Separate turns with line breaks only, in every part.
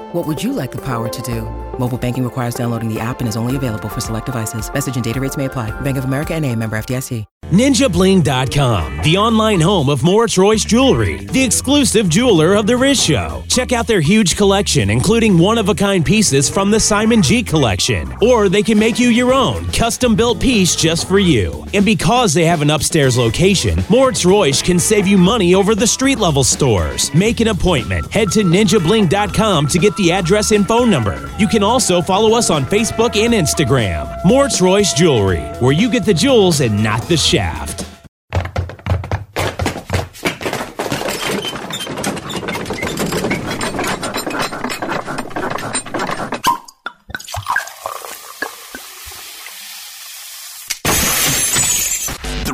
What would you like the power to do? Mobile banking requires downloading the app and is only available for select devices. Message and data rates may apply. Bank of America and a member FDIC.
NinjaBling.com, the online home of Moritz Royce Jewelry, the exclusive jeweler of The Riz Show. Check out their huge collection, including one of a kind pieces from the Simon G collection. Or they can make you your own custom built piece just for you. And because they have an upstairs location, Moritz Royce can save you money over the street level stores. Make an appointment. Head to ninjabling.com to get the address and phone number. You can also follow us on Facebook and Instagram. Moritz Royce Jewelry, where you get the jewels and not the shaft.
The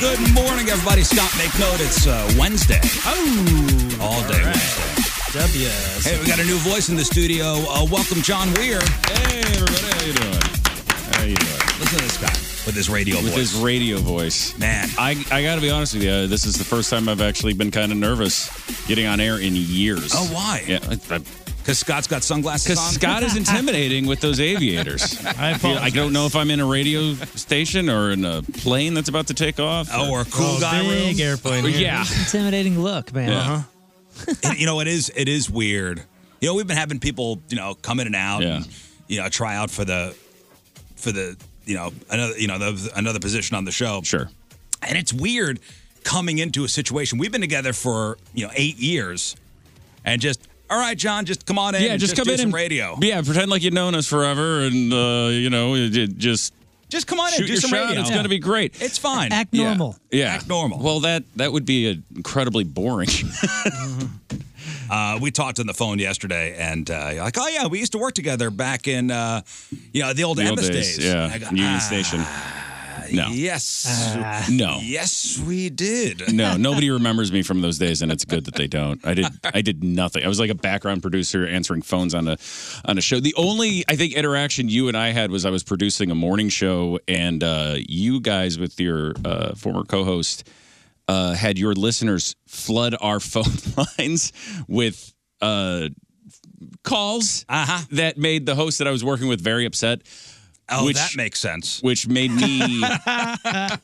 Good morning, everybody. Scott McCode. It's uh, Wednesday. Oh, all day Wednesday. W. Hey, we got a new voice in the studio. Uh, welcome, John Weir. Hey, everybody. How you doing? How you doing? Listen to this guy with his radio
With
voice.
his radio voice.
Man.
I, I got to be honest with you. This is the first time I've actually been kind of nervous getting on air in years.
Oh, why?
Yeah. Because
Scott's got sunglasses
Because
on?
Scott is intimidating with those aviators. I, feel- I don't know if I'm in a radio station or in a plane that's about to take off.
Oh, or a cool
Oh,
guy
big
room.
airplane. Yeah.
intimidating look, man.
Yeah. It- you know, it is it is weird. You know, we've been having people, you know, come in and out and you know, try out for the for the, you know, another you know, the, another position on the show.
Sure.
And it's weird coming into a situation. We've been together for, you know, 8 years and just all right, John, just come on in.
yeah,
and
just, come
do
in
some
and
radio.
Yeah, pretend like you've known us forever, and uh, you know, it- it just
Just come on
shoot
in, do
your
some
shot.
radio.
It's gonna be great.
It's fine.
Yeah. Yeah. Act normal. Well, that that would be uh, incredibly boring.
Uh, we talked on the phone yesterday, and uh, you're like, oh yeah, we used to work together back in, uh, you know, the old
The old
Emmis
days,
days.
yeah.
And I go,
Union
"Ah,
Station. No.
Yes.
Ah. No.
Uh, Yes, we did.
no, nobody remembers me from those days, and it's good that they don't. I did I did nothing. I was like a background producer answering phones on a on a show. The only I think interaction you and I had was I was producing a morning show, and uh, you guys with your uh, former co-host uh, had your listeners flood our phone lines with. Uh, calls
uh-huh.
that made the host that I was working with very upset.
Oh, that makes sense.
Which made me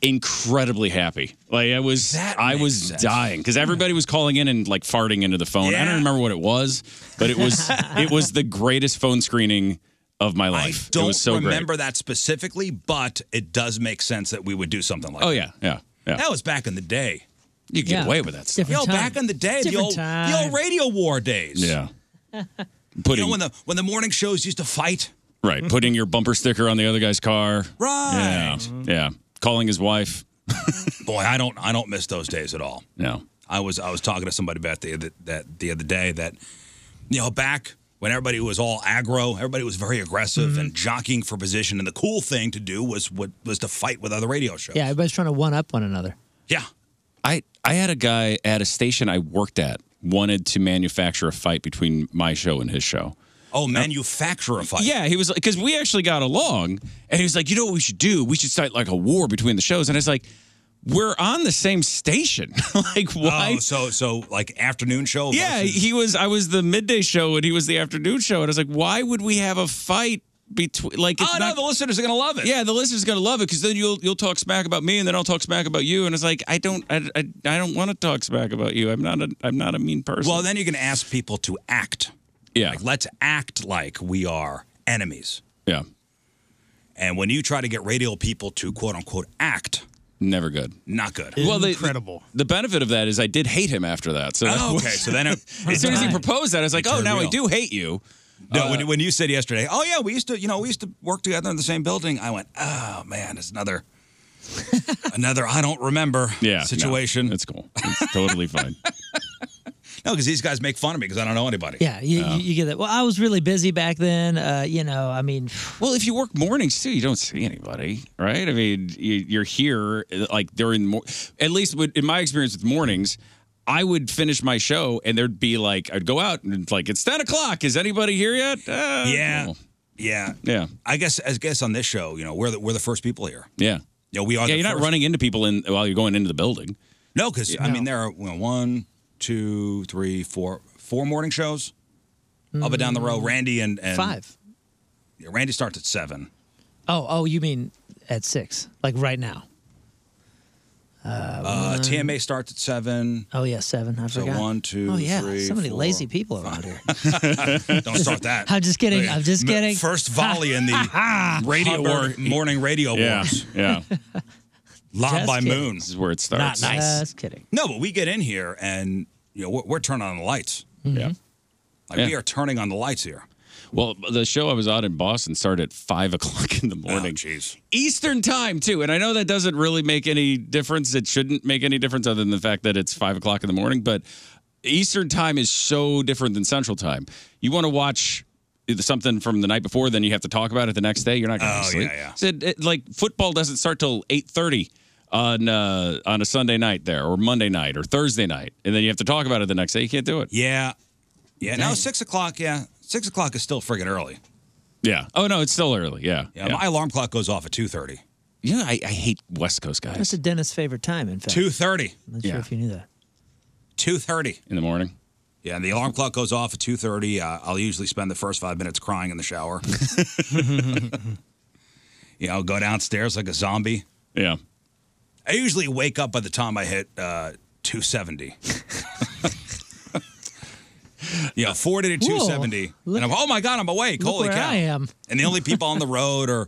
incredibly happy. Like I was, I was dying because everybody was calling in and like farting into the phone. I don't remember what it was, but it was it was the greatest phone screening of my life.
Don't
it was so
remember
great.
that specifically, but it does make sense that we would do something like
Oh
that.
yeah, yeah, yeah.
That was back in the day.
You could get Yeah. away with that stuff.
Yo,
Different
back
time.
in the day, the
Different
old,
time.
the old radio war days.
yeah.
You
Putting
know when the when the morning shows used to fight.
right, putting your bumper sticker on the other guy's car. Yeah,
Right.
yeah. Calling his wife.
Boy, I don't I don't miss those days at all.
No.
I was I was talking to somebody about the other, that the other day that you know back when everybody was all aggro, everybody was very aggressive
Mm-hmm.
and jockeying for position, and the cool thing to do was what was to fight with other radio shows.
Yeah, everybody's trying to one up one another.
Yeah.
I I had a guy at a station I worked at wanted to manufacture a fight between my show and his show.
Oh, manufacture a fight.
Uh, Yeah, he was because we actually got along, and he was like, "You know what we should do? We should start like a war between the shows." And I was like, we're on the same station. like why?
Oh, so so like afternoon show.
yeah,
versus-
he was. I was the midday show, and he was the afternoon show, and I was like, why would we have a fight between? Like, it's
oh
not.
no, the listeners are gonna love it.
yeah, the listener's gonna love it because then you'll you'll talk smack about me, and then I'll talk smack about you, and it's like I don't I, I, I don't want to talk smack about you. I'm not a I'm not a mean person.
Well, then you can ask people to act.
yeah,
Like let's act like we are enemies.
yeah,
And when you try to get radio people to quote unquote act,
never good.
not good.
Well, incredible. The, benefit of that is I did hate him after that. So
Oh, okay, so then it,
as soon as he proposed that, I was like, oh,
turned
now I do
real.
hate you. Uh,
No, when, when you said yesterday, oh yeah, we used to, you know, we used to work together in the same building. I went, oh man, it's another, another I don't remember
Yeah, no,
situation.
it's cool. It's totally fine.
no, because these guys make fun of me because I don't know anybody.
Yeah, you, you, you get that. Well, I was really busy back then. Uh, you know, I mean,
"Oh,
Well, if you work mornings too, you don't see anybody, right? I mean, you, you're here uh, like during the mor- at least with- in my experience with mornings. I would finish my show and there'd be like I'd go out and it's like it's ten o'clock. Is anybody here yet? Uh,
yeah,
no.
yeah,
yeah,
I guess, I guess on this show, you know, we're the, we're the first people here.
yeah.
You know, we are.
Yeah,
the
you're not
first-
running into people in while you're going into the building.
No, because I mean, there are you know, one, two, three, four, four morning shows up and down the row. Randy and, and
Mm. five.
yeah, Randy starts at seven.
Oh, oh, you mean at six? Like right now?
Uh, TMA starts at seven.
Oh yeah, seven. I
So
forgot.
one, two,
Oh yeah,
three,
so many
four,
lazy people around here.
Don't start that.
I'm just kidding. I'm just
M-
kidding.
First volley in the radio war, morning radio wars.
yeah.
Lob
Just
by
kidding.
moon.
This is where it starts.
Just kidding.
No, but we get in here and you know we're, we're turning on the lights.
Yeah.
Like we
Yeah.
are turning on the lights here.
Well, the show I was on in Boston started at five o'clock in the morning.
Oh, jeez.
Eastern time too, and I know that doesn't really make any difference. It shouldn't make any difference other than the fact that it's five o'clock in the morning. But Eastern time is so different than Central time. You want to watch something from the night before, then you have to talk about it the next day. You're not going to
Oh,
sleep.
yeah, yeah.
So it- it- like football doesn't start till eight thirty on uh, on a Sunday night there, or Monday night, or Thursday night, and then you have to talk about it the next day. You can't do it.
Yeah, yeah. No, six o'clock. Yeah, six o'clock is still friggin' early.
Yeah. Oh no, it's still early. Yeah.
Yeah, my alarm clock goes off at two thirty.
You know, I, I hate West Coast
That's
guys
a dentist's favorite time. In fact,
Two thirty.
I'm not sure
Yeah.
if you knew that.
Two thirty.
in the morning.
Yeah, and the alarm clock goes off at two thirty. Uh, I'll usually spend the first five minutes crying in the shower. you know, go downstairs like a zombie.
Yeah.
I usually wake up by the time I hit uh, 270. yeah, 40 to 270.
look-
and I'm, oh my God, I'm awake.
look
Holy
where
cow.
I am.
And the only people on the road are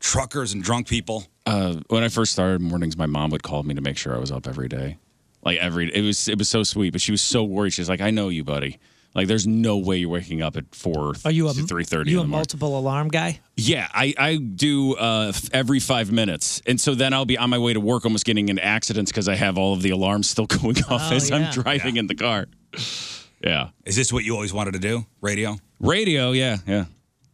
truckers and drunk people.
Uh, when I first started mornings, my mom would call me to make sure I was up every day. Like every it was it was so sweet, but she was so worried. She's like, I know you, buddy. Like there's no way you're waking up at four
Are you a
to three thirty in
You
the
a
morning.
multiple alarm guy?
Yeah, I, I do uh, f- every five minutes. And so then I'll be on my way to work almost getting in accidents because I have all of the alarms still going off
Oh,
as
yeah.
I'm driving in the car. yeah.
Is this what you always wanted to do? Radio?
Radio, yeah, yeah,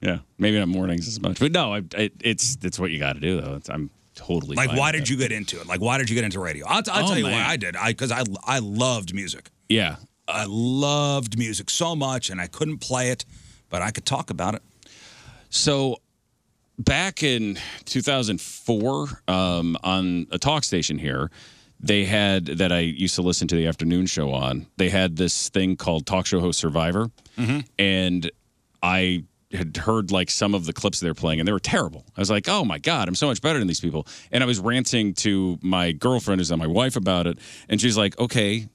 yeah. Maybe not mornings as much, but no, I, it, it's it's what you got to do though. It's, I'm totally
Like,
fine
why
with
did
that.
you get into it? Like, why did you get into radio? I'll, t- I'll
Oh,
tell you
man.
why I did. I Because I, I loved music.
Yeah,
I loved music so much, and I couldn't play it, but I could talk about it.
So back in 2004, um, on a talk station here, they had that I used to listen to the afternoon show on. They had this thing called Talk Show Host Survivor,
Mm-hmm.
and I had heard like some of the clips they were playing, and they were terrible. I was like, "Oh my god, I'm so much better than these people!" And I was ranting to my girlfriend, who's not my wife, about it, and she's like, "Okay."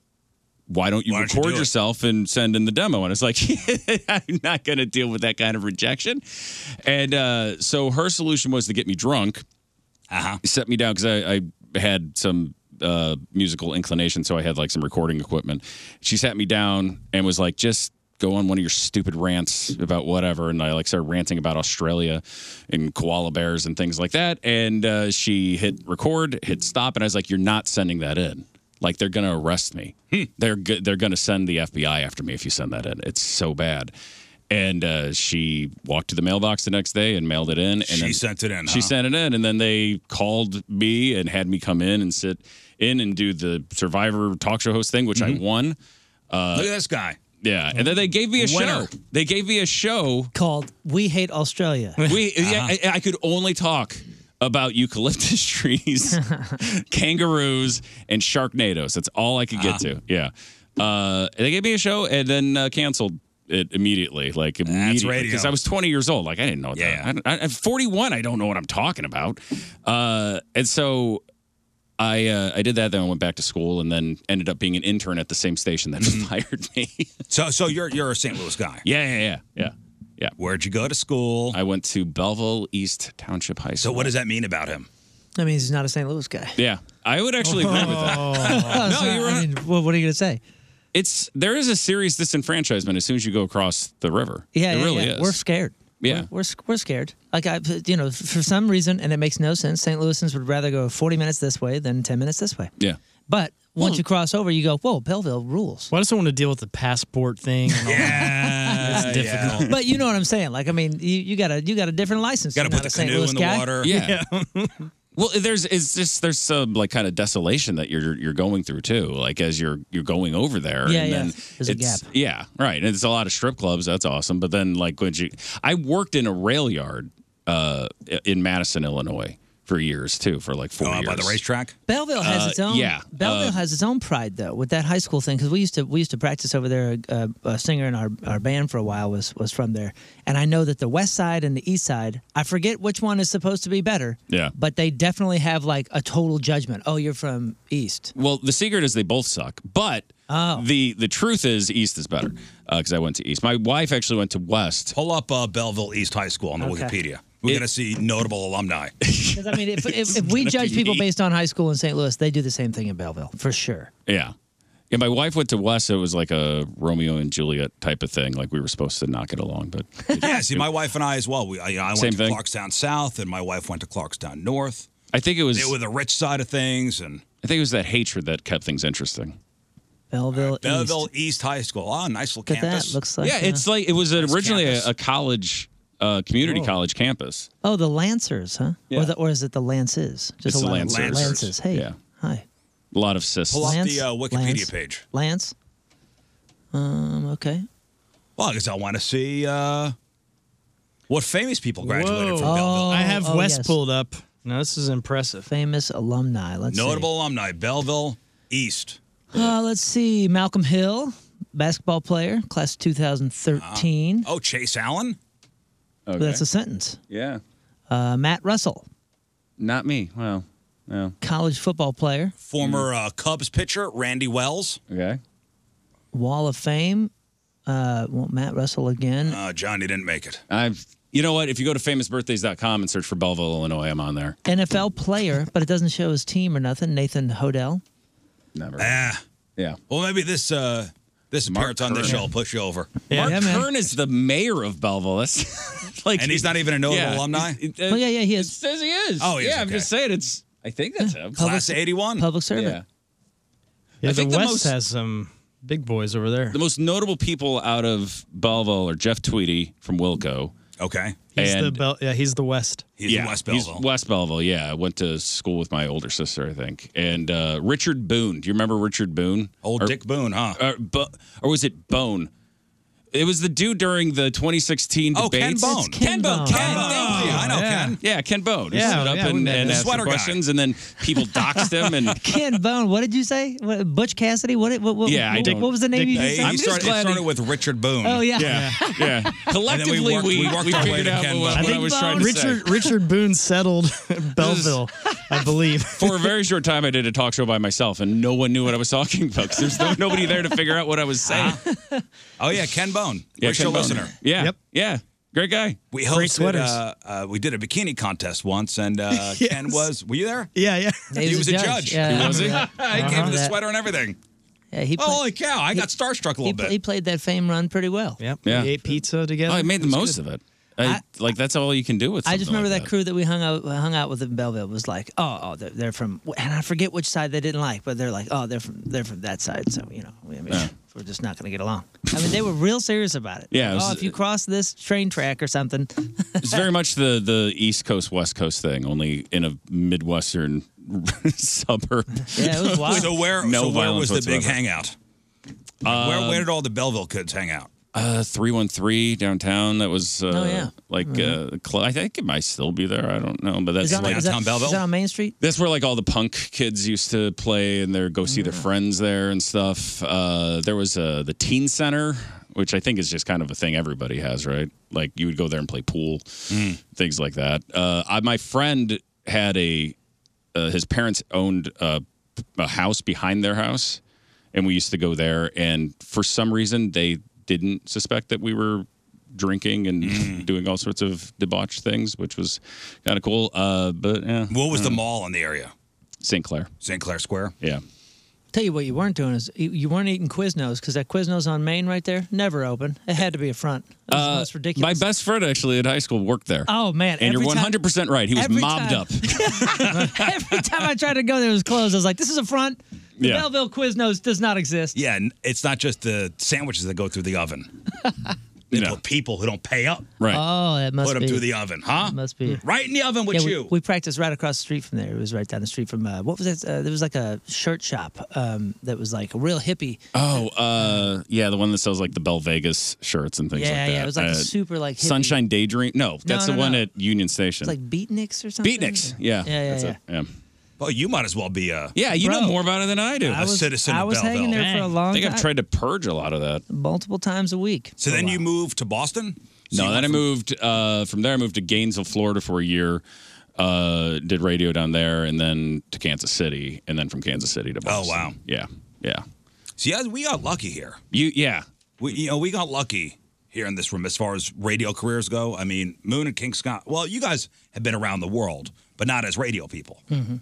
Why don't you
Why don't you
record
do it?"
yourself and send in the demo? And it's like, I'm not going to deal with that kind of rejection. And uh, so her solution was to get me drunk,
Uh huh.
set me down because I, I had some uh, musical inclination, so I had like some recording equipment. She sat me down and was like, just go on one of your stupid rants about whatever. And I like started ranting about Australia and koala bears and things like that. And uh, she hit record, hit stop, and I was like, you're not sending that in. Like they're gonna arrest me.
Hmm.
They're go- they're gonna send the FBI after me if you send that in. It's so bad. And uh, she walked to the mailbox the next day and mailed it in. And
She
then-
sent it in,
She
huh?
sent it in, and then they called me and had me come in and sit in and do the Survivor talk show host thing, which I won.
Mm-hmm.
Uh,
Look at this guy.
Yeah, and then they gave me a
Winner.
show. They gave me a show.
Called "We Hate Australia."
We yeah, I, I could only talk about eucalyptus trees, kangaroos, and sharknadoes. That's all I could get to. Yeah. Uh, they gave me a show and then uh, canceled it immediately. Like immediately.
radio.
Because I was 20 years old. Like I didn't know what yeah. that. I, I, at 41, I don't know what I'm talking about. Uh, and so I uh, I did that. Then I went back to school and then ended up being an intern at the same station that fired me.
So, so you're you're a St. Louis guy.
yeah, yeah, yeah, yeah, yeah.
Where'd you go to school?
I went to Belleville East Township High
So,
School.
what does that mean about him?
That means he's not a St. Louis guy.
Yeah, I would actually agree with that.
Oh. no,
you're
I mean, well, what are you going to say?
It's there is a serious disenfranchisement as soon as you go across the river.
Yeah,
it
yeah,
really
yeah.
is.
We're scared.
Yeah.
We're, we're, sc- we're scared. Like, I, you know, f- for some reason, and it makes no sense, St. Louisans would rather go 40 minutes this way than 10 minutes this way.
yeah.
But once you cross over, you go, whoa, Belleville rules.
Why does I want to deal with the passport thing? And all
Yeah,
It's difficult.
But you know what I'm saying? Like, I mean, you, you got a you got a different license.
Got to
You're
put
not
the
a St.
canoe
Louis
in the
guy.
water.
Yeah. well, there's it's just there's some like kind of desolation that you're you're going through too, like as you're you're going over there.
Yeah,
and
yeah.
Then
There's a
it's-
gap.
Yeah, right. And it's a lot of strip clubs. That's awesome. But then like when you, I worked in a rail yard uh, in Madison, Illinois, for years too, for like four
Oh, out
years
by the racetrack.
Belleville has
Uh,
its own.
yeah,
Belleville
uh,
has its own pride though with that high school thing because we used to we used to practice over there. Uh, a singer in our, our band for a while was was from there, and I know that the west side and the east side. I forget which one is supposed to be better.
Yeah.
But they definitely have like a total judgment. Oh, you're from east. Oh.
Well, the secret is they both suck, but the the truth is East is better because I went to East. My wife actually went to West.
Pull up uh, Belleville East High School on the
Okay.
Wikipedia. We're going to see notable alumni.
'Cause, I mean, if, if, if we judge people based on high school in St. Louis, they do the same thing in Belleville for sure.
Yeah. Yeah, my wife went to West. It was like a Romeo and Juliet type of thing. Like we were supposed to knock it along, but
yeah, see, my wife and I as well. We, I, I went
Same
to
thing.
Clarkstown South, and my wife went to Clarkstown North.
I think it was
They were the rich side of things, and
I think it was that hatred that kept things interesting.
Belleville,
Belleville
east.
East, High School. Oh, nice little
Look at
campus.
that. Looks like
yeah,
uh,
it's like it was originally a,
campus.
a college, uh, community college campus.
Oh, the Lancers, huh? Or, the, or is it the Lances? Just
It's the
lot of
Lancers.
Lances. Hey,
Yeah.
hi.
A lot of cis.
Pull up
Lance?
the uh, Wikipedia
Lance?
page.
Lance? Um, okay.
Well, I guess I want to see uh, what famous people graduated from Belleville.
I have
oh,
West
yes.
pulled up. Now this is impressive.
Famous alumni. Let's
Notable alumni, Belleville East.
See. Uh, let's see. Malcolm Hill, basketball player, class of 2013.
Oh, Chase Allen.
Okay.
That's a sentence.
yeah,
Uh-huh.
Uh, Matt Russell,
not me. Well, no.
college football player,
Former uh, Cubs pitcher Randy Wells,
Mm. Okay.
Wall of Fame. Uh, well, Matt Russell again.
uh, Johnny didn't make it.
I've. You know what? If you go to famousbirthdays.com and search for Belleville, Illinois, I'm on there.
NFL player, but it doesn't show his team or nothing. Nathan Hodell.
Never.
Ah,
Yeah.
well, maybe this uh, this
Mark
appearance on this
Kern.
show will push you over.
Yeah,
Mark
yeah, man.
Kern is the mayor of Belleville. That's like,
And he's not even a notable alumni?
It,
Oh, yeah, yeah, he
it
is.
says he is.
Oh, he is,
yeah. I'm
okay.
just saying. It's. I think that's him.
Class of '81.
Public servant.
Yeah.
Yeah,
I
the
think the
West
most-
has some big boys over there.
The most notable people out of Belleville are Jeff Tweedy from Wilco.
Okay,
He's the
and-
Bel- yeah, he's the West.
he's in West Belleville.
He's West Belleville. Yeah, I went to school with my older sister, I think. And uh, Richard Boone. Do you remember Richard Boone?
Old
Or-
Dick Boone, huh?
Or, Bu- or was it Bone? It was the dude during the 2016
Oh, Ken
debates.
Bone.
Ken
Ken Bone.
Bone.
Ken,
Oh,
thank you.
I know Ken.
Yeah, Ken Bone. He
Yeah,
stood up
yeah, we
and,
met
and
him.
asked
Sweater
some
guy.
questions, and then people doxed him. And
Ken Bone. What did you say? What, Butch Cassidy. What? What? What,
Yeah, I
what,
don't-
what was the name
Dick
you
Hey, he
just said?
I'm just
started, it
glad
started
he-
with Richard Boone.
Oh yeah.
yeah, yeah. Collectively, we,
worked- we worked our way
figured
to
out
Ken
what,
Bone.
what I was trying to say.
Richard Richard Boone settled Belleville, I believe.
For a very short time, I did a talk show by myself, and no one knew what I was talking about because there's no, nobody there to figure out what I was saying.
Oh yeah, Ken Bone. Yeah,
Ken Bone.
listener.
Yeah,
Yep.
yeah. Great guy.
We
Great
hosted.
sweaters.
Uh, uh, we did a bikini contest once, and uh, Ken was. Were you there?
Yeah, yeah.
He,
was a judge.
Yeah, I
was he?
remember that.
I gave him
remember
the
that.
sweater and everything.
Yeah, he,
Oh, holy
played,
cow! I got starstruck a
he,
little
pl- he
bit.
played that fame run pretty well.
Yep.
Yeah.
We ate pizza together.
Oh, I made the most of it. I,
I-
like that's all you can do with.
I just
something
remember
like
that crew that we hung out hung out with in Belleville was like, oh, oh they're, they're from, and I forget which side they didn't like, but they're like, oh, they're from they're from that side, so you know, we, I mean, we're just not going to get along. I mean, they were real serious about it.
Yeah, it
oh,
was-
if you cross this train track or something,
It's very much the the East Coast West Coast thing, only in a midwestern suburb.
yeah, it was wild.
So where?
No
so where
violence
was the big
whatsoever. Um,
hangout? where, where did all the Belleville kids hang out?
Uh, three one three downtown. That was uh,
Oh, yeah.
like
Mhm.
uh, cl- I think it might still be there. I don't know, but that's
is that,
like
is that- Is that on Main Street?
That's where like all the punk kids used to play and they go see
Mm.
their friends there and stuff. Uh, there was uh, the teen center, which I think is just kind of a thing everybody has, right? Like you would go there and play pool,
Mm.
things like that. Uh, I, my friend had a uh, his parents owned a, a house behind their house, and we used to go there. And for some reason, they didn't suspect that we were drinking
Mm.
and doing all sorts of debauched things, which was kind of cool. Uh, but yeah,
What was the mall in the area?
St. Clair.
St. Clair Square.
Yeah.
Tell you what you weren't doing is you, you weren't eating Quiznos because that Quiznos on Main right there never open. It had to be a front. That was the most ridiculous.
Uh, My best friend actually at high school worked there.
Oh, man,
And you're
every time-
100 percent right. He was
every
mobbed
time.
up.
Every time I tried to go there, it was closed. I was like, this is a front. The
Yeah.
Belleville Quiznos does not exist.
Yeah, and it's not just the sandwiches that go through the oven. They put people who don't pay up.
Oh, that must
Put
be.
them through the oven, huh?
That must be.
Right in the oven with
Mm. Yeah, we-
you.
We, practiced right across the street from there. It was right down the street from, uh, what was that? Uh, there was like a shirt shop um, that was like a real hippie.
Oh, uh, yeah, the one that sells like the Bell Vegas shirts and things
Yeah,
like that.
yeah, it was like a
Uh,
super, like, hippie-
Sunshine Daydream. No, that's
no,
the one
no.
at Union Station.
It's like Beatniks or something.
Beatniks. Yeah,
Yeah, yeah,
that's
yeah.
it. Yeah.
Well, you might as well be uh, a
Yeah, you know
Bro,
more about it than I do.
I A was- citizen I of was Belleville. hanging there for a long
I think I've
time.
tried to purge a lot of that.
Multiple times a week.
So then you moved to Boston?
no, then I moved uh, from there. I moved to Gainesville, Florida, for a year. Uh, did radio down there, and then to Kansas City, and then from Kansas City to Boston.
Oh, wow.
Yeah, yeah.
See, I- we got lucky here.
You, yeah.
We, you know, we got lucky here in this room as far as radio careers go. I mean, Moon and King Scott. Well, you guys have been around the world, but not as radio people.
Mm-hmm.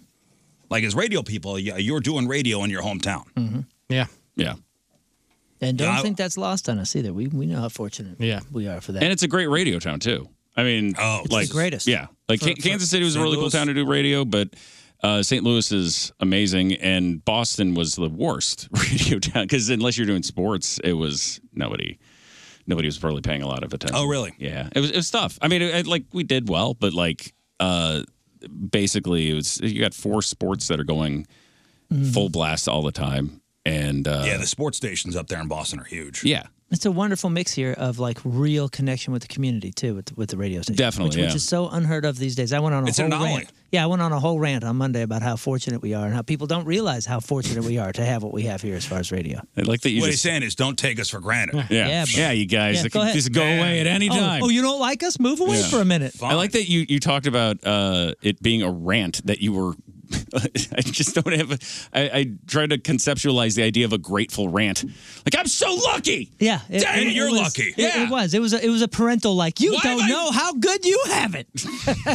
Like as radio people, you- you're doing radio in your hometown.
Mhm.
Yeah,
yeah.
And don't
Yeah, I-
think that's lost on us either. We, we know how fortunate we are for that.
And it's a great radio town too. I mean, oh,
It's
like
the greatest.
Yeah, like
For-
Can-
for
Kansas City was a
St.
really cool
Louis.
town to do radio, but uh, St. Louis is amazing, and Boston was the worst radio town because unless you're doing sports, it was nobody. Nobody was probably paying a lot of attention.
Oh, really?
Yeah, it was. It was tough. I mean, it, it- like we did well, but like uh, basically, it was you got four sports that are going
Mm-hmm.
full blast all the time, and uh,
Mm-hmm. yeah, the sports stations up there in Boston are huge.
yeah,
It's a wonderful mix here of like real connection with the community too, with with the radio station.
Definitely,
which,
yeah.
which is so unheard of these days. I went on a
It's
whole
an anomaly.
rant. Yeah, I went on a whole rant on Monday about how fortunate we are and how people don't realize how fortunate we are to have what we have here as far as radio.
I like that you
what
just-
he's saying is don't take us for granted.
Yeah. Yeah,
but-
you guys.
Yeah,
they
go
can
ahead.
just go away at any
Oh,
time.
Oh, you don't like us? Move away
Yeah.
for a minute.
I like that you you talked about uh, it being a rant that you were. I just don't have. A, I, I tried to conceptualize the idea of a grateful rant. Like I'm so lucky.
Yeah,
Dang, you're
was-
lucky.
It,
Yeah.
it was. It was. A, it was a parental like you
Why
don't
am I-
know how good you have it.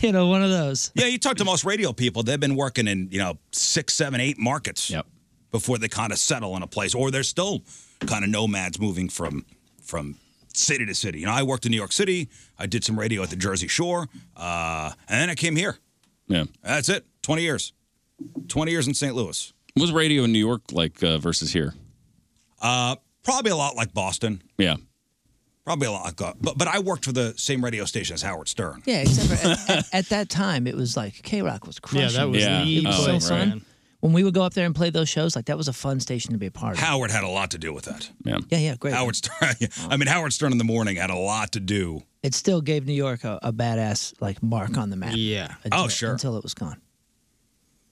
you know, one of those.
Yeah, you talk to most radio people; they've been working in you know six, seven, eight markets before they kind of settle in a place, or they're still kind of nomads moving from from city to city. You know, I worked in New York City. I did some radio at the Jersey Shore, uh, and then I came here.
Yeah.
That's it. Twenty years. Twenty years in St. Louis.
What was radio in New York like uh, versus here?
Uh, probably a lot like Boston.
Yeah.
Probably a lot like, uh, but but I worked for the same radio station as Howard Stern.
Yeah, except for at, at, at that time, it was like K Rock was crushing.
that was Yeah. um, the
it was so
place,
fun.
man.
When we would go up there and play those shows, like that was a fun station to be a part of.
Howard had a lot to do with that.
Yeah.
Yeah, yeah, great.
Howard Stern. I mean, Howard Stern in the morning had a lot to do.
It still gave New York a, a badass like mark on the map.
Yeah.
Until,
Oh, sure.
Until it was gone.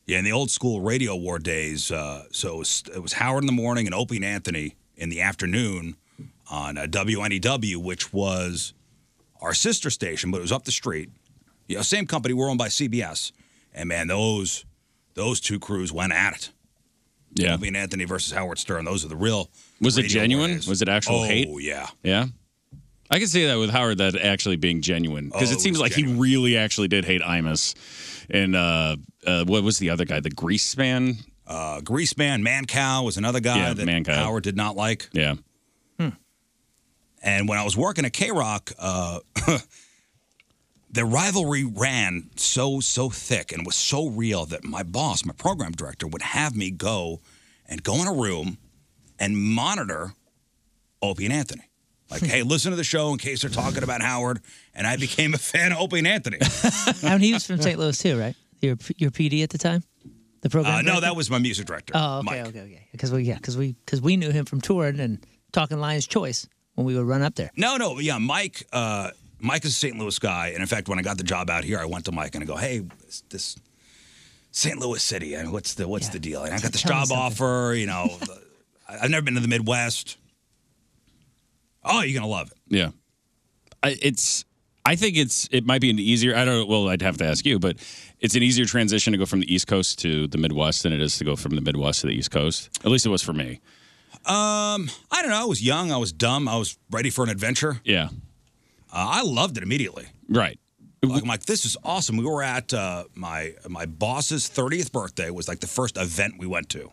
Yeah, in the old school radio war days, uh, so it was, it was Howard in the morning and Opie and Anthony in the afternoon on uh, WNEW, which was our sister station, but it was up the street. You know, same company. We're owned by CBS, and man, those those two crews went at it.
Yeah.
Opie and Anthony versus Howard Stern. Those are the real.
Was it
radio war
genuine?
days.
Was it actual
oh,
hate?
yeah.
Yeah. I can see that with Howard that actually being genuine because
Oh,
it seems
it was
like he really actually did hate Imus, and uh, uh, what was the other guy? The Grease Man.
Uh, Grease Man, Man Cow was another guy
Yeah,
that
Man Cow.
Howard did not like.
Yeah.
Hmm.
And when I was working at K Rock, uh, the rivalry ran so, so thick and was so real that my boss, my program director, would have me go and go in a room and monitor Opie and Anthony.
Hmm.
Like, hey, listen to the show in case they're talking about Howard. And I became a fan of Opie and Anthony.
and he was from St. Louis too, right? Your your PD at the time, the program.
Uh, no,
director?
that was my music director.
Oh, okay, okay, okay. Because we yeah, because we because we knew him from touring and talking Lions Choice. when we would run up there.
No, no, yeah, Mike. Uh, Mike is a St. Louis guy, and in fact, when I got the job out here, I went to Mike and I go, "Hey, this, this St. Louis city, and what's the what's the deal?" And I got this
Tell me
job offer. You know, the- I- I've never been to the Midwest. Oh, you're gonna love it.
Yeah, I, it's. I think it's. It might be an easier. I don't. Well, I'd have to ask you, but it's an easier transition to go from the East Coast to the Midwest than it is to go from the Midwest to the East Coast. At least it was for me.
Um, I don't know. I was young. I was dumb. I was ready for an adventure.
Yeah.
Uh, I loved it immediately.
Right.
Like, I'm like, this is awesome. We were at uh, my my boss's 30th birthday was like the first event we went to,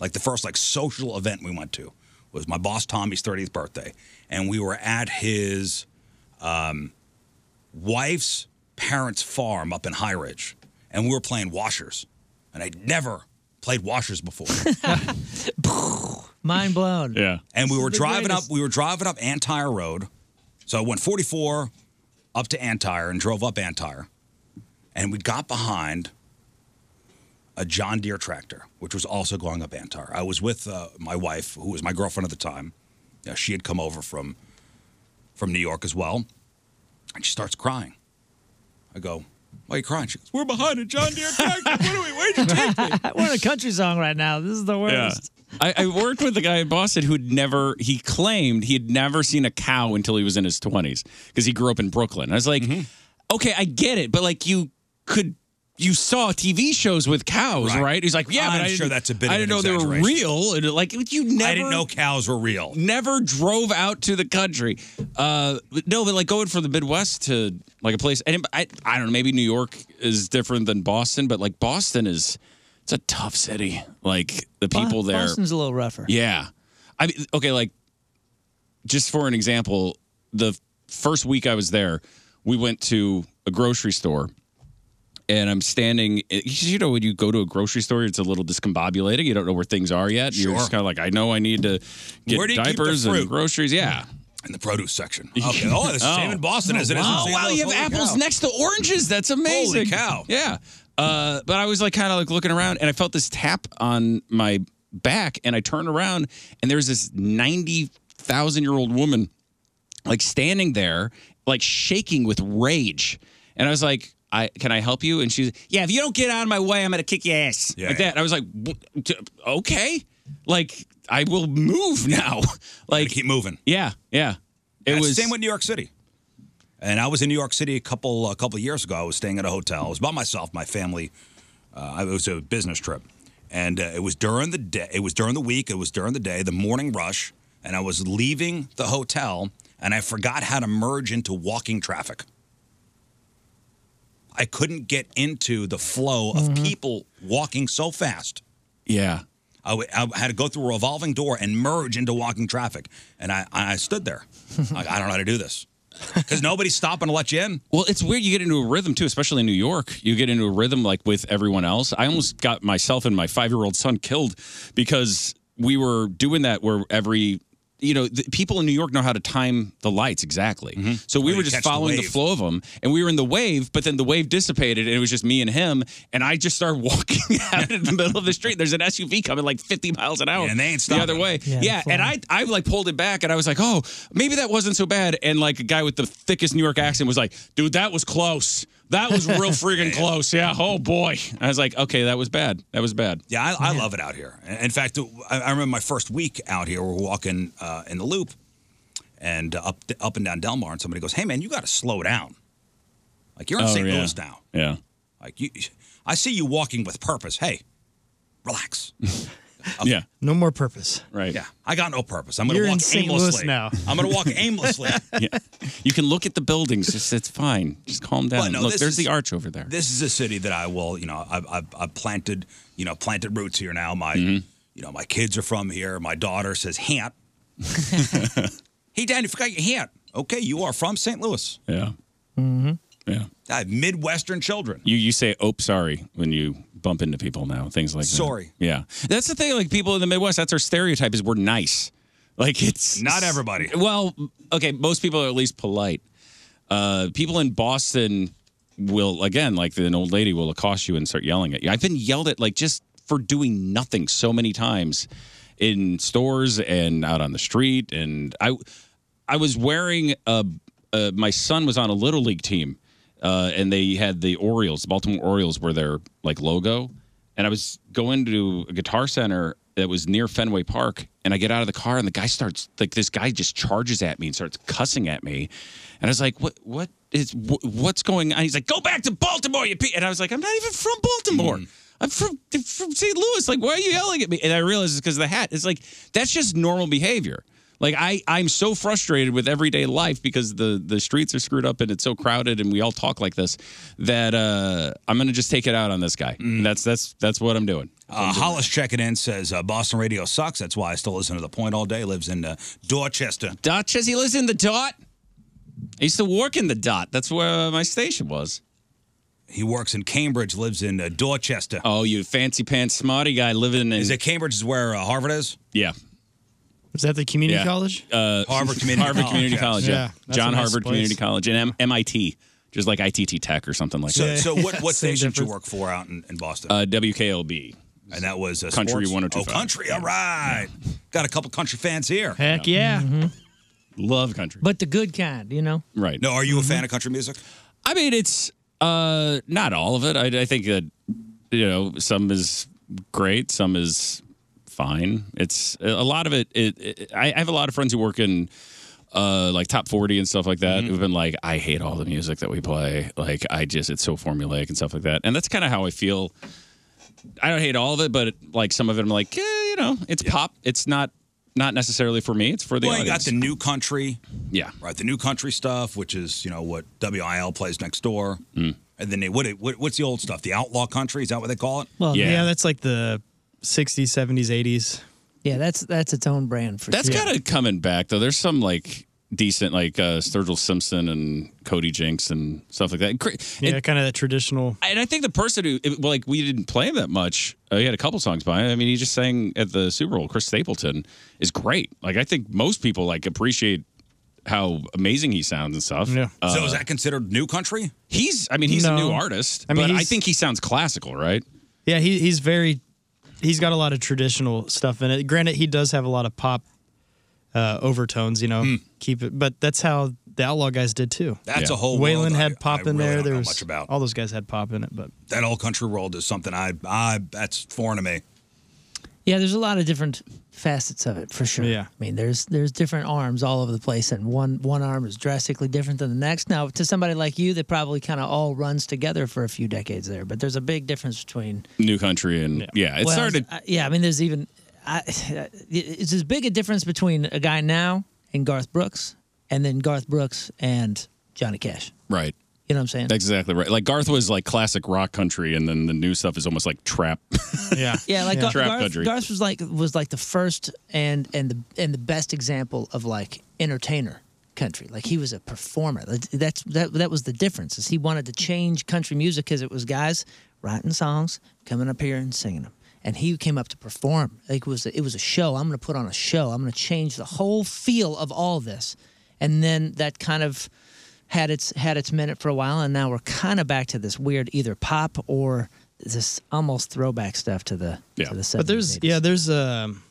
like the first like social event we went to was my boss Tommy's 30th birthday, and we were at his um, wife's parents' farm up in High Ridge, and we were playing washers, and I'd never played washers before.
Mind blown.
Yeah.
And we
This
were
is the
driving
greatest.
up. We were driving up Antire Road. So I went 44 up to Antire and drove up Antire, and we got behind a John Deere tractor, which was also going up Antire. I was with uh, my wife, who was my girlfriend at the time. Uh, she had come over from from New York as well, and she starts crying. I go, "Why are you crying?" She goes, "We're behind a John Deere tractor. What are we? Where'd you take me?"
We're in a country song right now. This is the worst.
Yeah. I, I worked with a guy in Boston who'd never, he claimed he'd never seen a cow until he was in his 20s because he grew up in Brooklyn. I was like,
Mm-hmm.
okay, I get it, but like you could, you saw TV shows with cows, right? He's like, yeah,
I'm
but I
sure
didn't-
that's a bit.
I
of an
didn't know they were
exaggeration.
real. And like, you never.
I didn't know cows were real.
Never drove out to the country. Uh, but no, but like going from the Midwest to like a place, and I, I don't know, maybe New York is different than Boston, but like Boston is, it's a tough city. Like the
Bo-
people there.
Boston's a little rougher.
Yeah. I mean, okay, like just for an example, the first week I was there, we went to a grocery store and I'm standing. eh, You know, when you go to a grocery store, it's a little discombobulated. You don't know where things are yet. You're
Sure.
just kind of like, I know I need to get
Where do you keep the
diapers
fruit?
and groceries. Yeah.
In the produce section. Okay. Oh, it's the same in Boston as it is in
wow.
St.
wow,
Louis.
you have
Holy
apples
cow.
next to oranges. That's amazing.
Holy cow.
Yeah. Uh, but I was like kind of like looking around and I felt this tap on my back and I turned around and there's this 90,000 year old woman like standing there, like shaking with rage. And I was like, I, can I help you? And she's, yeah, if you don't get out of my way, I'm going to kick your ass.
Yeah,
like
yeah.
that. I was like, "Wh- t- okay. Like, I will move now. like,
keep moving.
Yeah. Yeah. It
That's
was
the same with New York City. And I was in New York City a couple a couple years ago. I was staying at a hotel. I was by myself. My family. Uh, it was a business trip, and uh, it was during the day. It was during the week. It was during the day, the morning rush, and I was leaving the hotel, and I forgot how to merge into walking traffic. I couldn't get into the flow of
Mm-hmm.
people walking so fast.
Yeah.
I, w- I had to go through a revolving door and merge into walking traffic. And I, I stood there. like, I don't know how to do this. Because nobody's stopping to let you in.
Well, it's weird. You get into a rhythm too, especially in New York. You get into a rhythm like with everyone else. I almost got myself and my five year old son killed because we were doing that where every, you know, the, people in New York know how to time the lights exactly. So we were
Oh, you
just
catch the
following the,
wave.
flow of them and we were in the wave, but then the wave dissipated and it was just me and him. And I just started walking out in the middle of the street. There's an SUV coming like 50 miles an hour.
And they ain't
the other
stopping.
way.
Yeah,
Yeah.
that's
and I, I like pulled it back and I was like, oh, maybe that wasn't so bad. And like a guy with the thickest New York accent was like, dude, that was close. That was real freaking close. Yeah. Oh boy. I was like, okay, that was bad. That was bad.
Yeah, I, I love it out here. In fact, I I remember my first week out here, we're walking uh, in the loop and uh, up, up and down Delmar, and somebody goes, Hey, man, you got to slow down. Like, you're in
Oh,
St.
yeah.
Louis now.
Yeah.
Like, you, I see you walking with purpose. Hey, relax.
Yeah.
No more purpose.
Right.
Yeah. I got no purpose. I'm going
You're
to
in
walk
St. Louis
aimlessly.
now.
I'm going to walk aimlessly.
yeah. You can look at the buildings. Just, it's fine. Just calm down.
Well, no,
look,
this
there's
is-
the arch over there.
This is a city that I will, you know, I've, I've, I've planted, you know, planted roots here now. My,
Mm-hmm.
you know, my kids are from here. My daughter says, "Hant." hey, Dad, you forgot your hant. Okay, you are from St. Louis.
Yeah.
Mm-hmm.
Yeah.
I have Uh, Midwestern children.
You you say, "Oh, sorry," when you bump into people now. Things like that.
Sorry.
Yeah, that's the thing. Like people in the Midwest, that's our stereotype is we're nice. Like it's
Not everybody.
Well, okay, most people are at least polite. Uh, people in Boston will again, like an old lady will accost you and start yelling at you. I've been yelled at like just for doing nothing so many times in stores and out on the street, and I. I was wearing a, uh, my son was on a little league team, uh, and they had the Orioles, the Baltimore Orioles were their like logo, and I was going to a Guitar Center that was near Fenway Park, and I get out of the car, and the guy starts like this guy just charges at me and starts cussing at me, and I was like, what what is wh- what's going on? He's like, go back to Baltimore, you pe-. and I was like, I'm not even from Baltimore. I'm from, from St. Louis. Like, why are you yelling at me? And I realized it's because of the hat. It's like that's just normal behavior. Like I, I'm so frustrated with everyday life because the the streets are screwed up and it's so crowded and we all talk like this that uh, I'm gonna just take it out on this guy. And that's that's that's what I'm doing.
Mm. Uh, Hollis checking in says uh, Boston radio sucks. That's why I still listen to the point all day. Lives in uh, Dorchester.
Dorchester. He lives in the dot. I used to work in the dot. That's where uh, my station was.
He works in Cambridge. Lives in uh, Dorchester.
Oh, you fancy pants smarty guy living in.
Is it Cambridge? Is where uh, Harvard is?
Yeah.
Is that the community
Yeah.
college?
Uh,
Harvard Community
Harvard
College,
Community
yes.
College.
Yeah,
Yeah.
that's
John
a nice
Harvard
place.
Community College and M- MIT, just like ITT Tech or something like
so,
that.
so what, what station did you work for out in, in Boston?
Uh, WKLB.
And that was uh,
Country
sports?
one or two.
Oh, country. All right. Got a couple country fans here.
Heck yeah.
Love country.
Mm-hmm. But the good kind, you know?
Right. Mm-hmm.
No, are you a fan of country music?
I mean, it's uh, not all of it. I, I think that you know some is great, some is fine. It's a lot of it. It, it I I have a lot of friends who work in. Uh, like top 40 and stuff like that
Mm-hmm.
who've been like i hate all the music that we play like i just it's so formulaic and stuff like that and that's kind of how i feel i don't hate all of it but like some of it i'm like eh, you know it's pop it's not not necessarily for me it's for the
well, you got
audience
the new country,
yeah
right? The new country stuff, which is you know what WIL plays next door,
Hmm.
and then they what, what what's the old stuff? The outlaw country is that what they call it?
Well, yeah. that's like the 60s, 70s, 80s.
Yeah, that's that's its own brand for
That's
sure.
kind of coming back though. There's some like decent like uh, Sturgill Simpson and Cody Jinks and stuff like that. Cra-
Yeah, kind of that traditional.
And I think the person who it- well, like we didn't play him that much. Uh, he had a couple songs by. him. I mean, he just sang at the Super Bowl. Chris Stapleton is great. Like I think most people like appreciate how amazing he sounds and stuff.
Yeah.
Uh,
so is that considered new country?
he's I mean he's a
No.
new artist,
I mean,
but I
he's-
think he sounds classical, right?
Yeah, he, he's very, he's got a lot of traditional stuff in it. Granted, he does have a lot of pop uh, overtones, you know, keep it, but that's how the Outlaw guys did too.
Hmm. That's a whole
Waylon
world I-
had pop
I really
in there.
don't
There
know
was
much about.
all those guys had pop in it, but
That old country world is something I I that's foreign to me.
Yeah, there's a lot of different facets of it for sure.
Yeah.
I mean, there's there's different arms all over the place, and one one arm is drastically different than the next. Now, to somebody like you, that probably kind of all runs together for a few decades there, but there's a big difference between.
New country and yeah, it
Well,
started.
I- yeah, I mean, there's even I, it's as big a difference between a guy now and Garth Brooks, and then Garth Brooks and Johnny Cash.
right.
You know what I'm saying?
That's exactly right. Like Garth was like classic rock country, and then the new stuff is almost like trap.
yeah.
Yeah, like Gar-
Trap
Garth,
country.
Garth was like was like the first and and the and the best example of like entertainer country. Like he was a performer. Like, That's that that was the difference. Is he wanted to change country music because it was guys writing songs, coming up here and singing them. And he came up to perform. Like it was a, it was a show. I'm going to put on a show. I'm going to change the whole feel of all this. And then that kind of had its had its minute for a while, and now we're kind of back to this weird either pop or this almost throwback stuff to the
Yeah.
to the 70s.
But there's
80s.
yeah, there's um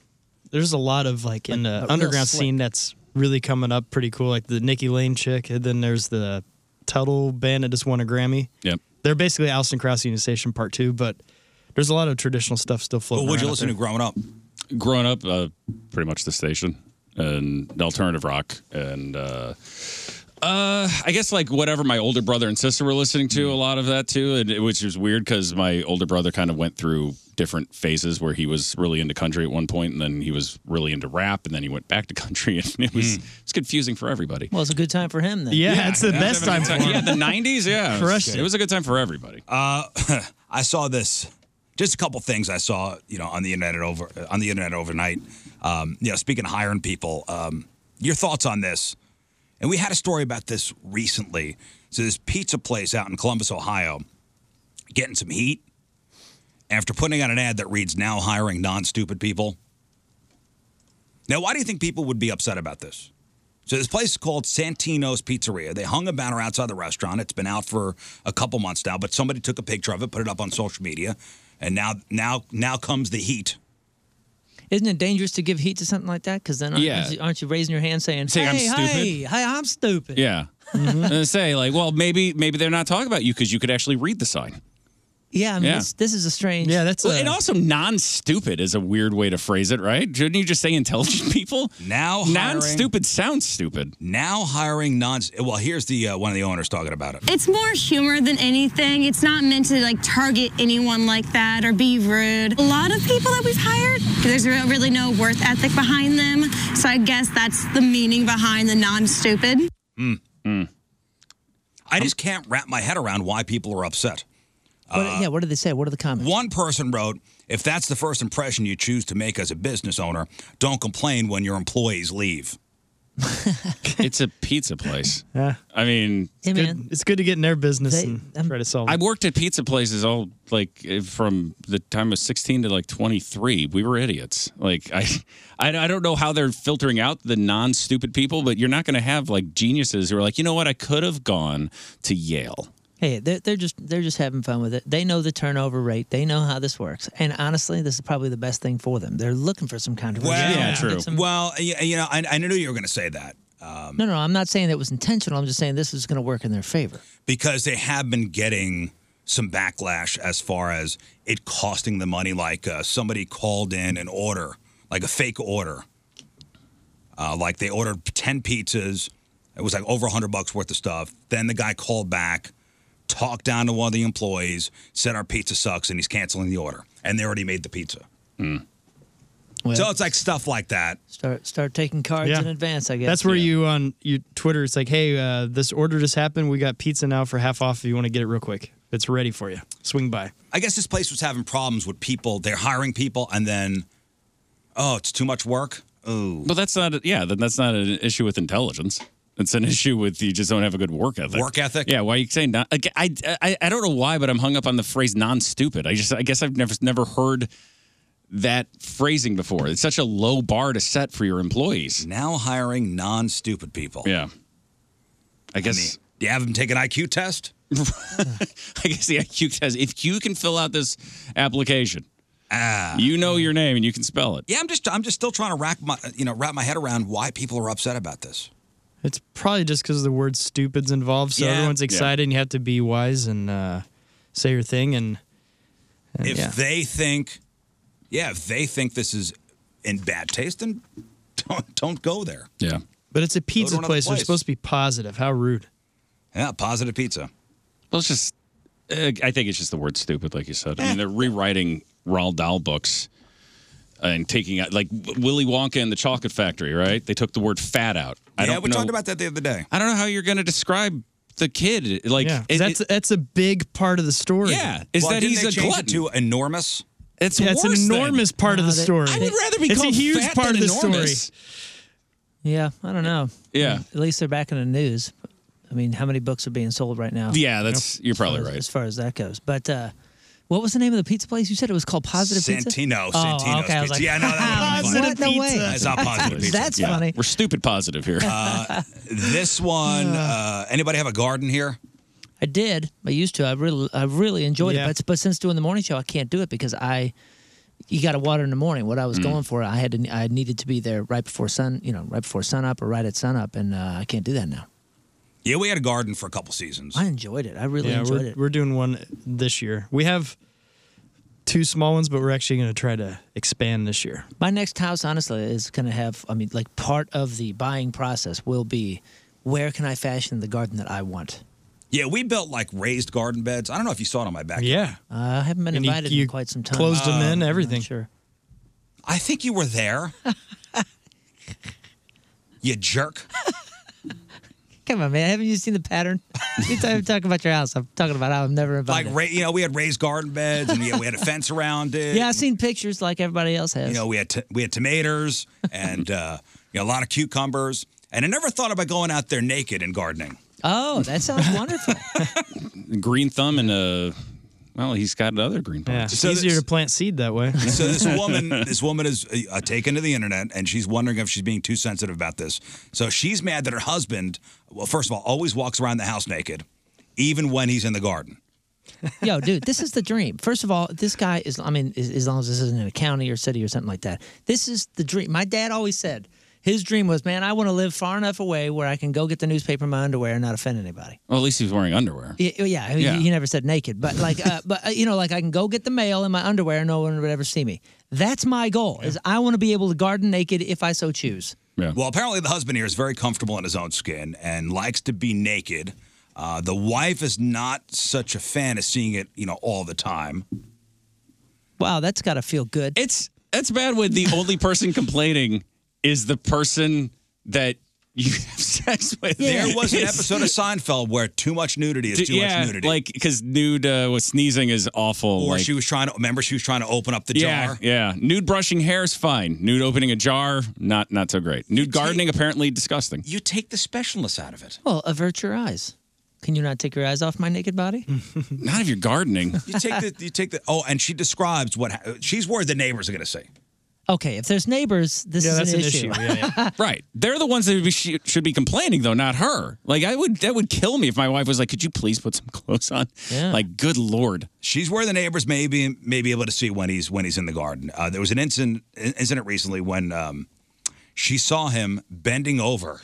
there's a lot of like in
a
the
real
underground
slick.
scene that's really coming up pretty cool. Like the Nikki Lane chick, and then there's the Tuttle band that just won a Grammy.
yep.
They're basically Alston Krauss Union Station Part Two, but there's a lot of traditional stuff still
But
floating.
would you
around out
listen to
there.
growing up?
growing up, uh, pretty much the station and alternative rock and uh, uh, I guess like whatever my older brother and sister were listening to a lot of that too, and it, which is weird because my older brother kind of went through different phases where he was really into country at one point, and then he was really into rap, and then he went back to country, and it was it's confusing for everybody.
well, it's a good time for him then.
Yeah, it's the best time for
yeah,
it.
the '90s, yeah, it was,
Crushed
it was a good time for everybody.
Uh, I saw this. Just a couple things I saw, you know, on the internet over on the internet overnight. Um, you know, speaking of hiring people, um, your thoughts on this? And we had a story about this recently. So this pizza place out in Columbus, Ohio, getting some heat after putting out an ad that reads "Now hiring non-stupid people." Now, why do you think people would be upset about this? So this place is called Santino's Pizzeria. They hung a banner outside the restaurant. It's been out for a couple months now, but somebody took a picture of it, put it up on social media, and now now now comes the heat.
Isn't it dangerous to give heat to something like that? Because then aren't,
Yeah.
you- aren't you raising your hand saying,
Say
hey,
I'm stupid.
Hey, hey, I'm stupid.
Yeah. And say like, well, maybe maybe they're not talking about you because you could actually read the sign.
Yeah, I mean,
Yeah.
This, this is a strange.
Yeah, that's and also non-stupid is a weird way to phrase it, right? Shouldn't you just say intelligent people?
Now hiring-
non-stupid sounds stupid.
Now hiring non. Well, here's the uh, one of the owners talking about it.
It's more humor than anything. It's not meant to like target anyone like that or be rude. A lot of people that we've hired, there's re- really no worth ethic behind them. So I guess that's the meaning behind the non-stupid.
Mm. I just can't wrap my head around why people are upset.
What- yeah, what did they say? What are the comments?
One person wrote, "If that's the first impression you choose to make as a business owner, don't complain when your employees leave."
it's a pizza place.
Yeah.
I mean,
It's good- it's good to get in their business and
um,
try to solve.
I worked at pizza places all like eh, from the time I was 16 to like 23. We were idiots. Like I, I, I don't know how they're filtering out the non-stupid people, but you're not going to have like geniuses who are like, you know what, I could have gone to Yale.
Hey, they're, they're just they're just having fun with it. They know the turnover rate. They know how this works. And honestly, this is probably the best thing for them. They're looking for some controversy. They wanna get some-
Well, y- you know, I, I knew you were going to say that um,
no, no, I'm not saying that was intentional. I'm just saying this is going to work in their favor.
because they have been getting some backlash as far as it costing them money. Like uh, somebody called in an order, like a fake order. Uh, like they ordered ten pizzas. It was like over hundred bucks worth of stuff. Then the guy called back, talked down to one of the employees, said our pizza sucks, and he's canceling the order. And they already made the pizza. Hmm. so it's like stuff like that.
Start start taking cards
Yeah.
in advance. I guess
That's where you on your Twitter. It's like, hey, uh, this order just happened. We got pizza now for half off. If you want to get it real quick, it's ready for you. Swing by.
I guess this place was having problems with people. They're hiring people, and then, oh, it's too much work. Ooh.
But that's not, yeah, then that's not an issue with intelligence. It's an issue with you just don't have a good work ethic.
Work ethic?
Yeah. Why are you saying not? like, I, I I don't know why, but I'm hung up on the phrase non-stupid. I just I guess I've never never heard that phrasing before. It's such a low bar to set for your employees.
Now hiring non-stupid people.
Yeah. I guess.
do you have them take an IQ test?
I guess the IQ test. If you can fill out this application, ah, you know your name and you can spell it.
Yeah, I'm just, I'm just still trying to rack my, you know, wrap my head around why people are upset about this.
It's probably just because the word "stupid's" involved, so
Yeah.
everyone's
Yeah.
excited, and you have to be wise and uh, say your thing. And,
Mm,
and
if
yeah.
they think, yeah, if they think this is in bad taste, then don't, don't go there.
Yeah.
but it's a pizza
another
place. They're
place.
supposed to be positive. How rude.
Yeah, positive pizza.
Well, it's just, uh, I think it's just the word stupid, like you said.
Eh.
I mean, they're rewriting Roald Dahl books and taking out, like Willy Wonka and the Chocolate Factory, right? They took the word fat out. I
yeah,
don't
we
know,
talked about that the other day.
I don't know how you're going to describe the kid. Like,
yeah, 'cause
it-
that's
it-
that's a big part of the story.
Yeah, is that he's a glutton?
enormous?
It's
yeah, it's an
worse than-
enormous part of the story.
I would rather be
It's a
called
huge
fat
part
than
of the
enormous.
story.
Yeah, I don't know.
Yeah.
At least they're back in the news. I mean, how many books are being sold right now?
Yeah, that's you're probably
as,
right.
as far as that goes. But uh, what was the name of the pizza place? You said it was called Positive
Santino,
Pizza. Oh,
Santino's
okay. I was like,
Pizza. Yeah, no, that would've been funny.
What? No way.
That's not positive pizza. Uh,
That's funny.
We're stupid positive here.
This one, uh, anybody have a garden here?
I did. I used to. I really, I really enjoyed
Yeah.
it. But but since doing the morning show, I can't do it because I, you got to water in the morning. What I was going for, I had to, I needed to be there right before sun, you know, right before sun up or right at sun up, and uh, I can't do that now.
Yeah, we had a garden for a couple seasons.
I enjoyed it. I really
yeah,
enjoyed
we're,
it.
we're doing one this year. We have two small ones, but we're actually going to try to expand this year.
My next house, honestly, is going to have. I mean, like part of the buying process will be, where can I fashion the garden that I want?
Yeah, we built like raised garden beds. I don't know if you saw it on my back.
Yeah.
Uh, I haven't been
And you-
invited
you
in quite some time.
closed them in,
Oh, I'm not
everything.
Sure.
I think you were there. you jerk.
Come on, man. Haven't you seen the pattern? Anytime I'm talking about your house, I'm talking about how I'm never
Like,
invited.
ra- you know, we had raised garden beds and yeah, we had a fence around it.
yeah, I've seen pictures like everybody else has.
You know, we had t- we had tomatoes and uh, you know, a lot of cucumbers. And I never thought about going out there naked and gardening.
Oh, that sounds wonderful.
green thumb and a well, he's got other green
Yeah,
thumbs.
it's easier to plant seed that way.
So this woman, this woman is uh, taken to the internet, and she's wondering if she's being too sensitive about this. So she's mad that her husband, well, first of all, always walks around the house naked, even when he's in the garden.
Yo, dude, this is the dream. First of all, this guy is, I mean, as as long as this isn't in a county or city or something like that, this is the dream. My dad always said his dream was, man, I want to live far enough away where I can go get the newspaper in my underwear and not offend anybody.
Well, at least he was wearing underwear.
Y- Yeah, I mean,
Yeah.
He, he never said naked, but like, uh, but uh, you know, like I can go get the mail in my underwear, and no one would ever see me. That's my goal. Is I want to be able to garden naked if I so choose.
Well, apparently the husband here is very comfortable in his own skin and likes to be naked. Uh, the wife is not such a fan of seeing it, you know, all the time.
Wow, that's got to feel good.
It's that's bad when the only person complaining is the person that you have sex with.
There was an episode of Seinfeld where too much nudity is
D-
too
yeah,
much nudity.
like because nude uh, was sneezing is awful.
or
like-
she was trying to remember she was trying to open up the
yeah,
jar.
Yeah, nude brushing hair is fine. Nude opening a jar, not not so great. Nude gardening apparently disgusting.
You take the specialness out of it.
Well, avert your eyes. Can you not take your eyes off my naked body?
Not if you're gardening.
You take the you take the oh, and she describes what ha- she's worried the neighbors are going to say.
Okay, if there's neighbors, this is an, issue.
right. They're the ones that would be, sh- should be complaining though, not her. Like I would that would kill me if my wife was like, "Could you please put some clothes on?" Like, good lord.
She's where the neighbors may be may be able to see when he's when he's in the garden. Uh, there was an incident incident recently when um, she saw him bending over,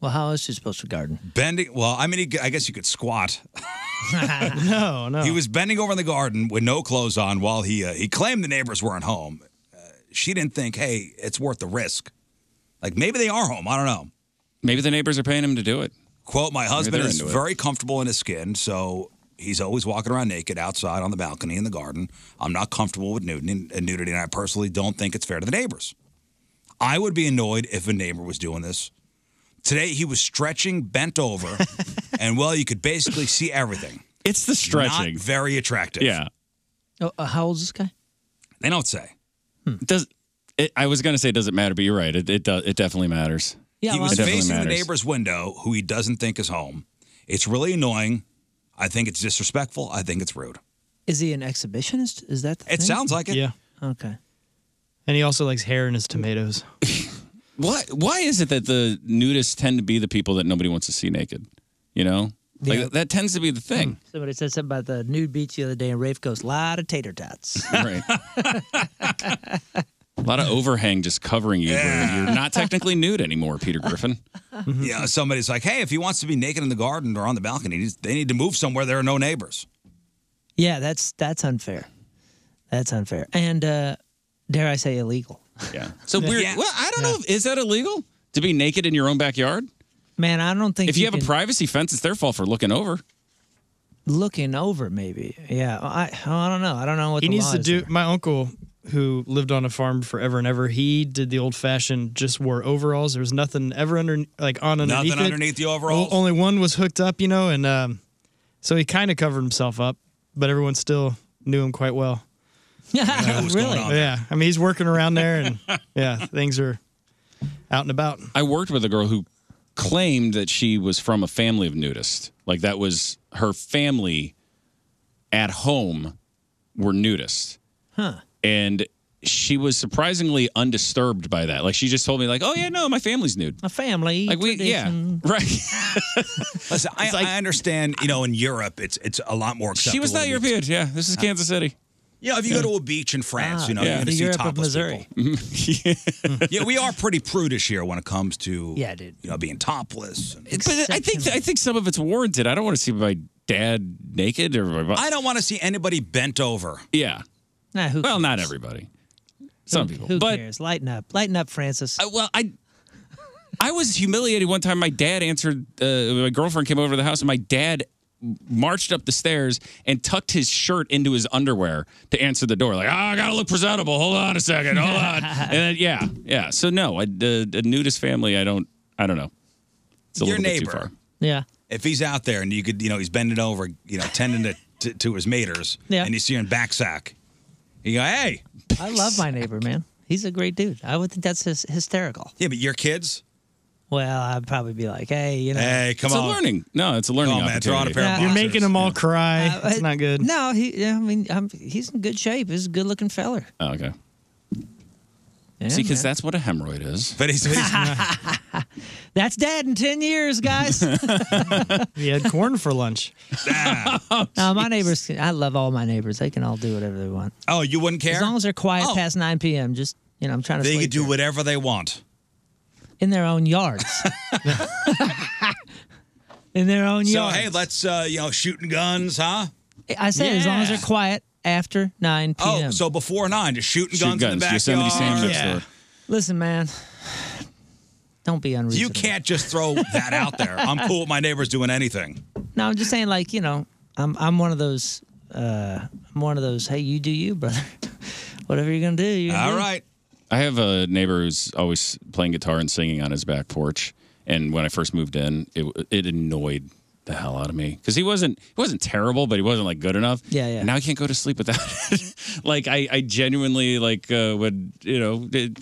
Well, how is she supposed to garden?
bending. Well, I mean, he, I guess you could squat.
no, no.
He was bending over in the garden with no clothes on while he uh, he claimed the neighbors weren't home. Uh, she didn't think, hey, it's worth the risk. Like maybe they are home. I don't know.
Maybe the neighbors are paying him to do it.
Quote: My
Maybe
husband
they're
is
into it.
very comfortable in his skin, so he's always walking around naked outside on the balcony in the garden. I'm not comfortable with nudity, and nudity, and I personally don't think it's fair to the neighbors. I would be annoyed if a neighbor was doing this. Today he was stretching, bent over, and well, you could basically see everything.
It's the stretching.
Not very attractive.
Yeah.
Oh, uh, how old is this guy?
They don't say.
Hmm. Does it, I was gonna say it doesn't matter, but you're right. It it, does, it definitely matters.
he was
It definitely
facing the
matters.
neighbor's window, who he doesn't think is home. It's really annoying. I think it's disrespectful. I think it's rude.
Is he an exhibitionist? Is that? The
It
thing?
sounds like it.
Yeah.
Okay.
And he also likes hair in his tomatoes.
Why why is it that the nudists tend to be the people that nobody wants to see naked? You know? Like
Yeah. Hmm.
that tends to be the thing.
Somebody said something about the nude beach the other day, and Rafe goes, "Lot of tater tots."
Right. A lot of overhang just covering you. Where you're not technically nude anymore, Peter Griffin.
Yeah, somebody's like, hey, if he wants to be naked in the garden or on the balcony, he's- they need to move somewhere. There are no neighbors.
Yeah, that's that's unfair. That's unfair, and uh, dare I say illegal.
Yeah. So weird. Well, I don't know. If, is that illegal to be naked in your own backyard?
Man, I don't think
If you have a
can-
privacy fence, it's their fault for looking over.
looking over, maybe. Yeah, I I don't know. I don't know what
he
the
needs
law
to
is
do.
there.
My uncle, who lived on a farm forever and ever, he did the old fashioned. Just wore overalls. There was nothing ever under like on underneath.
Nothing
it.
underneath the overalls?
O- Only one was hooked up, you know, and um, so he kind of covered himself up, but everyone still knew him quite well.
Yeah, really.
Yeah, I mean he's working around there, and yeah, things are out and about.
I worked with a girl who claimed that she was from a family of nudists. Like that was her family at home were nudists.
Huh.
And she was surprisingly undisturbed by that. Like she just told me, like, oh yeah, no, my family's nude.
A family.
Like we
tradition.
yeah. Right.
Listen, I, I understand, you know, in Europe, it's it's a lot more acceptable.
she was not
to-
European. Yeah. This is Kansas City.
Ah.
Ah,
Yeah, if you go to a beach in France, you know,
Yeah.
you're going
Ah, The
to see
Europe of
topless
Missouri.
people. yeah, we are pretty prudish here when it comes to,
Yeah, dude.
you know, being topless. And-
But I think I think some of it's warranted. I don't want to see my dad naked or my
I don't want to see anybody bent over.
yeah.
Nah, who
Well, not
cares?
everybody. Some people,
Who
but
cares? Lighten up, lighten up, Francis.
I, well, I I was humiliated one time. My dad answered. Uh, my girlfriend came over to the house, and my dad marched up the stairs and tucked his shirt into his underwear to answer the door. Like, ah, I gotta look presentable. Hold on a second. Hold on. And then, yeah, yeah. So no, I, the, the nudist family. I don't. I don't know. It's a
Your
little bit too
neighbor.
far.
yeah.
If he's out there and you could, you know, he's bending over, you know, tending to, to, to his maters,
Yeah.
and you see him back sack, you go, hey.
I love my neighbor, man. He's a great dude. I would think that's hys- hysterical.
Yeah, but your kids?
Well, I'd probably be like, hey, you know.
Hey, come
it's
on.
a learning. No, it's a learning
Oh, man, throw out a
opportunity.
pair of
Yeah.
You're
boxers.
making them all cry.
Uh,
it's not good.
No, he. I mean, I'm, he's in good shape. He's a good-looking feller.
Oh, okay.
Yeah,
Oh, See, because
man.
that's what a hemorrhoid is.
But he's,
That's dead in 10 years, guys.
He had corn for lunch.
Oh,
No, my neighbors, can- I love all my neighbors. They can all do whatever they want.
Oh, you wouldn't care? Oh.
As long as they're quiet past 9 p.m., just, you know, I'm trying to
they
sleep
could do
here.
whatever they want.
in their own yards. in their own
so
yards.
hey, let's uh, you know shooting guns, huh?
I said as long as
Yeah.
they're quiet after 9 p.m.
Oh, so before nine, just shooting
Shoot
guns, in the
guns.
backyard.
Yosemite Sam next door.
Listen, man, don't be unreasonable.
You can't just throw that out there. I'm cool with my neighbors doing anything.
No, I'm just saying, like you know, I'm I'm one of those, uh, I'm one of those. Hey, you do you, brother. Whatever you're gonna do, you're gonna
All
do.
right.
I have a neighbor who's always playing guitar and singing on his back porch. And when I first moved in, it it annoyed the hell out of me because he wasn't he wasn't terrible, but he wasn't like good enough.
Yeah, yeah.
And now I can't go to sleep without it. like I, I genuinely like uh, would you know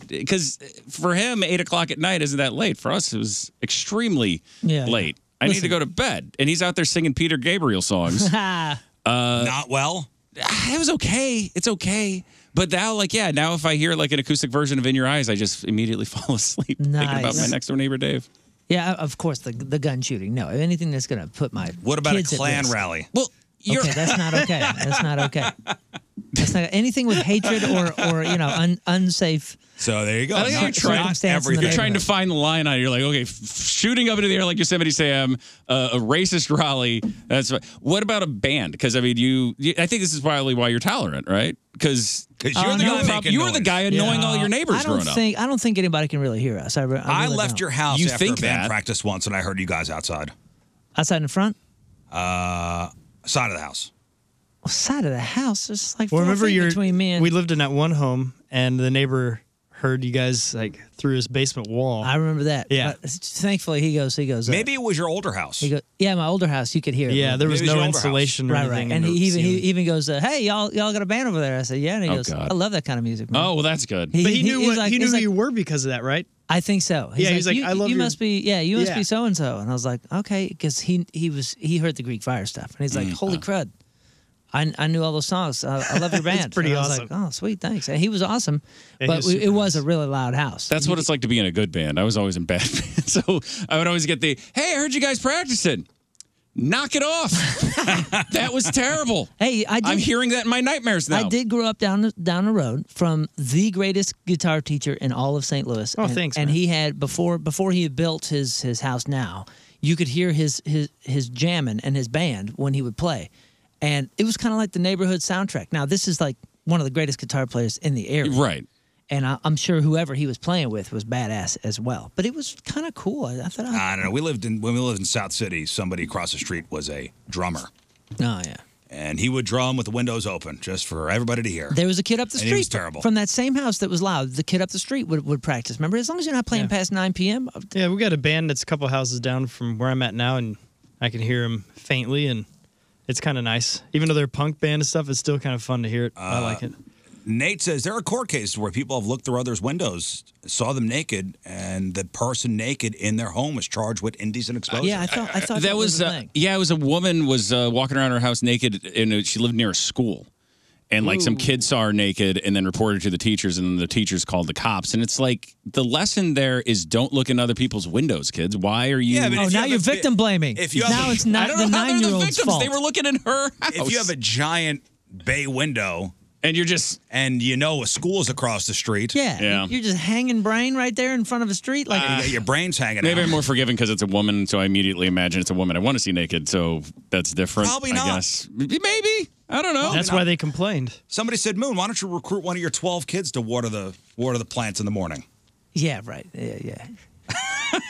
because for him eight o'clock at night isn't that late. For us, it was extremely
Yeah, yeah.
late. I need to
Listen.
go to bed, and he's out there singing Peter Gabriel songs. Uh,
Ah,
Not well.
it was okay. It's okay. But now, like, yeah, now if I hear like an acoustic version of In Your Eyes, I just immediately fall asleep thinking about
Nice.
my next door neighbor, Dave.
yeah, of course the the gun shooting. No, anything that's gonna put my
What about a
kids at
Klan
risk.
rally?
Well, you're.
Okay, that's not okay. That's not okay. That's not anything with hatred or or you know un, unsafe.
So there you go.
I think you're
Not,
trying-
not
Circumstance in the
everything.
You're trying to find the line on it. You're like, okay, f- shooting up into the air like Yosemite Sam, uh, a racist rally. That's fi- what about a band? Because I mean, you, you. I think this is probably why you're tolerant, right? Because
'Cause you're
Uh,
the guy making
Um, you were the
noise.
guy annoying all your neighbors
I don't
growing
think I don't think anybody can really hear us. I, re- I,
I
really
left
don't.
your house
You
after
think
band
that.
practice once, and I heard you guys outside, Uh,
outside in front.
side of the house.
Well, side of the house. There's like
Well,
four
remember
feet
your
between me and
we lived in that one home, and the neighbor heard you guys like through his basement wall.
I remember that.
Yeah.
But thankfully, he goes. He goes. uh,
Maybe it was your older house.
He goes. Yeah, my older house. You could hear. it.
yeah, there was
Maybe it's
no
your older house.
insulation or
Right,
anything.
right.
in
And
the
he even he
ceiling.
even goes. Uh, hey, y'all y'all got a band over there? I said, yeah. And he
Oh,
goes,
God.
I love that kind of music. Man.
up. Oh well, that's good.
but he knew
he's
what,
like-
he knew
he's
who
like,
you were because of that, right?
I think so.
Yeah, he's like,
you,
"I love
you
your-"
must be yeah, you must
Yeah.
be so and so. And I was like, okay, because he he was he heard the Greek Fire stuff, and he's like, holy crud, I, I knew all those songs. I, I love your band.
pretty
And I was
awesome.
Like, oh, sweet, thanks. And he was awesome,
Yeah, he
but
was
we,
super
it was a really loud house.
That's what it's like to be in a good band. I was always in bad bands. So I would always get the, hey, I heard you guys practicing. Knock it off. that was terrible.
Hey, I did.
I'm hearing that in my nightmares now.
I did grow up down down the road from the greatest guitar teacher in all of St. Louis.
Oh,
and,
thanks,
And
man.
he had before before he had built his his house now, you could hear his his his jamming and his band when he would play, and it was kind of like the neighborhood soundtrack. Now this is like one of the greatest guitar players in the area,
Right.
And I, I'm sure whoever he was playing with was badass as well. But it was kind of cool. I, I thought, oh,
I don't know. We lived in when we lived in South City. Somebody across the street was a drummer,
oh yeah.
and he would drum with the windows open just for everybody to hear.
There was a kid up the
And he
street
was terrible.
from that same house that was loud. The kid up the street would, would practice. Remember, as long as you're not playing past 9 p.m.,
Yeah, we got a band that's a couple houses down from where I'm at now, and I can hear them faintly, and it's kind of nice. Even though they're a punk band and stuff, it's still kind of fun to hear it.
Uh,
I like it.
Nate says there are court cases where people have looked through others' windows, saw them naked, and the person naked in their home was charged with indecent exposure.
Yeah, I thought Oh, I thought that,
That was,
a
uh,
thing.
yeah, it was a woman was uh, walking around her house naked and uh, she lived near a school. And like some kids saw her naked and then reported to the teachers and then the teachers called the cops. And it's like the lesson there is don't look in other people's windows, kids. Why are you?
Yeah, but
Oh,
if you
now
have
you're
a vi-
victim blaming.
if you have
now
a-
it's
I
not
don't
the
know how they're the
nine-year-old's
victims.
fault.
They were looking in her house.
if you have a giant bay window
and you're just
and you know a school's across the street,
yeah,
Yeah.
you're just hanging brain right there in front of a street. Like,
and you got your brains hanging
Uh, Maybe
out.
I'm more forgiving because it's a woman, so I immediately imagine it's a woman I want to see naked, so that's different.
Probably
I
not.
guess. Maybe. maybe. I don't know.
That's why they complained.
Somebody said, "Moon, why don't you recruit one of your 12 kids to water the water the plants in the morning?"
yeah, right. Yeah, yeah.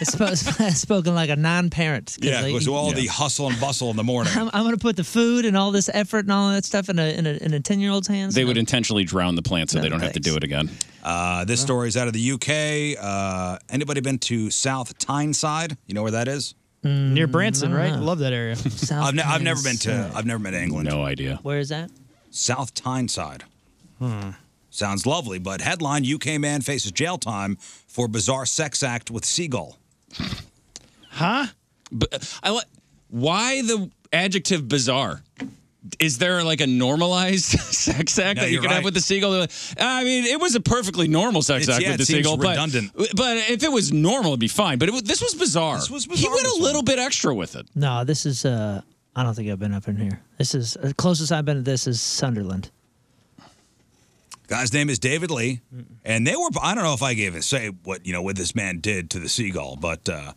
it's spo- spoken like a non-parent. 'cause
Yeah,
they-
because all the
Yeah.
hustle and bustle in the morning.
I'm, I'm gonna put the food and all this effort and all that stuff in a in a, in a ten-year-old's hands.
They
No.
would intentionally drown the plant so
No,
they don't have to
thanks.
do it again.
Uh, this story is out of the UK. Uh, anybody been to South Tyneside? You know where that is?
Mm.
Near Branson, right? Love that area.
South
I've, ne- I've never been to.
Tyneside.
I've never been to England.
No idea.
Where is that?
South Tyneside.
Hmm.
Sounds lovely, but headline: UK man faces jail time for bizarre sex act with seagull.
But I li- why the adjective bizarre? is there like a normalized sex act
No,
that you
you're
could
right.
have with the seagull? I mean, it was a perfectly normal sex
It's-
act
yeah,
with
it
the
seems
seagull, but-
redundant.
But, if it was normal, it'd be fine. But it, wa- this was bizarre.
This was
He went a little bit extra with it.
No, this is. uh I don't think I've been up in here. This is the closest I've been to this is Sunderland.
Guy's name is David Lee, and they were. I don't know if I gave a say what you know what this man did to the seagull, but uh,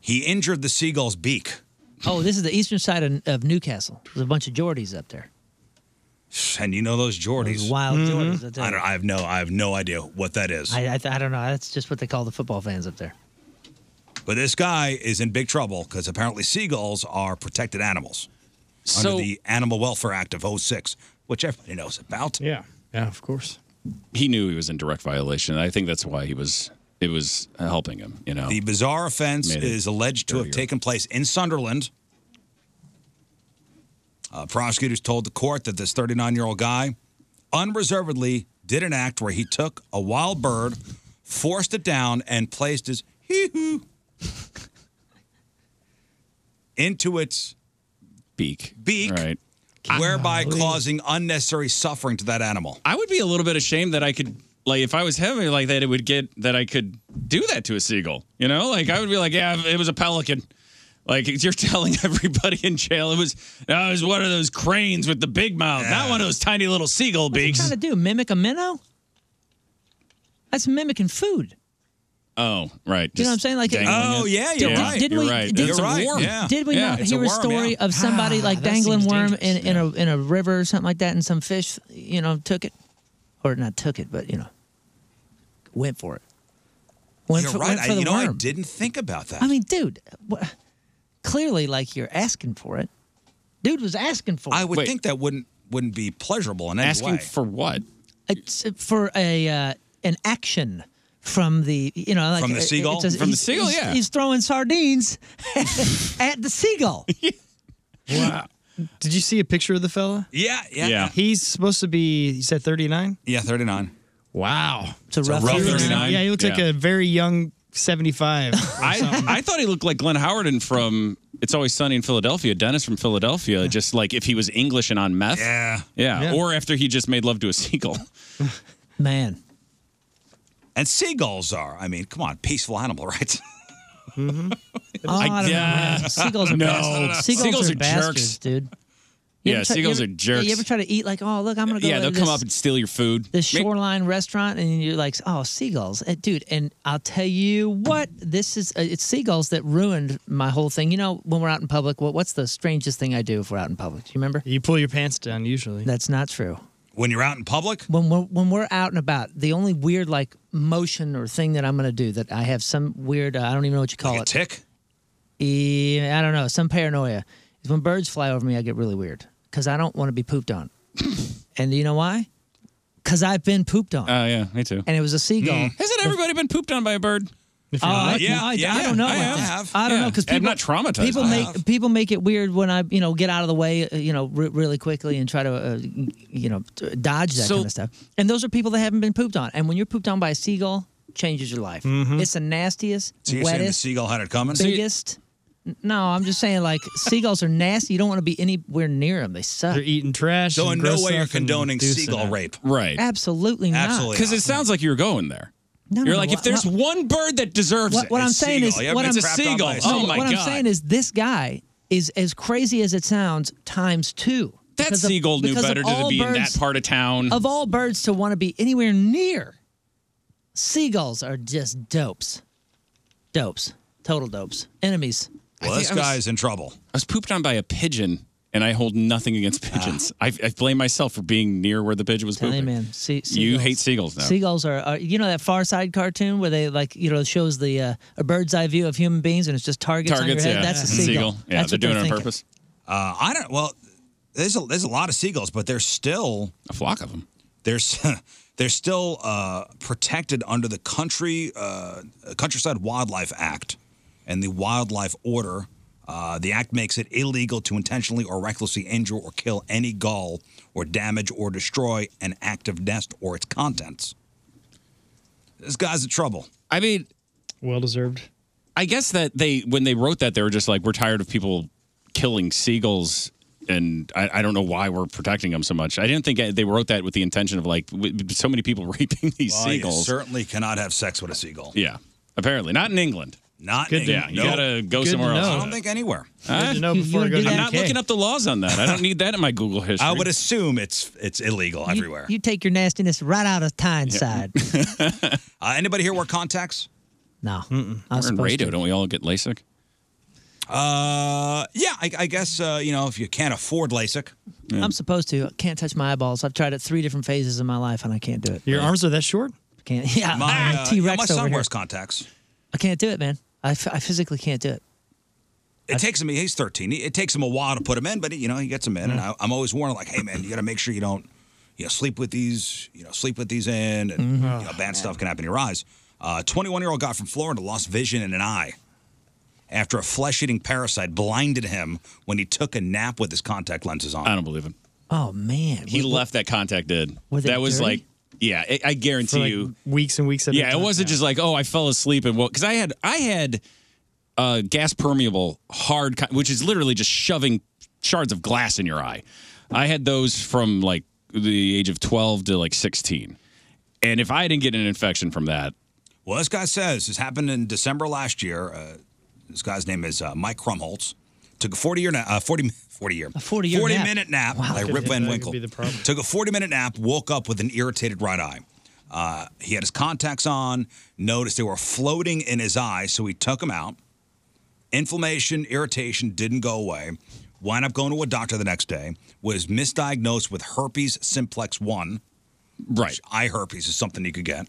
he injured the seagull's beak.
Oh, this is the eastern side of, of Newcastle. There's a bunch of Geordies up there.
And you know those Geordies,
Those wild Mhm. Geordies, I tell
I, don't, I have no, I have no idea what that is.
I, I, I don't know. That's just what they call the football fans up there.
but this guy is in big trouble because apparently seagulls are protected animals
So-
under the Animal Welfare Act of 06, which everybody knows about.
Yeah, yeah, of course.
He knew he was in direct violation. I think that's why he was. It was helping him. You know,
The bizarre offense
Made it
is alleged to have
dirtier.
taken place in Sunderland. Uh, prosecutors told the court that this 39 year old guy unreservedly did an act where he took a wild bird, forced it down, and placed his hee hoo into its
beak.
Beak.
Right.
Whereby causing unnecessary suffering to that animal.
I would be a little bit ashamed that I could like if I was heavy like that, it would get that I could do that to a seagull. You know, like I would be like, yeah, it was a pelican. Like you're telling everybody in jail, it was uh, it was one of those cranes with the big mouth, not one of those tiny little seagull
What are you
beaks.
trying to do? Mimic a minnow? That's mimicking food.
Oh, right.
You know what I'm saying? Like,
dangling
oh,
it.
yeah, you're right. Didn't we- didn't-
It's a
You're right,
worm.
Did we not
it's
hear a,
worm,
story
yeah.
of somebody like
that
dangling
seems
worm in, in a in a river or something like that, and some fish, you know, took it, or not took it, but you know, went for it. Went
You're
for,
right.
went for
I,
the
you know, I
worm.
didn't think about that.
I, mean, dude, wha- clearly, like you're asking for it. Dude was asking for.
I would
it.
think that wouldn't wouldn't be pleasurable in any
Asking
way.
for what?
It's for a uh, an action from the you know like
From the
it-
seagull?
it's
From the
he's-
seagull,
he's-
yeah.
He's throwing sardines at the seagull.
Wow. Did you see a picture of the fella?
Yeah, yeah.
He's supposed to be. You said 39.
Yeah, 39.
Wow.
It's a rough,
Yeah, he looks like a very young 75.
I, I thought he looked like Glenn Howerton from It's Always Sunny in Philadelphia, Dennis from Philadelphia, just like if he was English and on meth.
Yeah.
Yeah.
Yeah.
Or after he just made love to a seagull.
man.
And seagulls are. I mean, come on, peaceful animal rights.
Oh, I, don't know. man. Seagulls are
No.
bastards. Seagulls,
Seagulls
are,
are
bastards,
jerks.
dude.
Yeah,
ever try-
seagulls
you
are
ever-
jerks.
You ever try to eat like, oh look, I'm gonna go.
yeah,
to
they'll
this,
come up and steal your food.
Mm-hmm.
this shoreline restaurant, and you're like, oh, seagulls, Eh, dude. And I'll tell you what, this is uh, it's seagulls that ruined my whole thing. You know, when we're out in public, what, what's the strangest thing I do if we're out in public? Do you remember?
You pull your pants down usually.
That's not true.
When you're out in public?
When we're, when we're out and about, the only weird like motion or thing that I'm gonna do that I have some weird uh, I don't even know what you call it.
tick.
I don't know. Some paranoia is when birds fly over me. I get really weird because I don't want to be pooped on. and do you know why? Because I've been pooped on.
Oh, yeah, me too. Mm.
and it was a seagull.
Hasn't everybody been pooped on by a bird?
Oh,
Uh,
I, I, I don't know.
I
about
have.
that. I don't know because people
I'm not traumatized.
People
by
make
that.
people make it weird when I you know get out of the way uh, you know re- really quickly and try to uh, you know t- dodge that
So-
kind of stuff. And those are people that haven't been pooped on. And when you're pooped on by a seagull, changes your life.
Mm-hmm.
It's the nastiest,
So you're saying the
wettest,
seagull had it coming?
biggest. N- No, I'm just saying like seagulls are nasty. You don't want to be anywhere near them. They suck.
They're eating trash.
So
and
in no
gross
way you're
stuff and
condoning
do
seagull
stuff.
rape.
Right.
Absolutely not.
Because it sounds like you were going there.
No,
You're
no,
like,
wha-
if there's
wha-
one bird that deserves
What,
it,
what I'm
it's
saying
seagull.
is,
Yeah,
what
it's
I'm,
a seagull.
no,
oh my
what
god!
I'm saying is, this guy is as crazy as it sounds times two.
that
Because of-
seagull knew
because of
better to
all
be in that
birds-
part of town.
Of all birds to want to be anywhere near, seagulls are just dopes. Dopes. Total dopes. Enemies.
Well,
I
this
think I was-
guy's in trouble.
I was pooped on by a pigeon, and I hold nothing against
Ah.
pigeons. I, I blame myself for being near where the pigeon was
Tell you,
pooping.
man. Se-
You hate seagulls now.
Seagulls are, are, you know, that Far Side cartoon where they like, you know, shows the uh, a bird's eye view of human beings and it's just targets,
Targets,
on your
yeah.
head. That's a
Mhm.
seagull.
Seagull. Yeah,
That's
they're
what
doing it on
thinking.
purpose.
Uh, I don't. Well, there's a, there's a lot of seagulls, but there's still
a flock of them.
There's they're still uh, protected under the country uh, countryside wildlife act and the wildlife order. Uh, the act makes it illegal to intentionally or recklessly injure or kill any gull or damage or destroy an active nest or its contents. This guy's in trouble.
I mean,
Well deserved.
I guess that they when they wrote that they were just like we're tired of people killing seagulls and I, I don't know why we're protecting them so much. I didn't think uh, they wrote that with the intention of like w- so many people raping these
Well, you
seagulls.
certainly cannot have sex with a seagull.
Yeah, apparently not in England.
Not
Good
in
to-
England.
Yeah, you
Nope.
gotta go
Good to
somewhere else. with
know. I don't
it.
think anywhere.
Huh? I'm not looking up the laws on that. I don't need that in my Google history.
I would assume it's it's illegal everywhere.
You take your nastiness right out of Tyneside.
Uh, anybody here wear contacts?
No. I was
Mm, We're in
supposed
radio.
to.
Don't we all get LASIK?
Uh, yeah, I, I guess uh, you know if you can't afford LASIK.
I'm supposed to. I can't touch my eyeballs. I've tried it three different phases in my life and I can't do it.
Your arms are that short?
Can't. Yeah. Ah,
My, uh,
T Rex.
my son wears contacts.
I can't do it, man. I, f- I physically can't do it.
It takes him. He's 13. It it takes him a while to put him in, but he, you know he gets him in, and I, I'm always warning like, hey man, you got to make sure you don't, you know, sleep with these, you know, sleep with these in, and you know, bad stuff can happen to your eyes. Uh, 21 year old guy from Florida lost vision in an eye after a flesh eating parasite blinded him when he took a nap with his contact lenses on. I
don't believe him.
Oh man,
He left that contact in.
Were they
That was
dirty?
like, yeah, I, I guarantee
For like
you.
weeks and weeks. at a
Yeah, it
time.
wasn't just like, oh, I fell asleep and woke because I had I had uh, gas permeable hard, con- which is literally just shoving shards of glass in your eye. I had those from like the age of twelve to like sixteen, and if I didn't get an infection from that,
Well, this guy says this happened in December last year. Uh, this guy's name is uh, Mike Krumholtz. Took a 40 year na- uh, 40 40 year
40 year nap.
minute nap
Wow.
like
Could-
Rip Van
that could
Winkle.
be the problem.
Took a 40 minute nap, woke up with an irritated right eye. Uh, he had his contacts on, noticed they were floating in his eye, so he took them out. Inflammation, irritation didn't go away. Wound up going to a doctor the next day, was misdiagnosed with herpes simplex 1.
Right.
Eye herpes is something you could get.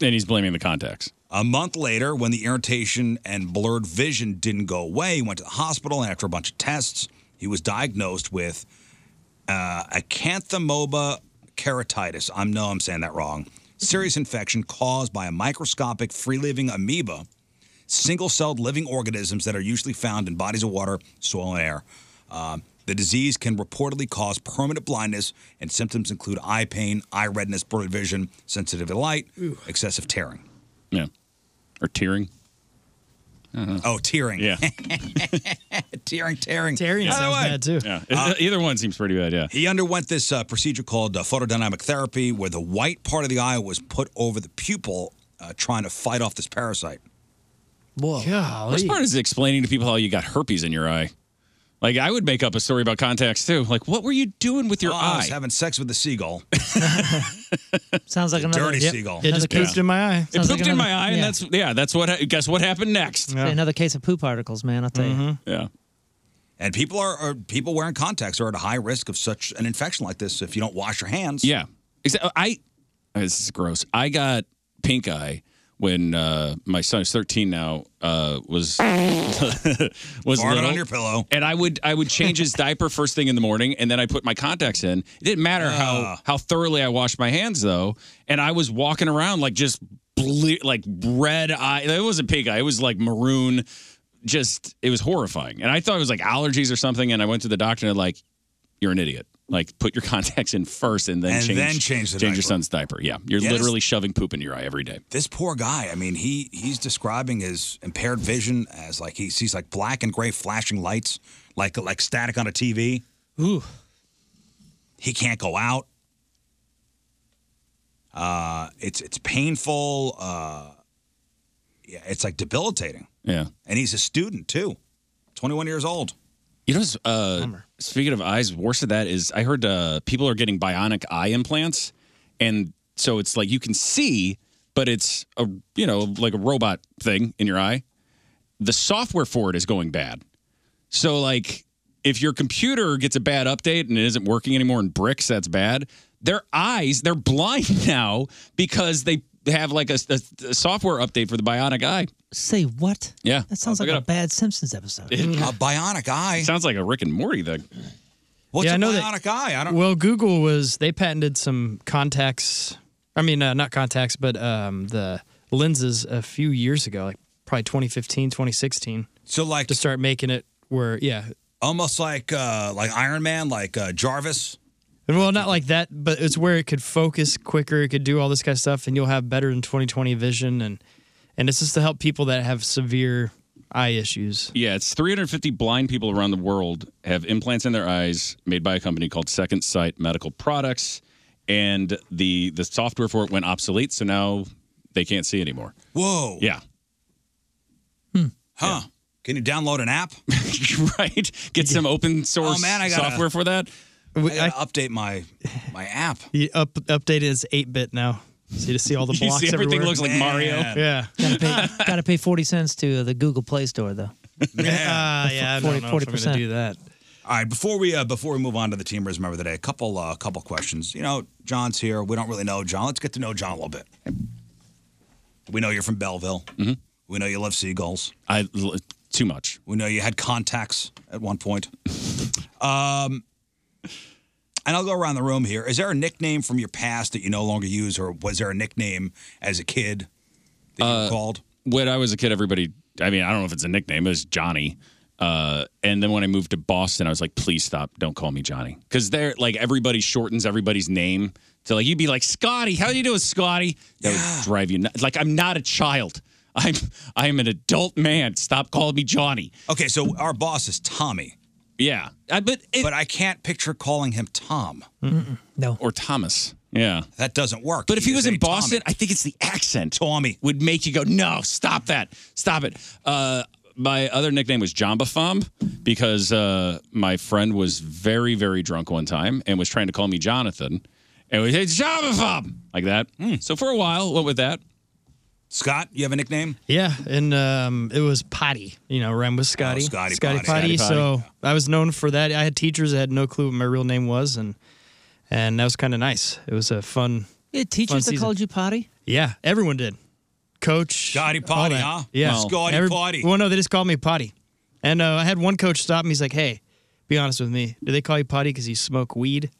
and he's blaming the contacts.
A month later, when the irritation and blurred vision didn't go away, he went to the hospital, and after a bunch of tests, he was diagnosed with uh, acanthamoeba keratitis. I know I'm saying that wrong. Serious infection caused by a microscopic free living amoeba, single celled living organisms that are usually found in bodies of water, soil, and air. Uh, the disease can reportedly cause permanent blindness, and symptoms include eye pain, eye redness, blurred vision, sensitive to light, excessive tearing.
Yeah, or tearing.
Oh, tearing.
Yeah.
tearing, tearing.
Tearing
By the
sounds
way,
bad too.
Yeah.
Uh,
Either one seems pretty bad. Yeah.
He underwent this uh, procedure called uh, photodynamic therapy, where the white part of the eye was put over the pupil, uh, trying to fight off this parasite.
Whoa.
Worst part is explaining to people how you got herpes in your eye. Like I would make up a story about contacts too. Like what were you doing with your
Oh, I
eye?
was having sex with the seagull.
Sounds like another
dirty
Yep.
seagull.
Another case-
Yeah.
eye.
It
Sounds
pooped
like
in my
another-
eye, and
yeah.
that's yeah. That's what. I- Guess what happened next?
Another case of poo particles, man. I'll tell you.
Yeah.
And people are, are people wearing contacts are at a high risk of such an infection like this if you don't wash your hands.
Yeah. Exa- uh, I. This is gross. I got pink eye when uh, my son is 13 now. Uh, was was
Farted
little.
on your pillow.
And I would I would change his diaper first thing in the morning, and then I put my contacts in. It didn't matter
Ah.
how how thoroughly I washed my hands though, and I was walking around like just ble- like red eye. It wasn't pink eye. It was like maroon. Just it was horrifying, and I thought it was like allergies or something. And I went to the doctor and like, you're an idiot. Like put your contacts in first, and then
And
change
then change the
your
diaper.
son's diaper. Yeah, you're
Yes.
literally shoving poop in your eye every day.
This poor guy. I mean, he he's describing his impaired vision as like he sees like black and gray flashing lights, like like static on a TV.
Ooh.
He can't go out. Uh, it's it's painful. Uh, yeah, it's like debilitating.
Yeah.
And he's a student too, twenty one years old.
You know, uh, speaking of eyes, worse of that is I heard uh, people are getting bionic eye implants, and so it's like you can see, but it's a you know like a robot thing in your eye. The software for it is going bad, so like if your computer gets a bad update and it isn't working anymore in bricks, that's bad. Their eyes, they're blind now because they have like a, a- a software update for the bionic eye.
Say what?
Yeah,
That sounds
I'll look
like a
it up.
bad Simpsons episode.
Mm-hmm.
a bionic eye.
Mm. Sounds like a Rick and Morty thing.
What's
Yeah, I
a
know that-
bionic eye? I don't.
Well, Google was they patented some contacts. I mean, uh, not contacts, but um, the lenses a few years ago, like probably 2015, 2016.
So like
to start making it where yeah,
almost like uh, like Iron Man, like uh, Jarvis.
and well, not like that, but it's where it could focus quicker. It could do all this kind of stuff, and you'll have better than 2020 vision, and and it's just to help people that have severe eye issues.
Yeah, it's 350 blind people around the world have implants in their eyes made by a company called Second Sight Medical Products, and the the software for it went obsolete, so now they can't see anymore.
Whoa.
Yeah.
Huh. Can you download an app? Oh,
right. Get some open source software for that.
I gotta update my my app.
The up, update is 8 bit now. So you just see all the
You see
blocks.
everything
everywhere.
looks like Mario. Man.
Yeah.
Gotta pay, gotta pay 40 cents to uh, the Google Play Store, though.
Yeah,
Ah, yeah, I don't 40 know if I'm gonna 40%. do
that.
All right, before we uh, before we move on to the team remember the day, a couple uh, couple questions. You know, John's here. We don't really know John. Let's get to know John a little bit. We know you're from Belleville. Mm-hmm. We know you love seagulls.
I too much.
We know you had contacts at one point. um, and I'll go around the room here. Is there a nickname from your past that you no longer use, or was there a nickname as a kid that you were called?
Uh, when I was a kid, everybody, I mean, I don't know if it's a nickname, it was Johnny. Uh, and then when I moved to Boston, I was like, please stop. Don't call me Johnny. Cause they're like, everybody shortens everybody's name to like, you'd be like, Scotty, how do you doing, Scotty? That would drive you nuts. Like, I'm not a child. I'm, I'm an adult man. Stop calling me Johnny.
Okay. So our boss is Tommy.
Yeah. I, but,
but I can't picture calling him Tom.
No.
Or Thomas. Yeah.
That doesn't work.
But if he was
is
in
a Tommy.
Boston, I think it's the accent.
Tommy
would make you go, no, stop that, stop it. Uh, my other nickname was Jamba Fomb because uh, my friend was very, very drunk one time and was trying to call me Jonathan, and we said Jamba Fomb like that. So for a while, went with that.
Hmm. Scott, you have a nickname?
Yeah, and um, it was potty. You know, rhyme with Scotty.
Oh, Scotty
Scotty
Potty.
potty.
Scotty
So I was known for that. I had teachers that had no clue what my real name was, and and that was kind of nice. It was a fun.
Yeah,
fun
teachers that
season.
called you potty?
Yeah, everyone did. Coach. Scotty
Potty, huh?
Yeah.
Well- Scotty Potty.
Well, no, they just called me Potty. And uh, I had one coach stop me. He's like, hey, be honest with me. Do they call you Potty because you smoke weed?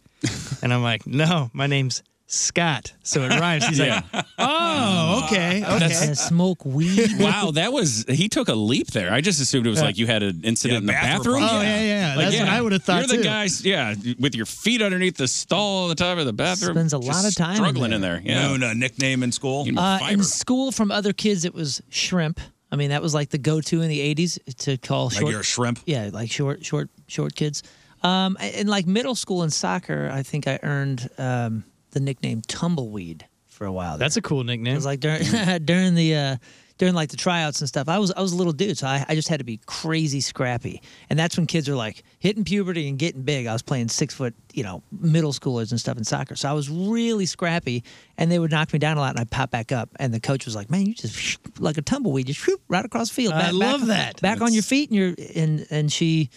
and I'm like, no, my name's Scott. So it rhymes. He's like, oh, okay. okay.
That's- smoke weed.
wow, that was he took a leap there. I just assumed it was
Yeah.
like you had an incident in the
bathroom
bathroom.
problem. Oh, yeah, yeah, that's what I would've thought,
You're the
too.
guys, yeah, with your feet underneath the stall all the time or the bathroom.
Spends a
Just
lot of time in
struggling
there.
in there. Yeah,
Known a nickname in school.
Uh, in school, from other kids, it was shrimp. I mean, that was like the go-to in the '80s to call
Like
short.
you're a shrimp?
Yeah, like short, short, short kids. Um, a- in like middle school and soccer, I think I earned um, the nickname tumbleweed for a while.
That's a cool nickname.
It was like during during the uh, during like the tryouts and stuff. I was I was a little dude, so I, I just had to be crazy scrappy, and that's when kids are like hitting puberty and getting big. I was playing six foot, you know, middle schoolers and stuff in soccer, so I was really scrappy, and they would knock me down a lot, and I'd pop back up, and the coach was like, "Man, you just like a tumbleweed, just shoop, right across the field."
I love
back,
that.
Back on your feet, and you're and and she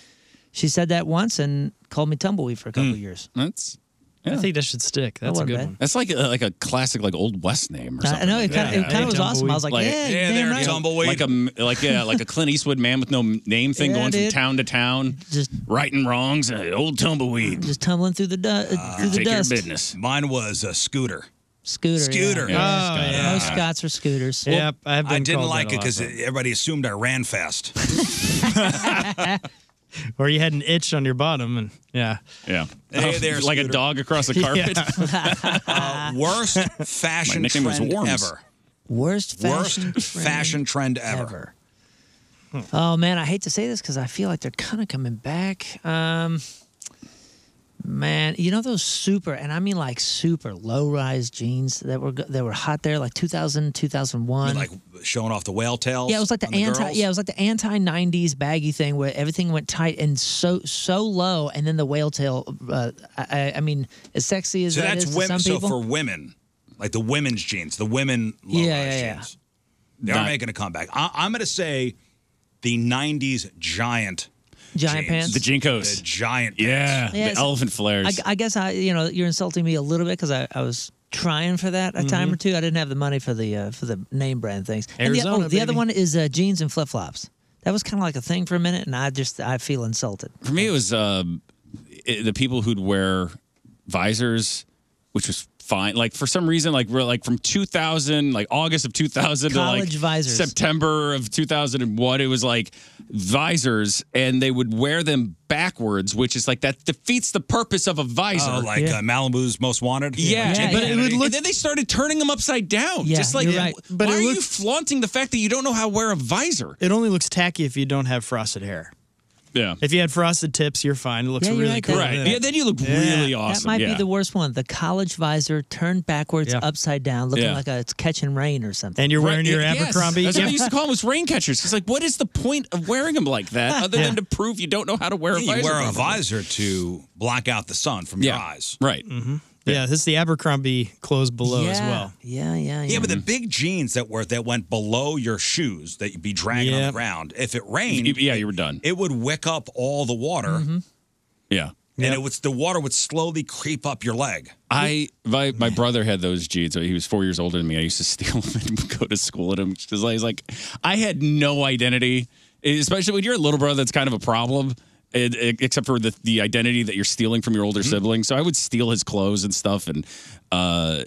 she said that once and called me tumbleweed for a
Hmm.
couple years.
That's
I think that should stick.
That
Hmm. That's a
wasn't
good
bad.
one.
That's like a, like a classic like old west name or
I- I
something.
know, it
like
kinda-
that.
it kinda Yeah. was awesome. I was like, yeah, you're Yeah, damn they're right. tumbleweed.
like a m- like yeah, like a Clint Eastwood man with no m- name thing
Yeah,
going from
dude.
town to town,
just
right and wrongs, uh, old tumbleweed.
Just tumbling through the du-
Ah,
uh, through the
Take
dust.
your business.
Mine was a scooter.
Scooter. yeah.
Scooter.
Yeah.
Oh, yeah.
Most Scots are scooters.
I didn't like it because everybody assumed I ran fast.
Or you had an itch on your bottom, and yeah.
Yeah.
Hey there,
Oh, like a
Scooter.
dog across the carpet.
Uh, worst
My
fashion
nickname was
trend
Worms.
ever.
Worst
Worst
fashion. trend.
fashion trend ever. hmm.
Oh man, I hate to say this because I feel like they're kind of coming back. Um, man, you know those super, and I mean like super low-rise jeans that were that were hot there, like 2000, 2001.
Like showing off the whale tails.
Yeah, it was like the,
on the
anti.
girls.
Yeah, it was like the anti '90s baggy thing where everything went tight and so so low, and then the whale tail. Uh, I- I, I mean, as sexy as
So
that
that's
is to
women.
some
So
people.
for women, like the women's jeans, the women low
Yeah, yeah, yeah.
jeans. They are
Not-
making a comeback. I, I'm going to say the '90s giant.
Giant pants? The
Jinkos.
The giant.
yeah,
Yeah,
the
so-
elephant flares.
I, I guess I, you know, you're insulting me a little bit because I, I was trying for that a
Mm-hmm.
time or two. I didn't have the money for the uh, for the name brand things. and the,
Arizona,
oh, the other
baby.
one is uh, jeans and flip flops. That was kind of like a thing for a minute, and I just I feel insulted.
For me, it was um, i the people who'd wear visors, which was fine. Like for some reason, like we're like from 2000, like August of 2000 to like
College visors.
September of 2001, it was like visors, and they would wear them backwards, which is like that defeats the purpose of a visor.
Oh, like, Yeah. uh, Malibu's Most Wanted.
Yeah,
Yeah,
but
yeah.
it would look.
And
then they started turning them upside down.
Yeah,
just like,
you're right.
but
But
why
it
are you
looked-
flaunting the fact that you don't know how to wear a visor?
It only looks tacky if you don't have frosted hair.
Yeah.
If you had frosted tips, you're fine. It looks
Yeah, you're
really
right.
cool.
That- Right. Yeah, then you look
really
That might be the worst one. The college visor turned backwards,
Yeah.
upside down, looking
Yeah.
like a, it's catching rain or something.
And you're
Right,
wearing your
yes.
Abercrombie.
That's what they used to call them was rain catchers. It's like, what is the point of wearing them like that other than to prove you don't know how to wear a
You
visor?
wear a
properly?
visor to block out the sun from your eyes.
Right.
Mm-hmm. Yeah. this is the Abercrombie clothes below as
Yeah.
well.
Yeah, yeah,
Yeah, but the big jeans that were that went below your shoes that you'd be dragging on the
Yep.
ground. If it rained,
yeah, you were done.
It would wick up all the water,
Mm-hmm.
Yeah.
and it would the water would slowly creep up your leg.
I my, my brother had those jeans. He was four years older than me. I used to steal them and go to school in them because I was like, I had no identity. Especially when you're a little brother, that's kind of a problem. It, it- except for the the identity that you're stealing from your older sibling. So I would steal his clothes and stuff, and uh,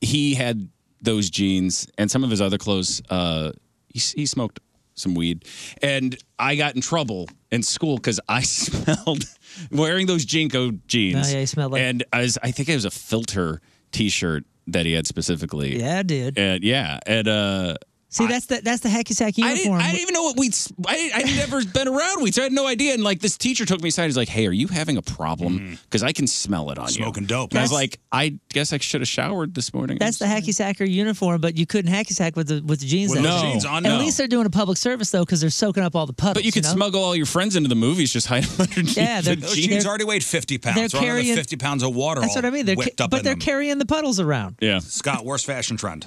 he had those jeans and some of his other clothes. Uh, he, he smoked some weed, and I got in trouble in school because I smelled wearing those Jinko jeans.
Oh, yeah, you smelled like-
and I, was, I think it was a filter T-shirt that he had specifically.
yeah, dude.
and yeah, and uh,
See, that's the that's the hacky sack
I didn't,
uniform.
I didn't even know what weeds. I, I'd never been around weeds. I had no idea. And like this teacher took me aside. He's like, "Hey, are you having a problem? Because I can smell it on you,
Mm-hmm. Smoking dope.
And I was
That's-
like, "I guess I should have showered this morning."
That's the hacky sacker uniform, but you couldn't hacky sack with the with the jeans.
With
on.
those No. jeans on,
At
no.
least they're doing a public service though, because they're soaking up all the puddles.
But you could
know?
smuggle all your friends into the movies, just hide them underneath.
Yeah, they're-
Those jeans already weighed fifty pounds.
they're
so another
carrying-
fifty pounds of water.
That's
all
what I mean. They're
wicked
ca-
up
but
in
they're
them.
carrying the puddles around.
Yeah.
Scott, worst fashion trend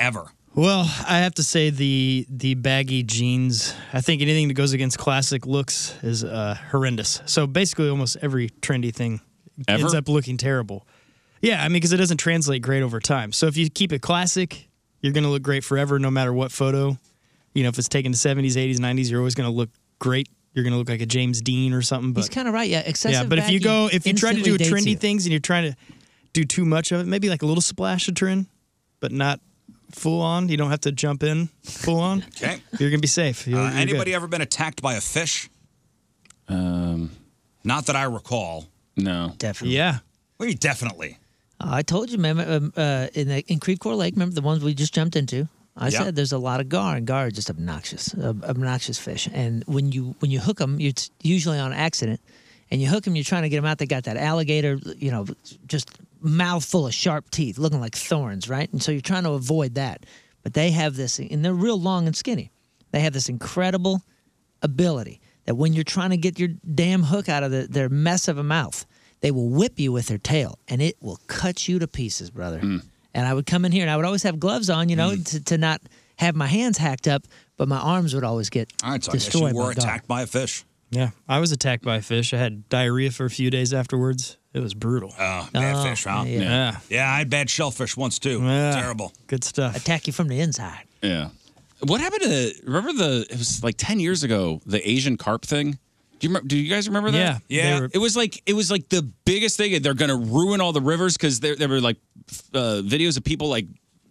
ever.
Well, I have to say the the baggy jeans. I think anything that goes against classic looks is uh, horrendous. So basically, almost every trendy thing
Ever?
ends up looking terrible. Yeah, I mean, because it doesn't translate great over time. So if you keep it classic, you're going to look great forever, no matter what photo. You know, if it's taken to 70s, 80s, 90s, you're always going to look great. You're going to look like a James Dean or something. But
He's kind of right. Yeah, excessive.
yeah, but if you
baggy
go, if you try to do
instantly dates
trendy
you.
things and you're trying to do too much of it, maybe like a little splash of trend, but not full on. You don't have to jump in full on.
Okay.
You're gonna be safe. You're,
Uh,
you're
anybody
good.
ever been attacked by a fish?
Um,
Not that I recall.
no.
Definitely.
Yeah.
We definitely.
Uh, I told you, man. Um, uh, in the, in Creve Coeur Lake, remember the ones we just jumped into? I
Yeah.
said there's a lot of gar, and gar are just obnoxious, ob- obnoxious fish. And when you when you hook them, it's usually on accident. And you hook them, you're trying to get them out. They got that alligator, you know, just mouth full of sharp teeth, looking like thorns, right? And so you're trying to avoid that. But they have this, and they're real long and skinny. They have this incredible ability that when you're trying to get your damn hook out of the, their mess of a mouth, they will whip you with their tail and it will cut you to pieces, brother.
Mm.
And I would come in here and I would always have gloves on, you know,
Mm.
to, to not have my hands hacked up, but my arms would always get
All right, so I guess
destroyed.
you were
by God.
attacked by a fish.
Yeah, I was attacked by a fish. I had diarrhea for a few days afterwards. It was brutal.
Oh, bad
Oh,
fish, huh?
yeah.
yeah,
Yeah, I had bad shellfish once too.
Yeah.
Terrible.
good stuff.
Attack you from the inside.
Yeah. What happened to the? Remember the? It was like ten years ago. The Asian carp thing. Do you remember? Do you guys remember that?
Yeah, they
Yeah.
were-
It was like it was like the biggest thing. They're gonna ruin all the rivers because there there were like uh, videos of people like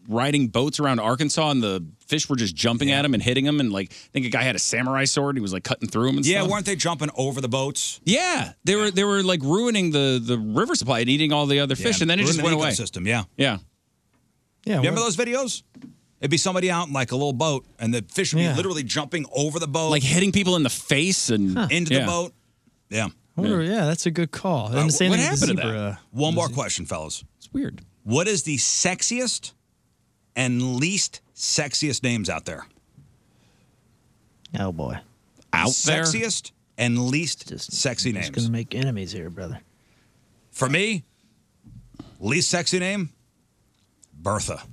riding boats around Arkansas and the fish were just jumping at them and hitting them and like I think a guy had a samurai sword and he was like cutting through them and
Yeah,
stuff.
weren't they jumping over the boats?
yeah, they were they were like ruining the the river supply and eating all the other fish
Yeah,
and then it
ruined
just
the
went away.
System, yeah.
Yeah,
yeah,
Remember
well,
those videos? It'd be somebody out in like a little boat, and the fish would
Yeah.
be literally jumping over the boat,
like hitting people in the face and
into
yeah.
the boat. Yeah.
I wonder- Oh, yeah. that's a good call.
Uh,
And Oh, the same
what
thing with the
happened to that?
zebra.
One more question, fellas.
It's weird.
What is the sexiest and least sexiest names out there?
Oh boy.
Out there.
Sexiest and least
Just-
sexy names.
Just gonna make enemies here, brother.
For me, least sexy name, Bertha.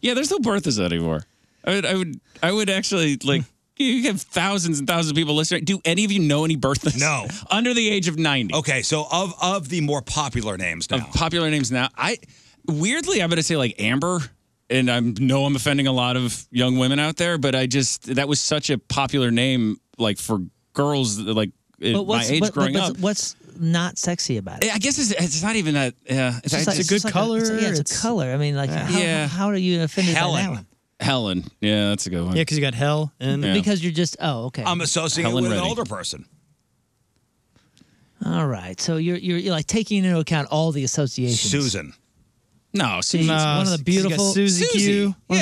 Yeah, there's no Berthas anymore. I would, I would, I would actually like.
Hmm.
You have thousands and thousands of people listening. Do any of you know any Berthas?
No.
Under the age of ninety.
Okay, so of of the more popular names now,
Of popular names now, I weirdly I'm gonna say like Amber, and I know I'm offending a lot of young women out there, but I just that was such a popular name like for girls like in my age
what-
growing
but
up.
What's not sexy about it.
I guess it's, it's not even that. Yeah,
It's, just like- just like it's, yeah, it's, a color. I mean, like,
Yeah.
how,
Yeah.
how are you offended by that one?
Helen. Yeah, that's a good one.
Yeah,
because you got hell
and
Because you're just oh okay.
I'm associating it
Helen
with an
Reddy.
older person.
All right, so you're, you're you're like taking into account all the associations.
Susan.
No,
She's
uh,
one of the beautiful one, of the most, one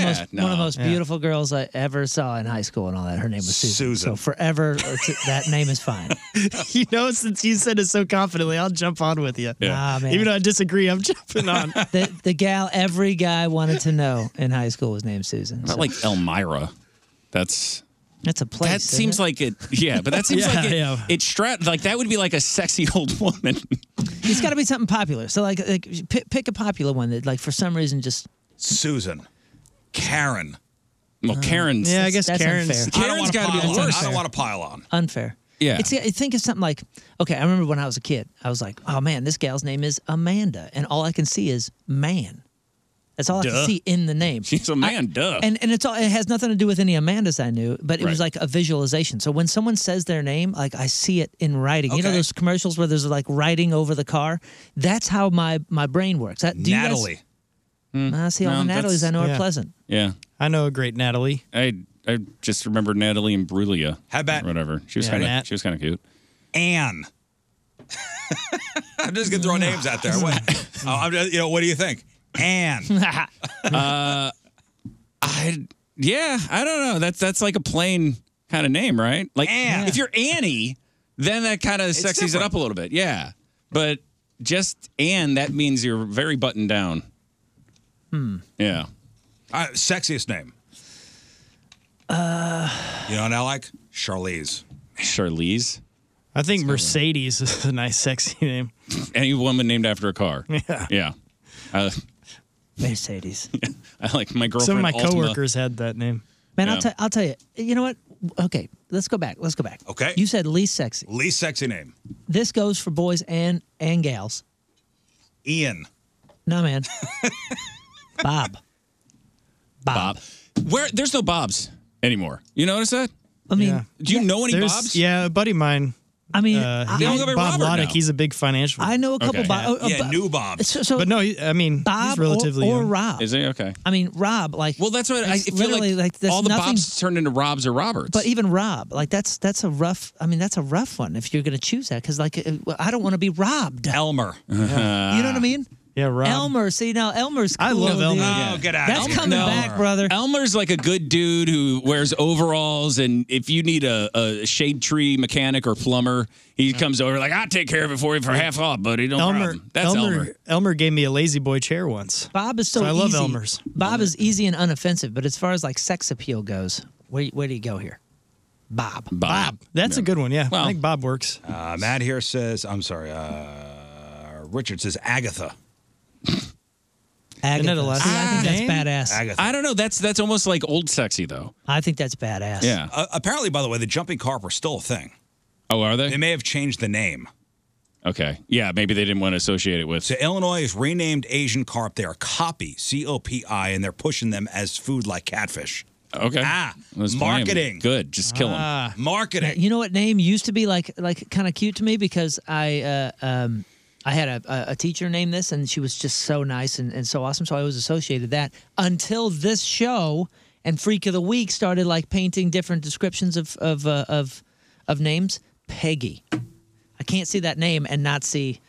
of the most
no.
beautiful girls I ever saw in high school and all that. Her name was Susan. So forever, it's- that name is fine.
you know, since you said it so confidently, I'll jump on with you.
Nah, Ah, man.
Even though I disagree, I'm jumping on.
the, the gal every guy wanted to know in high school was named Susan.
Not
So
like Elmira. That's
that's a place.
that seems like it. Yeah, but that seems
Yeah,
like it.
yeah.
It strat like that would be like a sexy old woman.
it's got to be something popular. So like, like pick, pick a popular one that like for some reason just
Susan. Karen.
Well, Karen's.
Yeah, I guess That's Karen's- unfair.
I don't
Karen's
wanna
gotta be
pile
the
on.
worst.
I don't want to pile on.
unfair.
Yeah.
It's, I think of something like, okay, I remember when I was a kid, I was like, oh man, this gal's name is Amanda, and all I can see is man. That's all I
Duh.
can see in the name.
She's a man, duh.
And and it's all it has nothing to do with any Amandas I knew, but it was
Right.
like a visualization. So when someone says their name, like I see it in writing. You know
Okay.
those commercials where there's like writing over the car? That's how my my brain works. That, do you guys-
Natalie.
Hmm.
I see all the Natalies I know are pleasant.
Yeah,
I know a great Natalie.
I I just remember Natalie and Brulia. How about whatever? She was
Yeah,
kind of
Nat.
she was kind of cute.
Anne. I'm just gonna throw names out there. What, Oh, I'm just- you know, what do you think? Anne.
uh, I yeah, I don't know. That's that's like a plain kind of name, right? Like if you're Annie, then that kind of sexies it up a little bit. Yeah, but just Anne, that means you're very buttoned down.
Hmm.
Yeah.
Uh, sexiest name. You know what I like? Charlize.
Charlize.
I think Mercedes is a nice, sexy name.
Any woman named after a car.
Yeah.
Yeah. I,
Mercedes.
I like my girlfriend.
Some of my
Altima.
coworkers had that name.
Man,
Yeah.
I'll, i I'll tell you. You know what? Okay, let's go back. Let's go back.
Okay.
You said least sexy.
Least sexy name.
This goes for boys and and gals.
Ian.
No man. Bob.
Bob. Where there's no Bobs anymore. You notice that?
I mean,
do you know any
There's-
Bobs?
Yeah, a buddy of mine. Uh,
I mean,
They all go by
Bob
Robert
Lodick,
now.
he's a big financial.
I know a couple Bob- oh, oh, Yeah, Bob- new
Bob.
So- so-
but no, he- I mean,
Bob
he's
or-
relatively
or
young.
Rob.
Is he okay?
I mean, Rob. Like,
well, that's what I
it's
feel
literally
like.
there's
all the
nothing-
Bobs turned into Robs or Roberts.
But even Rob, like that's that's a rough. I mean, that's a rough one if you're going to choose that because like uh, well, I don't want to be robbed.
Elmer.
You know what I mean?
Yeah, Rob.
Elmer. See now, Elmer's. Cool,
I love Elmer.
dude.
Oh, get out of
That's
here.
coming
No.
back, brother.
Elmer's like a good dude who wears overalls, and if you need a, a shade tree mechanic or plumber, he comes over like, "I'll take care of it for you for half off, buddy. No
Elmer,
problem." That's Elmer.
Elmer, Elmer gave me a lazy boy chair once.
Bob is so,
I love
easy.
Elmer's.
Bob is easy and unoffensive, but as far as like sex appeal goes, where where do you go here? Bob.
Bob. That's a good one. Yeah,
Well.
I think Bob works.
Uh, Matt here says, I'm sorry, uh, Richard says Agatha.
Agatha. See,
Ah,
I think that's badass.
Agatha.
I don't know. That's that's almost like old sexy though.
I think that's badass.
Yeah.
Uh, apparently, by the way, the jumping carp are still a thing.
Oh, are they?
They may have changed the name.
Okay. Yeah, maybe they didn't want to associate it with.
So Illinois has renamed Asian carp. They are copy, C O P I, and they're pushing them as food like catfish.
Okay.
Ah,
Let's blame him.
marketing.
Good. Just kill him. Ah.
Marketing.
You know what name used to be like like kind of cute to me because I uh, um, I had a, a teacher named this and she was just so nice and, and so awesome. So I always associated that until this show and Freak of the Week started like painting different descriptions of of uh, of, of names. Peggy. I can't see that name and not see.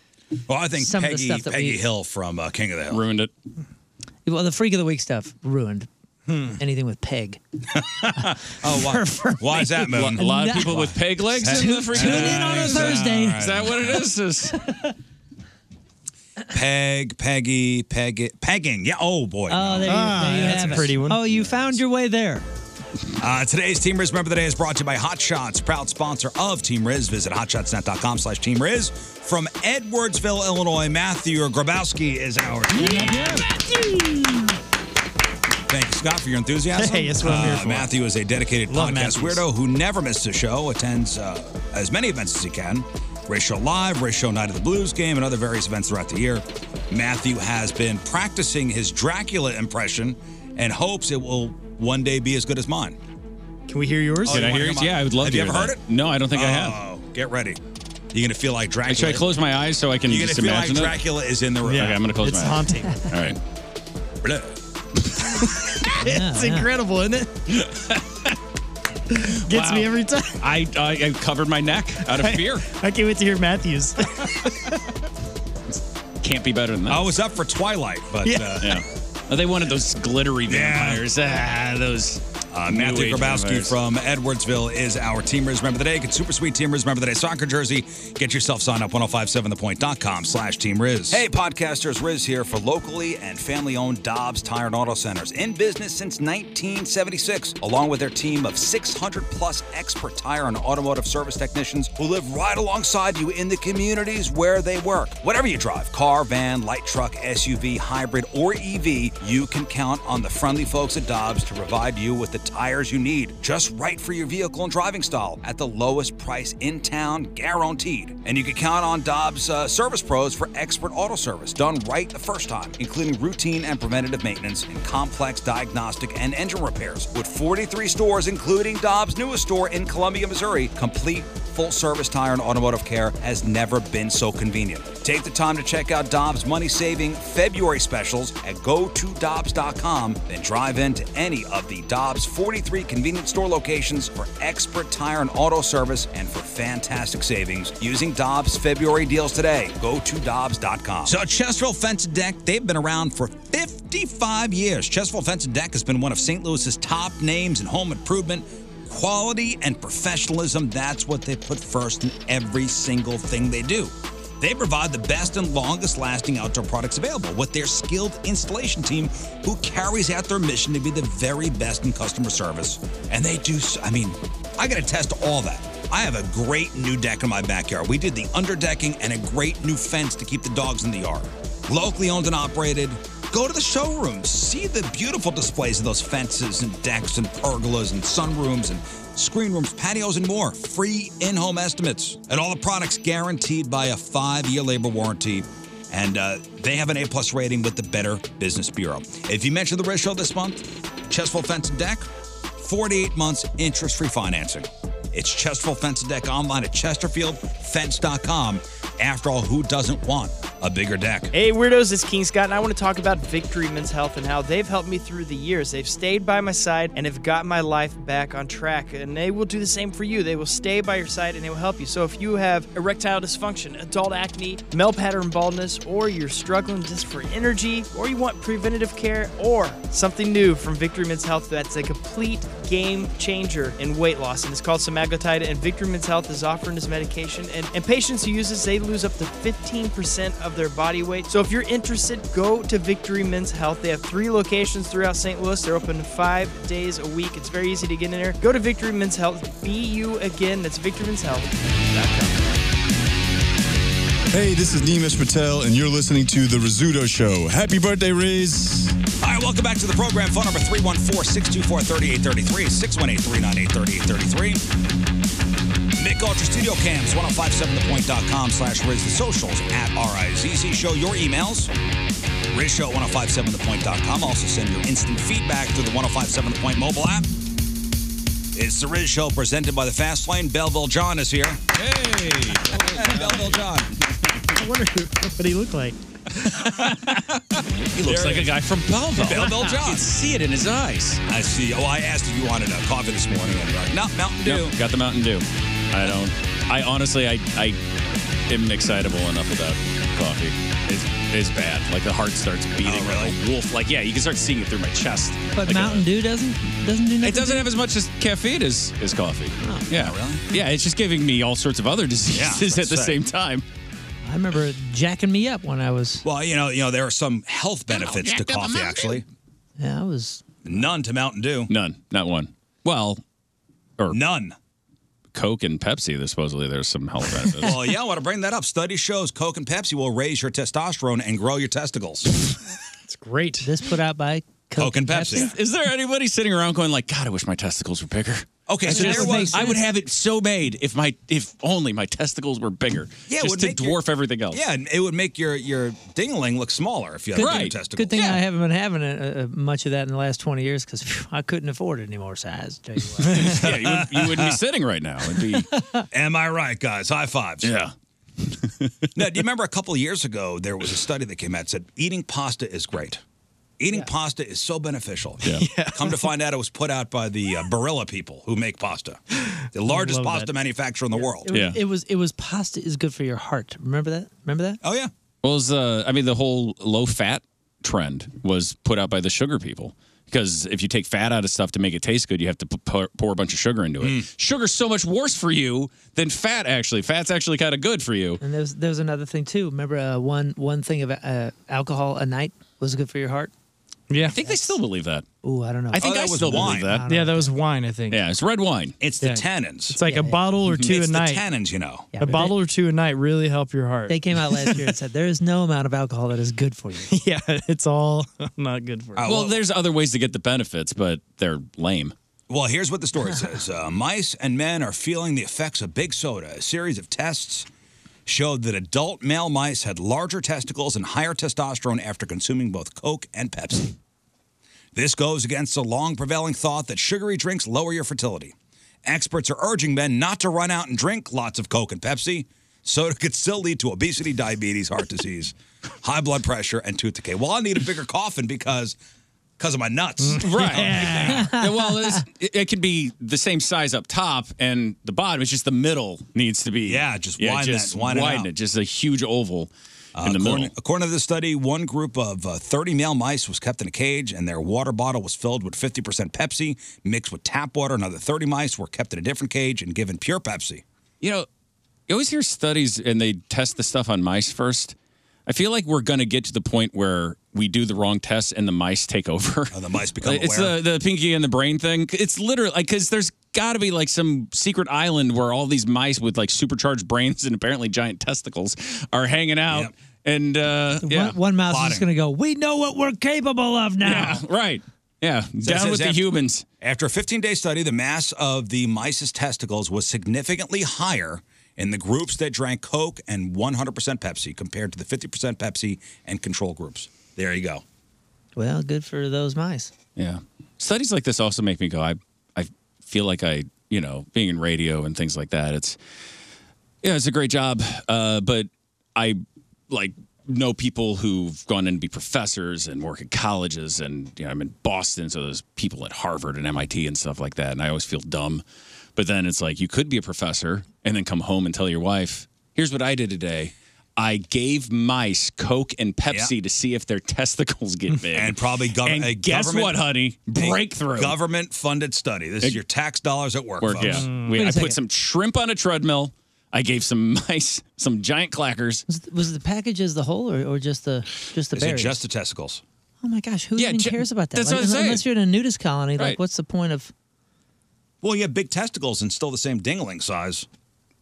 Well, I think
some of the
Peggy,
stuff that
Peggy
we,
Hill from uh, King of the Hill
ruined it.
Well, the Freak of the Week stuff ruined.
Hmm.
Anything with peg.
Oh, why,
For- for
why is
me.
that, Moon?
A lot of people with
peg legs
in the freaking- Tune in on a Thursday.
Is that what it is? Is-
Peg, Peggy, Peggy, pegging. Yeah. Oh boy.
Oh, there you,
Ah,
there you have it. Oh, you found your way there.
Uh, today's Team Riz member of the day is brought to you by Hot Shots, proud sponsor of Team Riz. Visit hotshotsnet.com slash Team Riz. From Edwardsville, Illinois, Matthew Grabowski is our Thank you, Scott, for your enthusiasm. Uh,
Hey, that's what I'm here for.
Matthew is a dedicated
Love
podcast
Matthews.
weirdo who never misses a show, attends uh, as many events as he can. Race Show Live, Race Show Night of the Blues game, and other various events throughout the year. Matthew has been practicing his Dracula impression and hopes it will one day be as good as mine.
Can we hear yours?
Oh, you wanna hear mine? Have you ever heard it?
No, I don't think I have.
Oh, get ready. You're gonna feel like Dracula.
Should I close my eyes so I can
You're
just
gonna feel
imagine
like
it?
Dracula is in the room.
Yeah. Okay, I'm gonna close
It's
my
haunting.
eyes. All right.
Oh.
it's incredible, isn't it? Gets me every time.
I, I I covered my neck out of fear.
I can't wait to hear Matthews.
Can't be better than that.
I was up for Twilight, but
Yeah.
uh,
Yeah. Oh, they wanted those glittery vampires. Ah, those.
Uh,
new
Matthew
age
Grabowski
vampires.
from Edwardsville is our Teamers Remember the Day. Get Super Sweet Teamers Remember the Day soccer jersey. Get yourself signed up 1057thepoint.com slash Team Riz. Hey, podcasters, Riz here for locally and family owned Dobbs Tire and Auto Centers in business since 1976, along with their team of 600 plus expert tire and automotive service technicians who live right alongside you in the communities where they work. Whatever you drive car, van, light truck, SUV, hybrid, or EV you can count on the friendly folks at Dobbs to provide you with the tires you need, just right for your vehicle and driving style, at the lowest price in town, guaranteed. And you can count on Dobbs uh, service pros for expert auto service, done right the first time, including routine and preventative maintenance and complex diagnostic and engine repairs. With 43 stores, including Dobbs' newest store in Columbia, Missouri, complete full service tire and automotive care has never been so convenient. Take the time to check out Dobbs' money saving February specials at go to Dobbs.com, then drive into any of the Dobbs 43 convenience store locations for expert tire and auto service and for fantastic savings using Dobbs' February deals today. Go to Dobbs.com. So, Chesterfield Fence and Deck, they've been around for 55 years. Chesterfield Fence and Deck has been one of St. Louis's top names in home improvement. Quality and professionalism, that's what they put first in every single thing they do. They provide the best and longest lasting outdoor products available with their skilled installation team who carries out their mission to be the very best in customer service. And they do, s- I mean, I gotta test all that. I have a great new deck in my backyard. We did the underdecking and a great new fence to keep the dogs in the yard locally owned and operated. Go to the showroom, see the beautiful displays of those fences and decks and pergolas and sunrooms and screen rooms, patios, and more. Free in home estimates. And all the products guaranteed by a five year labor warranty. And uh, they have an A plus rating with the Better Business Bureau. If you mention the Red Show this month, Chestville Fence and Deck, 48 months interest free financing. It's Chesterfield Fence and Deck online at chesterfieldfence.com. After all, who doesn't want a bigger deck?
Hey, weirdos, it's King Scott, and I want to talk about Victory Men's Health and how they've helped me through the years. They've stayed by my side and have got my life back on track, and they will do the same for you. They will stay by your side and they will help you. So, if you have erectile dysfunction, adult acne, male pattern baldness, or you're struggling just for energy, or you want preventative care, or something new from Victory Men's Health that's a complete game changer in weight loss, and it's called semaglutide. And Victory Men's Health is offering this medication, and, and patients who use this, they lose up to 15% of their body weight. So if you're interested, go to Victory Men's Health. They have three locations throughout St. Louis. They're open five days a week. It's very easy to get in there. Go to Victory Men's Health. Be you again. That's Victory Men's Health.
Hey, this is Neemish Patel, and you're listening to The Rizzuto Show. Happy birthday, Riz.
All right, welcome back to the program. Phone number 314 624 3833, 618 398 3833. Nick Ultra Studio Cams, 1057thepoint.com slash Riz the socials at RIZZ Show. Your emails, Riz Show at 1057thepoint.com. Also send your instant feedback through the 1057 The Point mobile app. It's the Riz Show presented by the Fast Lane. Belleville John is here. Hey! Belleville John.
I wonder what he looked like.
He
looks like a guy from Belleville.
Belleville John.
You can see it in his eyes.
I see. Oh, I asked if you wanted a coffee this morning. And you're like, no, Mountain Dew.
Nope, got the Mountain Dew. I don't. I honestly, I, I am excitable enough about coffee. It's, it's bad. Like the heart starts beating
Oh,
like a wolf. Like yeah, you can start seeing it through my chest.
But
Like,
Mountain Dew doesn't doesn't Oh. do nothing.
It doesn't have as much as caffeine as is coffee. yeah, really. Yeah, it's just giving me all sorts of other diseases
Yeah,
at the
that's
same time.
I remember it jacking me up when I was
Well, you know, you know, there are some health benefits to coffee. Actually,
yeah, I was
none to Mountain Dew.
None, not one. Well, or
none.
Coke and Pepsi. There's supposedly there's some health benefits.
Well, yeah, I want to bring that up. Study shows Coke and Pepsi will raise your testosterone and grow your testicles.
It's great. This put out by
Coke and Pepsi. Is, is there anybody sitting around going like, God, I wish my testicles were bigger? Okay,
That
so
just
there
would make
was. I would have it so made if my if only my testicles were bigger.
Yeah, it
just
would
to
make
dwarf everything else.
Yeah, and it would make your your dingling look smaller if you had
Good,
bigger
thing-
testicles.
good thing I haven't been having uh, uh, much of that in the last 20 years because I couldn't afford it anymore. So I tell you
yeah,
what.
you, would, you wouldn't be sitting right now. It'd be.
Am I right, guys? High fives.
Yeah.
now, do you remember a couple of years ago there was a study that came out that said eating pasta is great. Eating pasta is so beneficial. Yeah. Come to find out, it was put out by the uh, Barilla people who make pasta, the largest
love
pasta
that.
manufacturer in the world.
It was, it was it was pasta is good for your heart. Remember that? Remember that?
Oh yeah.
Well, it was, uh, I mean, the whole low fat trend was put out by the sugar people because if you take fat out of stuff to make it taste good, you have to p- pour, pour a bunch of sugar into it. Sugar's so much worse for you than fat. Actually, fat's actually kind of good for you.
And there's there's another thing too. Remember uh, one one thing of uh, alcohol a night was good for your heart.
Yeah, I think they still believe that.
Ooh, I don't know.
I think I still believe that.
Yeah, that was wine. I think.
Yeah, it's red wine.
It's
Yeah.
tannins.
It's like a bottle or two
it's
a
the
night.
tannins, you know.
a bottle or two a night really help your heart.
They came out last year and said there is no amount of alcohol that is good for you.
yeah, it's all not good for. you.
well, there's other ways to get the benefits, but they're lame.
Well, here's what the story says uh, Mice and men are feeling the effects of big soda. A series of tests showed that adult male mice had larger testicles and higher testosterone after consuming both Coke and Pepsi. This goes against the long prevailing thought that sugary drinks lower your fertility. Experts are urging men not to run out and drink lots of Coke and Pepsi. Soda could still lead to obesity, diabetes, heart disease, high blood pressure, and tooth decay. Well, I need a bigger coffin because because of my nuts.
Right. Yeah, well, it's, it, it can be the same size up top and the bottom. It's just the middle needs to be. Yeah,
just widen that,
just
widen it out. Uh,
it. Just a huge oval in the
according,
middle.
according to the study, one group of uh, 30 male mice was kept in a cage, and their water bottle was filled with 50% Pepsi mixed with tap water. Another 30 mice were kept in a different cage and given pure Pepsi.
You know, you always hear studies and they test the stuff on mice first. I feel like we're going to get to the point where we do the wrong tests and the mice take over.
Oh, the mice become
it's
aware.
the, the pinky and the brain thing. It's literally like because there's got to be like some secret island where all these mice with like supercharged brains and apparently giant testicles are hanging out. And uh, yeah,
One, one mouse is just going to go. We know what we're capable of now.
Yeah, right. Yeah,
So it
down
says
with the
after-
humans.
After a 15 day study, the mass of the mice's testicles was significantly higher in the groups that drank Coke and 100% Pepsi compared to the 50% Pepsi and control groups. There you go.
Well, good for those mice.
Yeah. Studies like this also make me go, I, I feel like I, you know, being in radio and things like that, it's, yeah, it's a great job. Uh, but I like know people who've gone in to be professors and work at colleges and, you know, I'm in Boston. So there's people at Harvard and MIT and stuff like that. And I always feel dumb. But then it's like, you could be a professor and then come home and tell your wife, here's what I did today. I gave mice Coke and Pepsi to see if their testicles
Mm.
get big.
And probably gov-
And
a
guess
government-
what, honey?
a
Breakthrough.
Government funded study. This is
A-
your tax dollars at work.
Work,
folks.
yeah. We, I put some shrimp on a treadmill. I gave some mice some giant clackers.
Was the package as the whole, or, or just the just the
Is it
berries?
just
the testicles?
Oh my gosh, who
Yeah,
even
ju-
cares about that?
that's
Like,
what I'm saying.
Unless you're in a nudist colony,
Right.
like what's the point of
Well, you have big testicles and still the same dingling size.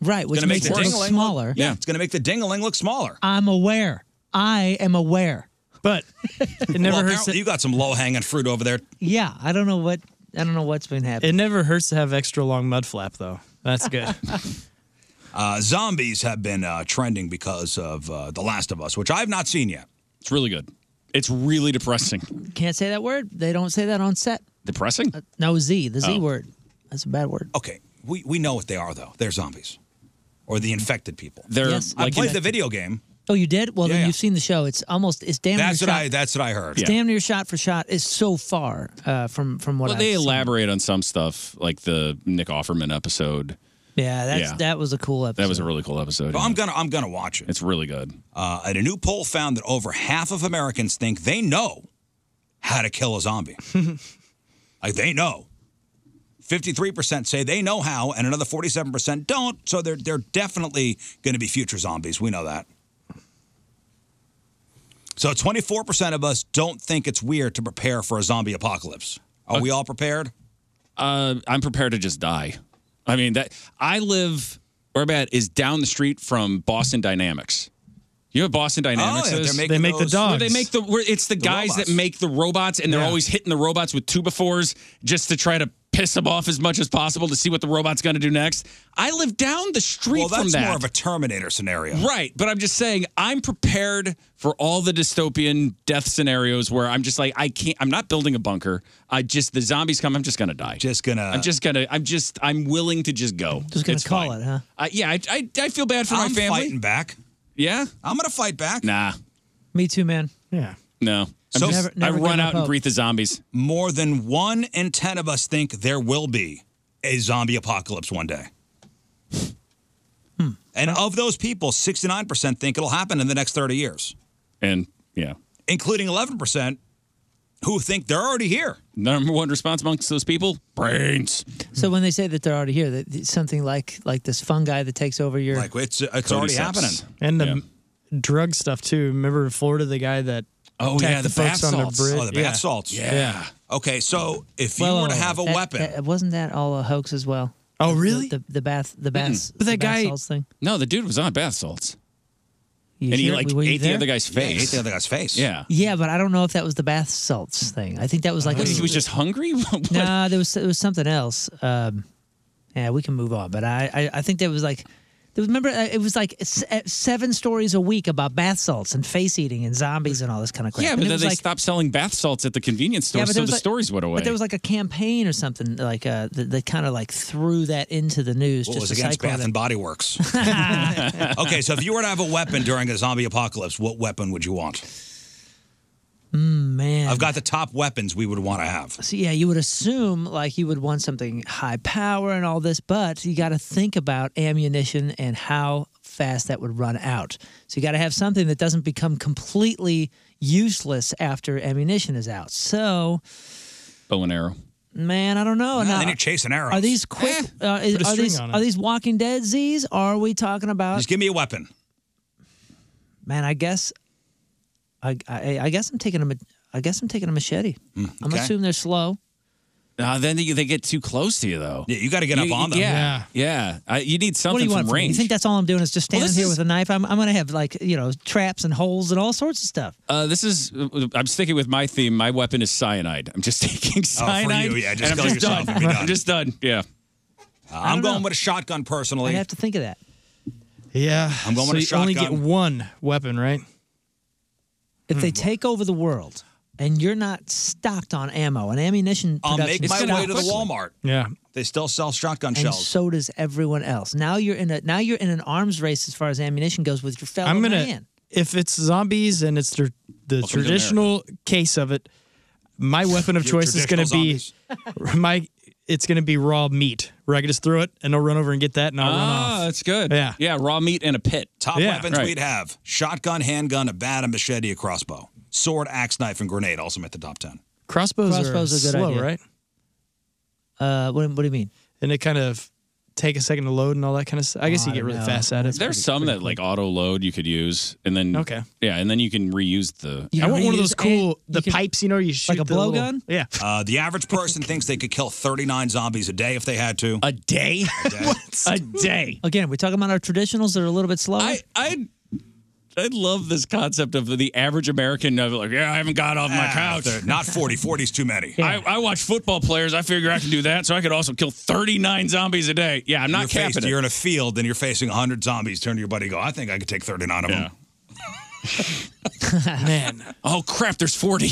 right? Which
gonna
makes it look
ding-a-ling
smaller.
Look, yeah, it's going to make the dingling look smaller.
I'm aware. I am aware.
But
It
never
well,
hurts
apparently You got some low hanging fruit over there.
yeah, I don't know what I don't know what's been happening.
It never hurts to have extra long mud flap though. That's good.
Uh, zombies have been uh, trending because of uh, The Last of Us, which I've not seen yet.
It's really good. It's really depressing.
Can't say that word. They don't say that on set.
Depressing?
No Z, the Z
Oh.
word. That's a bad word.
Okay, we, we know what they are, though. They're zombies or the infected people.
They're
Yes.
I
like
played the
infected.
video game.
Oh, you did? Well,
Yeah,
then
yeah.
you've seen the show. It's almost it's damn
That's
near
what,
shot.
I, that's what I heard.
it's damn near shot for shot. It's so far uh, from from what
Well,
I've
they
seen.
elaborate on some stuff, like the Nick Offerman episode.
Yeah, that's
Yeah.
that was a cool episode.
That was a really cool episode.
Well,
Oh, yeah.
I'm gonna I'm gonna watch it.
It's really good.
Uh, and a new poll found that over half of Americans think they know how to kill a zombie. like they know. 53% say they know how, and another 47% don't. So they're they're definitely going to be future zombies. We know that. So 24% of us don't think it's weird to prepare for a zombie apocalypse. Are we all prepared?
Uh, I'm prepared to just die. I mean that I live where I'm at is down the street from Boston Dynamics. You know what Boston Dynamics
Oh, yeah,
is?
they're making They make the those- dogs.
Well, They make the. where It's the, guys
robots.
that make the robots, and they're
Yeah.
always hitting the robots with two befores just to try to piss them off as much as possible to see what the robot's going to do next. I live down the street
Well,
from
that's
that.
more of a Terminator scenario.
Right, but I'm just saying I'm prepared for all the dystopian death scenarios where I'm just like I can't. I'm not building a bunker. I just the zombies come. I'm just gonna die. Just gonna. I'm just gonna. I'm just. I'm willing to just go.
Just gonna
It's
call
fine.
it, huh?
I- yeah, I, I, I feel bad for
I'm
my family.
fighting
back. Yeah,
I'm gonna fight back.
Nah,
Me too, man.
Yeah.
no. I'm
So-
just-
Never- never
I run out
give up
and
hope.
greet the zombies.
More than one in ten of us think there will be a zombie apocalypse one day. And of those people, 69% think it'll happen in the next 30 years,
And yeah,
including 11% who think they're already here.
Number one response amongst those people: brains.
So when they say that they're already here, that it's something like like this fungi that takes over your
like it's uh, it's
already happening. And the drug stuff too. Remember in Florida, the guy that attacked the, folks on the bridge.
Oh, the Oh, bath
Yeah.
salts.
Yeah.
Okay, so if you
Whoa,
were to
whoa,
have a
whoa. That-
weapon,
that- wasn't that all a hoax as well?
Oh,
The-
really?
The, the, bath, the bath,
But that
the bath
guy-
salts thing.
No, the dude was on bath salts.
You
and he
sure?
like
Were you
ate the
there?
other guy's
Yeah, he
face.
ate the other guy's face.
Yeah.
Yeah, but I don't know if that was the bath salts thing. I think that was like
What, he was just hungry. What-
no, there was there was something else. Um, yeah, we can move on. But I I, I think that was like. there was- Remember, uh, it was like s- uh, seven stories a week about bath salts and face eating and zombies and all this kind of crap.
Yeah,
And
but
it
then
was
they
like-
stopped selling bath salts at the convenience store,
but
so
there
the
was like-
stories went away.
But there was like a campaign or something like uh, that, that kind of like threw that into the news.
Well, it
just
was
to
against
cycle
Bath
that-
and Body Works. okay, so if you were to have a weapon during a zombie apocalypse, what weapon would you want?
Mm, man.
I've got the top weapons we would want to have.
So yeah, you would assume like you would want something high power and all this, but you got to think about ammunition and how fast that would run out. So you got to have something that doesn't become completely useless after ammunition is out. So,
bow and arrow.
man, I don't know. Now,
then you're chasing arrows.
Are these quick? uh, is-
Eh, put a
are
string
these
on it.
are these Walking Dead Z's? Are we talking about?
Just give me a weapon.
man, I guess, I, I I guess I'm taking a ma- I guess I'm taking a machete.
Hmm,
I'm
okay.
assuming they're slow.
Uh, then they, they get too close to you, though. Yeah,
you got to get up on them.
Yeah, yeah. I- you need
what do
something
you want
from
from me? You
range.
think that's all I'm doing is just
Well,
standing
this
here
is-
with a knife? I'm, I'm going to have like you know traps and holes and all sorts of stuff.
uh, this is. I'm sticking with my theme. My weapon is cyanide. I'm just taking cyanide.
Oh, yeah, just
and I'm
kill
just
yourself
done.
and be done.
I'm just done. Yeah.
I I'm don't going know. with a shotgun personally.
I have to think of that.
Yeah.
I'm going
so
with a
you only get
shotgun.
one weapon, right?
If they take over the world and you're not stocked on ammo and ammunition,
I'll
production
make my
stops
way to the
quickly.
Walmart.
Yeah.
They still sell shotgun
And
shells.
so does everyone else. Now you're in a now you're in an arms race as far as ammunition goes with your fellow
I'm gonna
man.
if it's zombies and it's the, the
Welcome to
traditional case of it. My weapon of
Your
choice is going to be my. It's going to be raw meat where I can just throw it and they'll run over and get that and I'll run
Ah,
off.
that's good.
Yeah.
Yeah. Raw meat and a pit.
Top
Yeah.
weapons
Right.
we'd have shotgun, handgun, a bat, a machete, a crossbow. Sword, axe, knife, and grenade also make the top 10.
Crossbows, are,
Crossbows are a good
slow,
idea.
right?
Uh, what, what do you mean? Oh,
And they kind of take a second to load and all that kind of stuff. I guess you get really fast at it.
There's some that like auto load you could use, and then
Okay.
yeah, and then you can reuse the.
I want one of those cool the pipes, you know, you shoot the little- Yeah.
Uh, the average person thinks they could kill 39 zombies a day if they had to.
A day?
A day.
A day.
Again, we're talking about our traditionals that are a little bit slower.
I I I love this concept of the average American of like, yeah, I haven't got off my
Ah,
couch.
they're Not 40. 40's too many.
I, I watch football players. I figure I can do that, so I could also kill 39 zombies a day. Yeah, I'm not
you're,
capping
faced-
it.
you're in a field and you're facing 100 zombies. Turn to your buddy and go, I think I could take 39 of them.
Man.
Oh, crap, there's 40.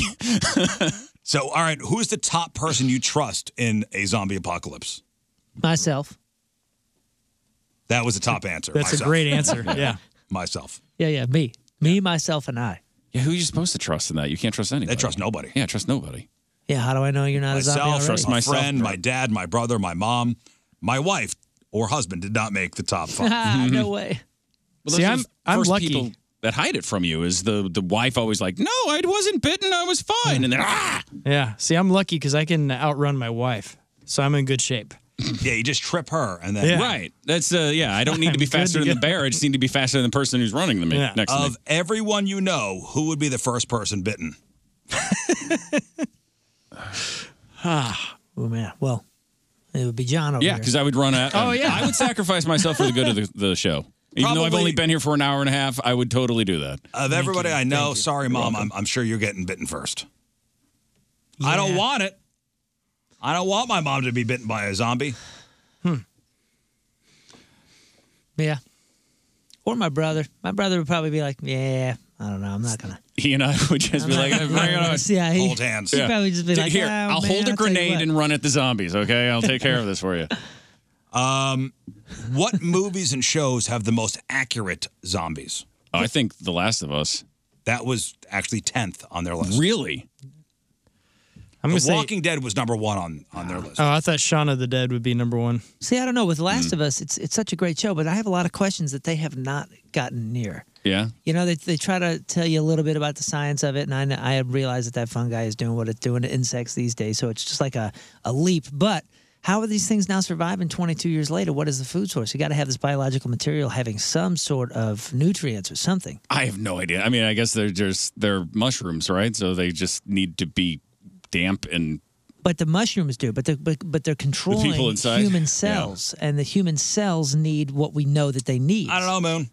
so, all right, who's the top person you trust in a zombie apocalypse?
Myself.
That was the top answer.
That's a
myself.
great answer, yeah.
Myself.
Yeah, yeah, me, me, myself, and I.
Yeah, who are you supposed to trust in that? You can't trust anybody. I trust
nobody.
Yeah, trust nobody.
Yeah, how do I know you're not a zombie
myself,
already?
my friend, my dad, my brother, my mom, my wife or husband did not make the top five.
Ah, no way.
Well,
See,
those are
I'm-
the
I'm
first
lucky.
people that hide it from you is the the wife always like, no, I wasn't bitten. I was fine. And then ah,
Yeah. See, I'm lucky because I can outrun my wife, so I'm in good shape.
yeah, you just trip her and
Yeah.
right. That's uh, yeah. I don't need to
I'm
be
good
faster
to
than the
go.
bear. I just need to be faster than the person who's running the yeah. next to
of
me.
everyone you know, who would be the first person bitten?
Ah, oh man. Well, it would be John over
Yeah,
here.
because I would run out.
Oh, yeah.
I would sacrifice myself for the good of the, the show. Even though I've
Probably-
only been here for an hour and a half, I would totally do that.
Of everybody I know, sorry, mom, I'm, I'm sure you're getting bitten first. I don't want it. I don't want my mom to be bitten by a zombie.
Yeah. Or my brother. My brother would probably be like, yeah, I don't know. I'm not going to.
He and I would just be like,
I'm
"Bring it on."
not- yeah, he- Hold hands. he'd probably just be
Dude,
like,
here,
"Oh,
I'll
man, I'll
hold
tell
a
you
grenade
what."
and run at the zombies. Okay, I'll take care of this for you.
Um, what movies and shows have the most accurate zombies?
Oh, I think The Last of Us.
That was actually tenth on their list.
Really?
I'm gonna
the
say-
Walking Dead was number one on, on their list.
Oh, I thought Shaun of the Dead would be number one.
See, I don't know. With Last
Hmm.
of Us, it's it's such a great show, but I have a lot of questions that they have not gotten near.
Yeah.
You know, they, they try to tell you a little bit about the science of it, and I, kn- I realize that that fungi is doing what it's doing to insects these days, so it's just like a, a leap. But how are these things now surviving 22 years later? What is the food source? You got to have this biological material having some sort of nutrients or something.
I have no idea. I mean, I guess they're just they're mushrooms, right? So they just need to be damp and
But the mushrooms do, but they're, but, but they're controlling
inside? Yeah.
human cells, and the human cells need what we know that they need. I don't
know, Moon.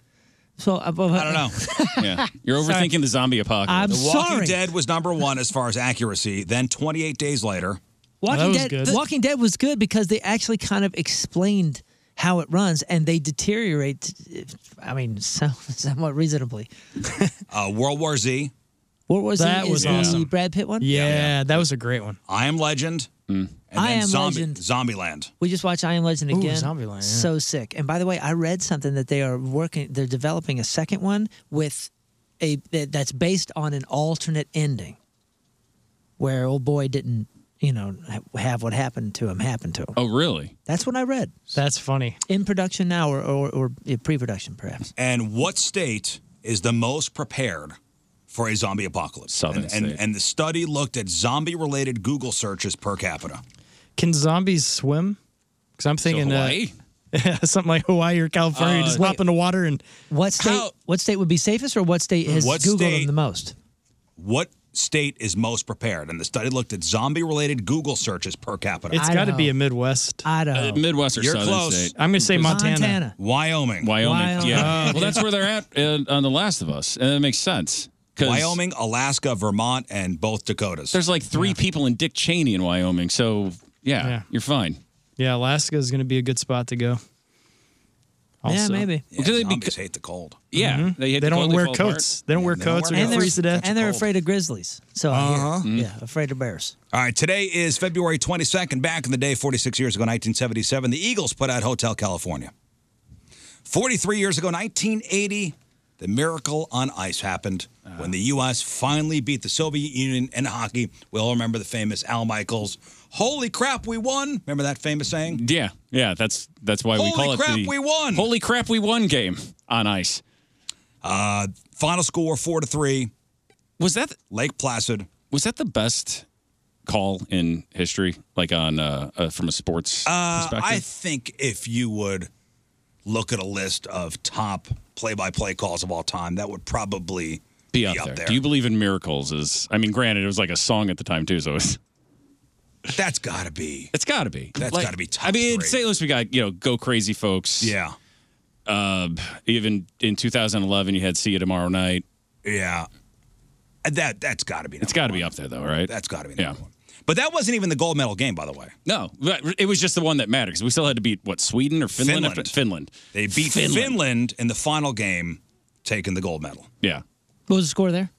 So uh, I don't
know.
Oh. yeah. You're overthinking the zombie apocalypse.
I'm
the Walking
sorry.
Dead was number one as far as accuracy. Then 28 days later,
Walking Dead. the- Walking Dead was good because they actually kind of explained how it runs, and they deteriorate. I mean, so, somewhat reasonably.
uh, World War Z.
What was
That
it?
was
Is the
awesome.
Brad Pitt one?
Yeah, that was a great one.
I Am Legend.
Hmm.
And
I
then
Am
Zombie,
Legend.
Zombieland.
We just watched I Am Legend
Ooh,
again.
Zombieland, yeah.
So sick. And by the way, I read something that they are working. They're developing a second one with a that- that's based on an alternate ending, where old boy didn't, you know, ha- have what happened to him happen to him.
Oh, really?
That's what I read.
That's funny.
In production now, or or, or yeah, pre-production perhaps.
And what state is the most prepared for a zombie apocalypse?
Southern
and, and,
state.
and the study looked at zombie-related Google searches per capita.
Can zombies swim? Because I'm thinking uh,
Hawaii?
something like Hawaii or California.
Uh,
just hop in the water and
What state? what state would be safest, or what state has
What
Googled
state-
them the most?
What state is most prepared? And the study looked at zombie-related Google searches per capita.
it's got to be a Midwest.
Idaho.
Uh,
Uh,
Midwest or
You're
Southern
close.
state.
I'm gonna say Montana.
Montana.
Wyoming.
Wyoming. Wyoming.
Yeah.
Oh,
well, that's where they're at uh, on The Last of Us, and that makes sense. 'cause
Wyoming, Alaska, Vermont, and both Dakotas.
There's like three people in Dick Cheney in Wyoming, so yeah,
Yeah.
you're fine.
Yeah, Alaska is gonna be a good spot to go. Also.
Yeah, zombies hate the cold.
Yeah,
Mhm.
they, hate
They
the
don't
cold,
wear
fall apart.
coats. They don't wear
don't
coats
wear
or
coats.
they freeze to death.
And they're afraid of grizzlies. So I hear.
Uh-huh. Mm.
yeah, afraid of bears.
All right, today is February 22nd. Back in the day, 46 years ago, 1977, the Eagles put out Hotel California. 43 years ago, 1980, the miracle on ice happened
Uh-huh.
when the U.S. finally beat the Soviet Union in hockey. We all remember the famous Al Michaels, Holy crap, we won! Remember that famous saying?
Yeah, yeah. That's that's why we
Holy
call
crap,
it the
we won!
Holy crap, we won game on ice.
Uh, final score, 4 to 3.
Was that
Lake Placid?
Was that the best call in history? Like on uh, uh from a sports
Uh,
perspective?
I think if you would look at a list of top play-by-play calls of all time, that would probably
be up, there. Do you believe in miracles? Is I mean, granted, it was like a song at the time too, so it's
that's got to be.
It's got to be.
That's
Like,
got to be top
I mean, in
three.
St. Louis, we got you know, go crazy, folks.
Yeah.
Uh, even in 2011, you had see you tomorrow night.
Yeah. That that's got to be.
It's got to be up there though, right?
That's got to be.
Yeah.
But that wasn't even the gold medal game, by the way.
No, but it was just the one that mattered 'cause we still had to beat what Sweden or Finland.
Finland.
Finland.
They beat Finland. in the final game, taking the gold medal.
Yeah.
What was the score there?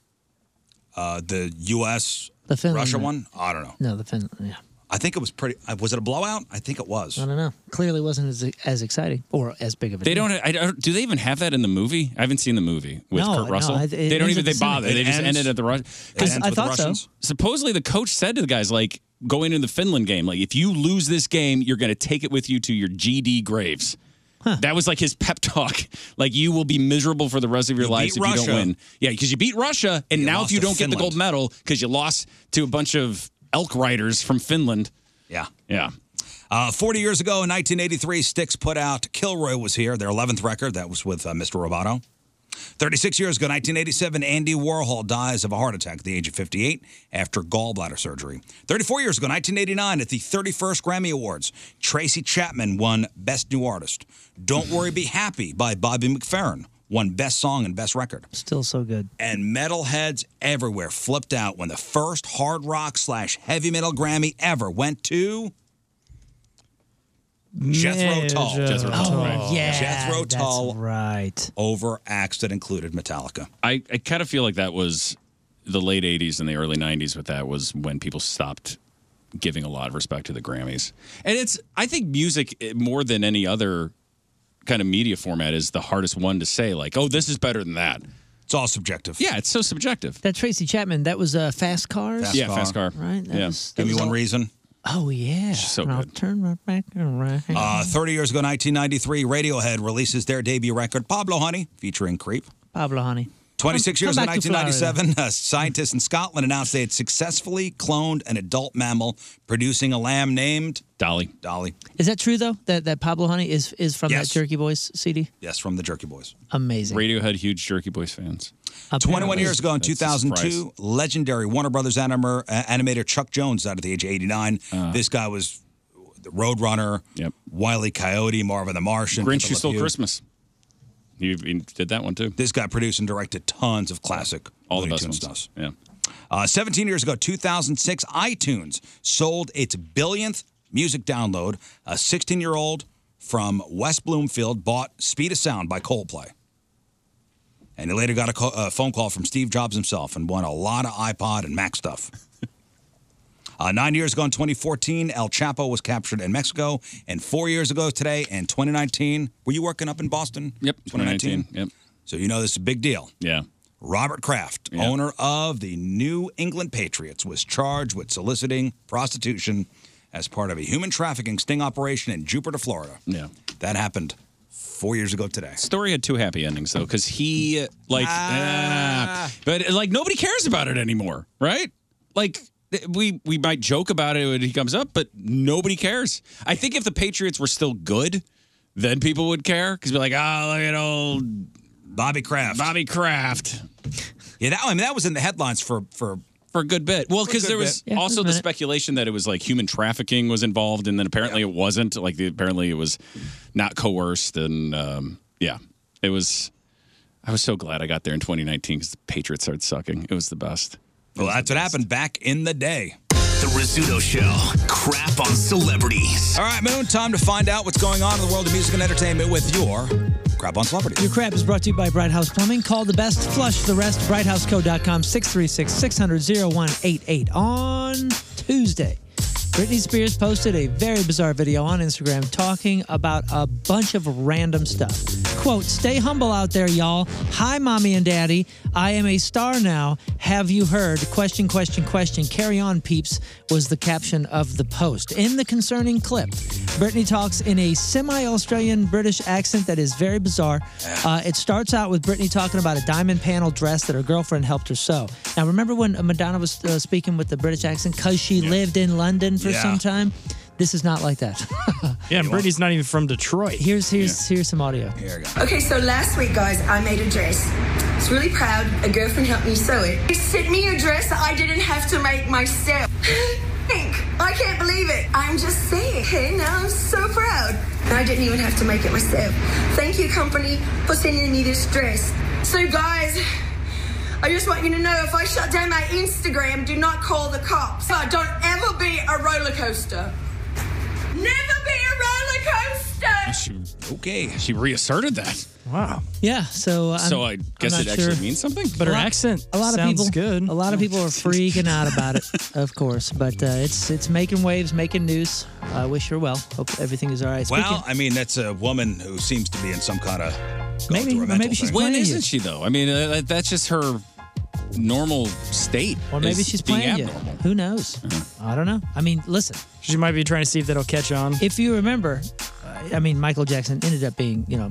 Uh, the U.S.
The Finland
Russia one.
one.
I don't know.
No, the Finland. Yeah,
I think it was pretty. uh, Was it a blowout? I think it was.
I don't know. Clearly wasn't as as exciting or as big of a.
They
deal.
don't. I don't. Do they even have that in the movie? I haven't seen the movie with
No,
Kurt
no,
Russell.
I- it
they don't
ends
even.
at the
They bother.
cinema.
They
It
just
ends-
ended at the Russian.
it ends I with the thought so. Russians.
Supposedly, the coach said to the guys, like, go into the Finland game. Like, if you lose this game, you're going to take it with you to your GD graves. That was like his pep talk. Like you will be miserable for the rest of your lives if
beat
you
Russia.
don't win. Yeah, because you beat Russia, and
You
now
lost
if you
to
don't get the
Finland.
gold medal because you lost to a bunch of elk riders from Finland.
Yeah.
Yeah.
Uh, 40 years ago in 1983, Styx put out Kilroy Was Here, their 11th record. That was with uh, Mr. Roboto. 36 years ago, 1987, Andy Warhol dies of a heart attack at the age of 58 after gallbladder surgery. 34 years ago, 1989, at the 31st Grammy Awards, Tracy Chapman won Best New Artist. Don't Worry, Be Happy by Bobby McFerrin won Best Song and Best Record.
Still so good.
And metalheads everywhere flipped out when the first hard rock slash heavy metal Grammy ever went to. Jethro Tull.
Jethro Tull, Oh, right. yeah,
Jethro
that's
Tull.
Right.
Over acts that included Metallica.
I, I kind of feel like that was the late 80s and the early 90s with that was when people stopped giving a lot of respect to the Grammys. And it's, I think music eh, more than any other kind of media format is the hardest one to say, like, oh, this is better than that.
It's all subjective.
Yeah, it's so subjective.
That Tracy Chapman, that was uh, Fast Cars?
yeah, fast car.
Right? That
yeah.
was- that was all-
reason.
Oh, yeah.
so
And I'll
good.
turn right back around.
Uh, 30 years ago, 1993, Radiohead releases their debut record, Pablo Honey, featuring Creep.
Pablo, honey.
26
Come-
years
come
in
back to
1997, uh, scientists in Scotland announced they had successfully cloned an adult mammal, producing a lamb named
Dolly.
Dolly.
Is that true, though, that, that Pablo Honey is, is from
Yes.
that Jerky Boys CD?
Yes, from the Jerky Boys.
Amazing.
Radiohead, huge Jerky Boys fans.
21 years ago in
That's a surprise.
2002, legendary Warner Brothers animer, uh, animator Chuck Jones died at the age of 89.
Uh.
this guy was the Roadrunner, Wiley Coyote, Marvin the Martian.
Grinch
Pippa
Who Stole
LaPew.
Christmas. You, you did that one too.
This guy produced and directed tons of classic
All the
Looney
best
Tunes
ones.
stuff.
Yeah.
Uh, 17 years ago, 2006, iTunes sold its billionth music download. A 16 year old from West Bloomfield bought Speed of Sound by Coldplay. And he later got a, call, a phone call from Steve Jobs himself and won a lot of iPod and Mac stuff. Uh, nine years ago in 2014, El Chapo was captured in Mexico. And four years ago today in 2019, were you working up in Boston?
Yep.
2019.
2019. Yep.
So you know this is a big deal.
Yeah.
Robert Kraft,
Yeah.
owner of the New England Patriots, was charged with soliciting prostitution as part of a human trafficking sting operation in Jupiter, Florida.
Yeah.
That happened four years ago today.
Story had two happy endings though, because he like, ah, but like nobody cares about it anymore, right? Like th- we we might joke about it when he comes up, but nobody cares. I think if the Patriots were still good, then people would care because be like, ah, look at old
Bobby Kraft.
Bobby Kraft.
Yeah, that, I mean, that was in the headlines for for
for a good bit. Well,
For a
because
good
there was
bit. Yeah,
also
for a
the
minute.
speculation that it was like human trafficking was involved, and then apparently it wasn't. Like the, apparently it was not coerced, and um, yeah, it was. I was so glad I got there in 2019 because the Patriots started sucking. It was the best.
Well, that's what happened back in the day.
The Rizzuto Show. Crap on celebrities.
All right, Moon, time to find out what's going on in the world of music and entertainment with your Crap on Celebrity.
Your crap is brought to you by Bright House Plumbing. Call the best, flush the rest. BrightHouseCo.com 636 600 0188 on Tuesday. Britney Spears posted a very bizarre video on Instagram talking about a bunch of random stuff. Quote, stay humble out there, y'all. Hi, mommy and daddy. I am a star now. Have you heard? Question, question, question. Carry on, peeps, was the caption of the post. In the concerning clip, Britney talks in a semi Australian British accent that is very bizarre. Uh, it starts out with Britney talking about a diamond panel dress that her girlfriend helped her sew. Now, remember when Madonna was uh, speaking with the British accent because she lived in London for
Yeah.
some time? This is not like that.
Yeah, and Brittany's not even from Detroit.
Here's here's here's some audio.
Here we go.
Okay, so last week, guys, I made a dress. It's really proud. A girlfriend helped me sew it. They sent me a dress I didn't have to make myself. Think. I can't believe it. I'm just saying. Okay, now I'm so proud. And I didn't even have to make it myself. Thank you, company, for sending me this dress. So, guys, I just want you to know if I shut down my Instagram, do not call the cops. Uh, Don't ever be a roller coaster. Never be a roller coaster.
She,
okay,
she reasserted that.
Wow.
Yeah. So I'm,
so I guess
I'm
it
not
actually
sure.
means something.
A lot- A lot of people. A lot of people are freaking out about it, of course. But uh, it's it's making waves, making news. I wish her well. Hope everything is all right.
Well, I mean, that's a woman who seems to be in some kind of.
Maybe-
through a mental thing.
When isn't she though? I mean, uh, that's just her normal state.
or maybe
is
she's
being
playing you.
abnormal.
Who knows? I don't know. I mean, listen.
She might be trying to see if that'll catch on.
If you remember, I mean, Michael Jackson ended up being, you know,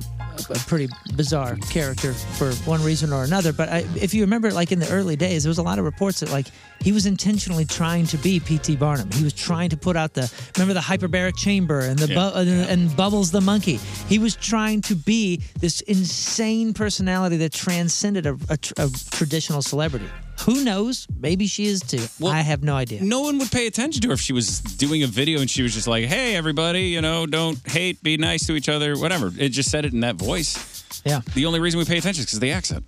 a pretty bizarre character for one reason or another. But I, if you remember, like in the early days, there was a lot of reports that like he was intentionally trying to be P.T. Barnum. He was trying to put out the remember the hyperbaric chamber and the bu-
Yeah.
and, and Bubbles the monkey. He was trying to be this insane personality that transcended a, a, tr- a traditional celebrity. Who knows? Maybe she is too. I have no idea.
No one would pay attention to her if she was doing a video and she was just like, "Hey, everybody, you know, don't hate, be nice to each other, whatever." It just said it in that voice.
Yeah.
The only reason we pay attention is because of the accent.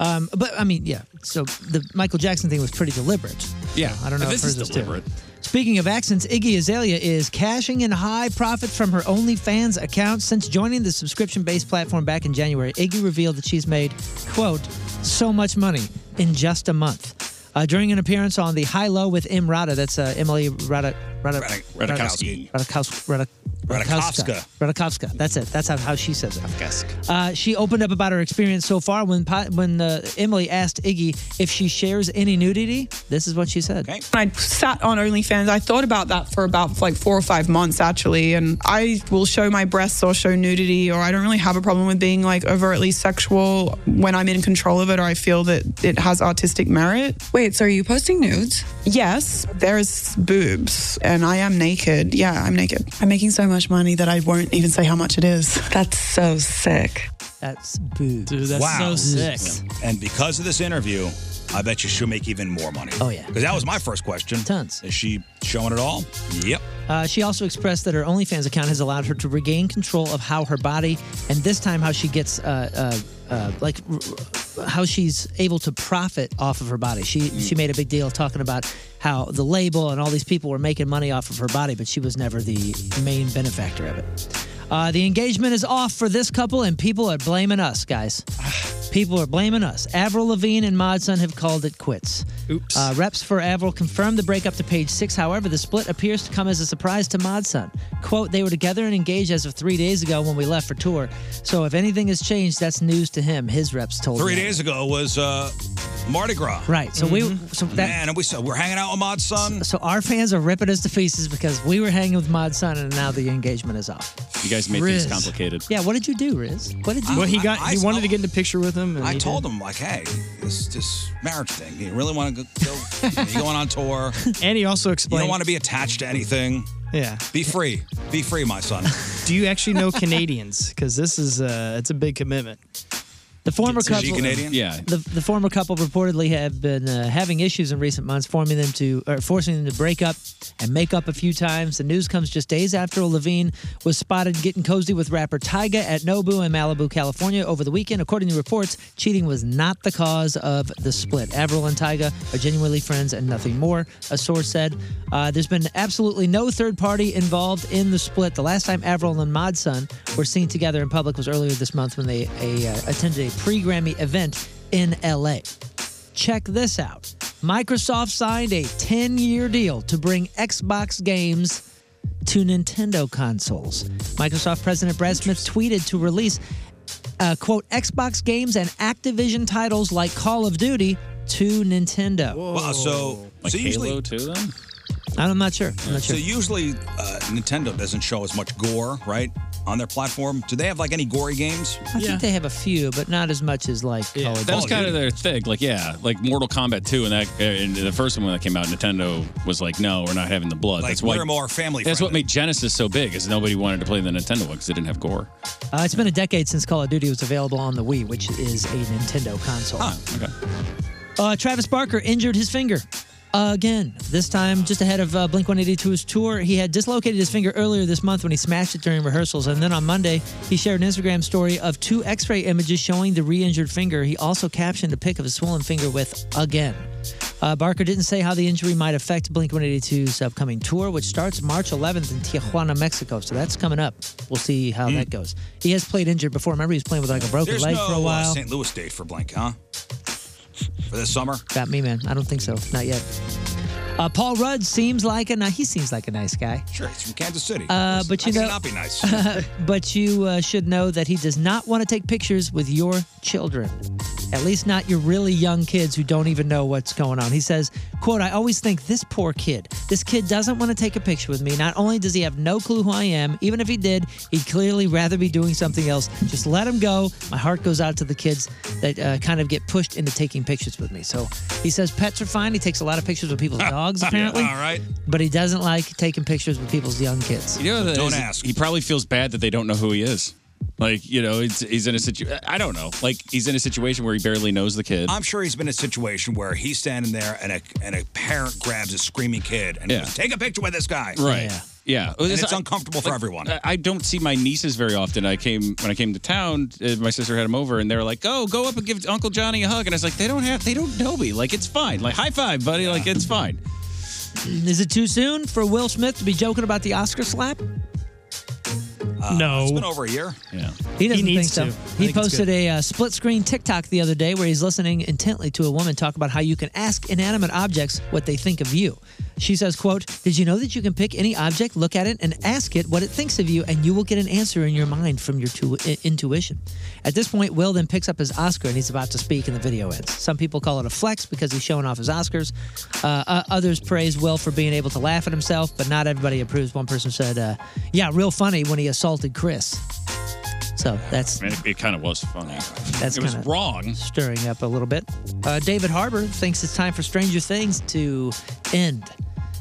Um, but I mean, yeah. So the Michael Jackson thing was pretty deliberate.
Yeah.
I don't know
This
if hers
is
is too.
deliberate.
Speaking of accents, Iggy Azalea is cashing in high profits from her OnlyFans account since joining the subscription-based platform back in January. Iggy revealed that she's made, quote, so much money in just a month. Uh, during an appearance on the High Low with M. Rada, that's uh, Emily Rada, Rada,
Radakowski.
Radakowska. Rada,
Radakowska.
Radakowska. That's it. That's how, how she says it. Uh, she opened up about her experience so far when po- when uh, Emily asked Iggy if she shares any nudity. This is what she said.
When I sat on OnlyFans, I thought about that for about like four or five months actually. And I will show my breasts or show nudity, or I don't really have a problem with being like overtly sexual when I'm in control of it or I feel that it has artistic merit. Wait, so are you posting nudes? Yes, there's boobs and I am naked. Yeah, I'm naked. I'm making so much money that I won't even say how much it is. That's so sick.
That's boobs.
Dude, that's
wow.
so sick.
And because of this interview, I bet you she'll make even more money. Oh, yeah. Because that was my first question. Tons. Is she showing it all? Yep.
Uh, she also expressed that her OnlyFans account has allowed her to regain control of how her body and this time how she gets uh, uh, uh, like r- r- how she's able to profit off of her body. She she made a big deal talking about how the label and all these people were making money off of her body, but she was never the main benefactor of it. Uh, the engagement is off for this couple, and people are blaming us, guys. People are blaming us. Avril Lavigne and Modson have called it quits. Oops. Uh, reps for Avril confirmed the breakup to page six. However, the split appears to come as a surprise to Modson. Quote, they were together and engaged as of three days ago when we left for tour. So if anything has changed, that's news to him, his reps told
Three
me.
days ago was uh, Mardi Gras.
Right. So
Mm-hmm.
we so that
Man, and we so we're hanging out with Mod Sun.
So our fans are ripping us to pieces because we were hanging with Mod Sun and now the engagement is off.
You guys make
Riz.
things complicated.
Yeah, what did you do, Riz? What did you
Well, he got- I- he I- wanted
to get in the picture with him.
I told him like, hey, this this marriage thing. You really want to go? go you're going on tour.
And he also
You
explained.
don't want to be attached to anything.
Yeah.
Be free. Be free, my son.
Do you actually know Canadians? Because this is uh, it's a big commitment.
The former couple, The, the former couple reportedly have been uh, having issues in recent months, forming them to or forcing them to break up and make up a few times. The news comes just days after Levine was spotted getting cozy with rapper Tyga at Nobu in Malibu, California, over the weekend. According to reports, cheating was not the cause of the split. Avril and Tyga are genuinely friends and nothing more, a source said. Uh, there's been absolutely no third party involved in the split. The last time Avril and Modson were seen together in public was earlier this month when they a, uh, attended a pre Grammy event in LA. Check this out Microsoft signed a 10 year deal to bring Xbox games to Nintendo consoles. Microsoft President Brad Smith tweeted to release, uh, quote, Xbox games and Activision titles like Call of Duty to Nintendo.
Wow. So
Like
so usually
Halo too, then.
I'm not sure. I'm not
So
sure.
usually uh, Nintendo doesn't show as much gore, right, on their platform. Do they have like any gory games?
I think they have a few, but not as much as like Call of
That was
Duty.
kind of their thing. Like, yeah, like Mortal Kombat 2 and that, uh, and the first one that came out, Nintendo was like, no, we're not having the blood.
Like,
that's why
we're more family
That's what made Genesis so big, is nobody wanted to play the Nintendo one because it didn't have gore.
Uh, it's been a decade since Call of Duty was available on the Wii, which is a Nintendo console.
Okay.
Uh, Travis Barker injured his finger again. This time, just ahead of uh, Blink 182's tour, he had dislocated his finger earlier this month when he smashed it during rehearsals. And then on Monday, he shared an Instagram story of two x ray images showing the re injured finger. He also captioned a pic of his swollen finger with again. Uh, Barker didn't say how the injury might affect Blink 182's upcoming tour, which starts March 11th in Tijuana, Mexico. So that's coming up. We'll see how that goes. He has played injured before. Remember, he was playing with like a broken
Hmm. There's
leg
no
for a
Uh,
while.
St. Louis date for blank, huh? For this summer.
Got me, man. I don't think so. Not yet. Uh, Paul Rudd seems like a ni- he seems like a nice guy.
Sure, he's from Kansas City.
Uh, but you
I
know,
cannot be nice.
but you uh, should know that he does not want to take pictures with your children. At least not your really young kids who don't even know what's going on. He says, quote, I always think this poor kid, this kid doesn't want to take a picture with me. Not only does he have no clue who I am, even if he did, he'd clearly rather be doing something else. Just let him go. My heart goes out to the kids that uh, kind of get pushed into taking pictures with me. So he says pets are fine. He takes a lot of pictures with people's dogs, apparently.
All right.
But he doesn't like taking pictures with people's young kids.
You know, that
Don't
is-
ask.
He probably feels bad that they don't know who he is. Like you know, it's, he's in a situation. I don't know. Like he's in a situation where he barely knows the kid.
I'm sure he's been in a situation where he's standing there and a and a parent grabs a screaming kid and
Yeah.
goes, take a picture with this guy.
Right. Yeah.
And it's uncomfortable for everyone.
I- I don't see my nieces very often. I came when I came to town. Uh, my sister had them over, and they were like, "Oh, go up and give Uncle Johnny a hug." And I was like, "They don't have. They don't know me. Like it's fine. Like high five, buddy. Like it's fine."
Is it too soon for Will Smith to be joking about the Oscar slap?
no. Uh, It's been over a year.
Yeah.
He doesn't
He needs
think
to.
so.
I
He
think it's
posted
good.
a uh, split screen TikTok the other day where he's listening intently to a woman talk about how you can ask inanimate objects what they think of you. She says, "quote Did you know that you can pick any object, look at it, and ask it what it thinks of you, and you will get an answer in your mind from your tu- i- intuition." At this point, Will then picks up his Oscar and he's about to speak, and the video ends. Some people call it a flex because he's showing off his Oscars. Uh, uh, others praise Will for being able to laugh at himself, but not everybody approves. One person said, uh, "Yeah, real funny when he assaulted Chris." So that's
I mean, it, it kind of was funny.
That's
it was
kinda-
wrong.
stirring up a little bit. Uh, David Harbour thinks it's time for Stranger Things to end.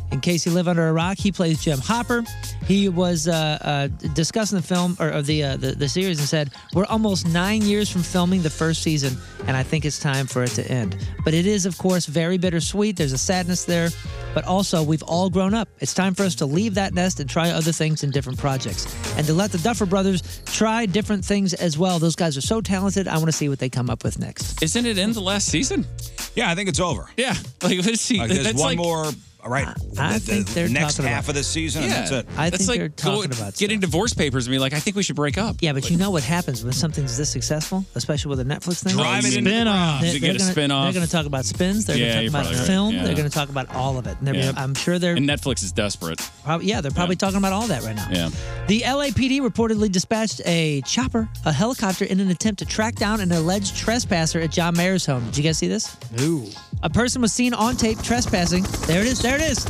In case you live under a rock, he plays Jim Hopper. He was uh, uh, discussing the film or, or the, uh, the the series and said, "We're almost nine years from filming the first season, and I think it's time for it to end." But it is, of course, very bittersweet. There's a sadness there, but also we've all grown up. It's time for us to leave that nest and try other things in different projects, and to let the Duffer Brothers try different things as well. Those guys are so talented. I want to see what they come up with next.
Isn't it in the last season?
Yeah, I think it's over.
Yeah. Like let's see.
Like, there's
that's
one
like-
more. All right.
I
the, the
think they're
next
talking
half
about-
of the season,
Yeah.
and that's it.
That's like going- getting divorce papers and be like, I think we should break up.
Yeah, but you know what happens when something's this successful, especially with a Netflix thing.
Drive it into the ground. You get a
gonna,
spin-off.
They're going to talk about spins. They're
Yeah,
going to
you're
talk about
probably right.
film.
Yeah.
They're going to talk about all of it. And they're-
Yeah.
I'm sure they're.
And Netflix is desperate.
prob- yeah, they're probably talking about all that right now.
Yeah.
The LAPD reportedly dispatched a chopper, a helicopter, in an attempt to track down an alleged trespasser at John Mayer's home. Did you guys see this? No. A person was seen on tape trespassing. There it is. There it is.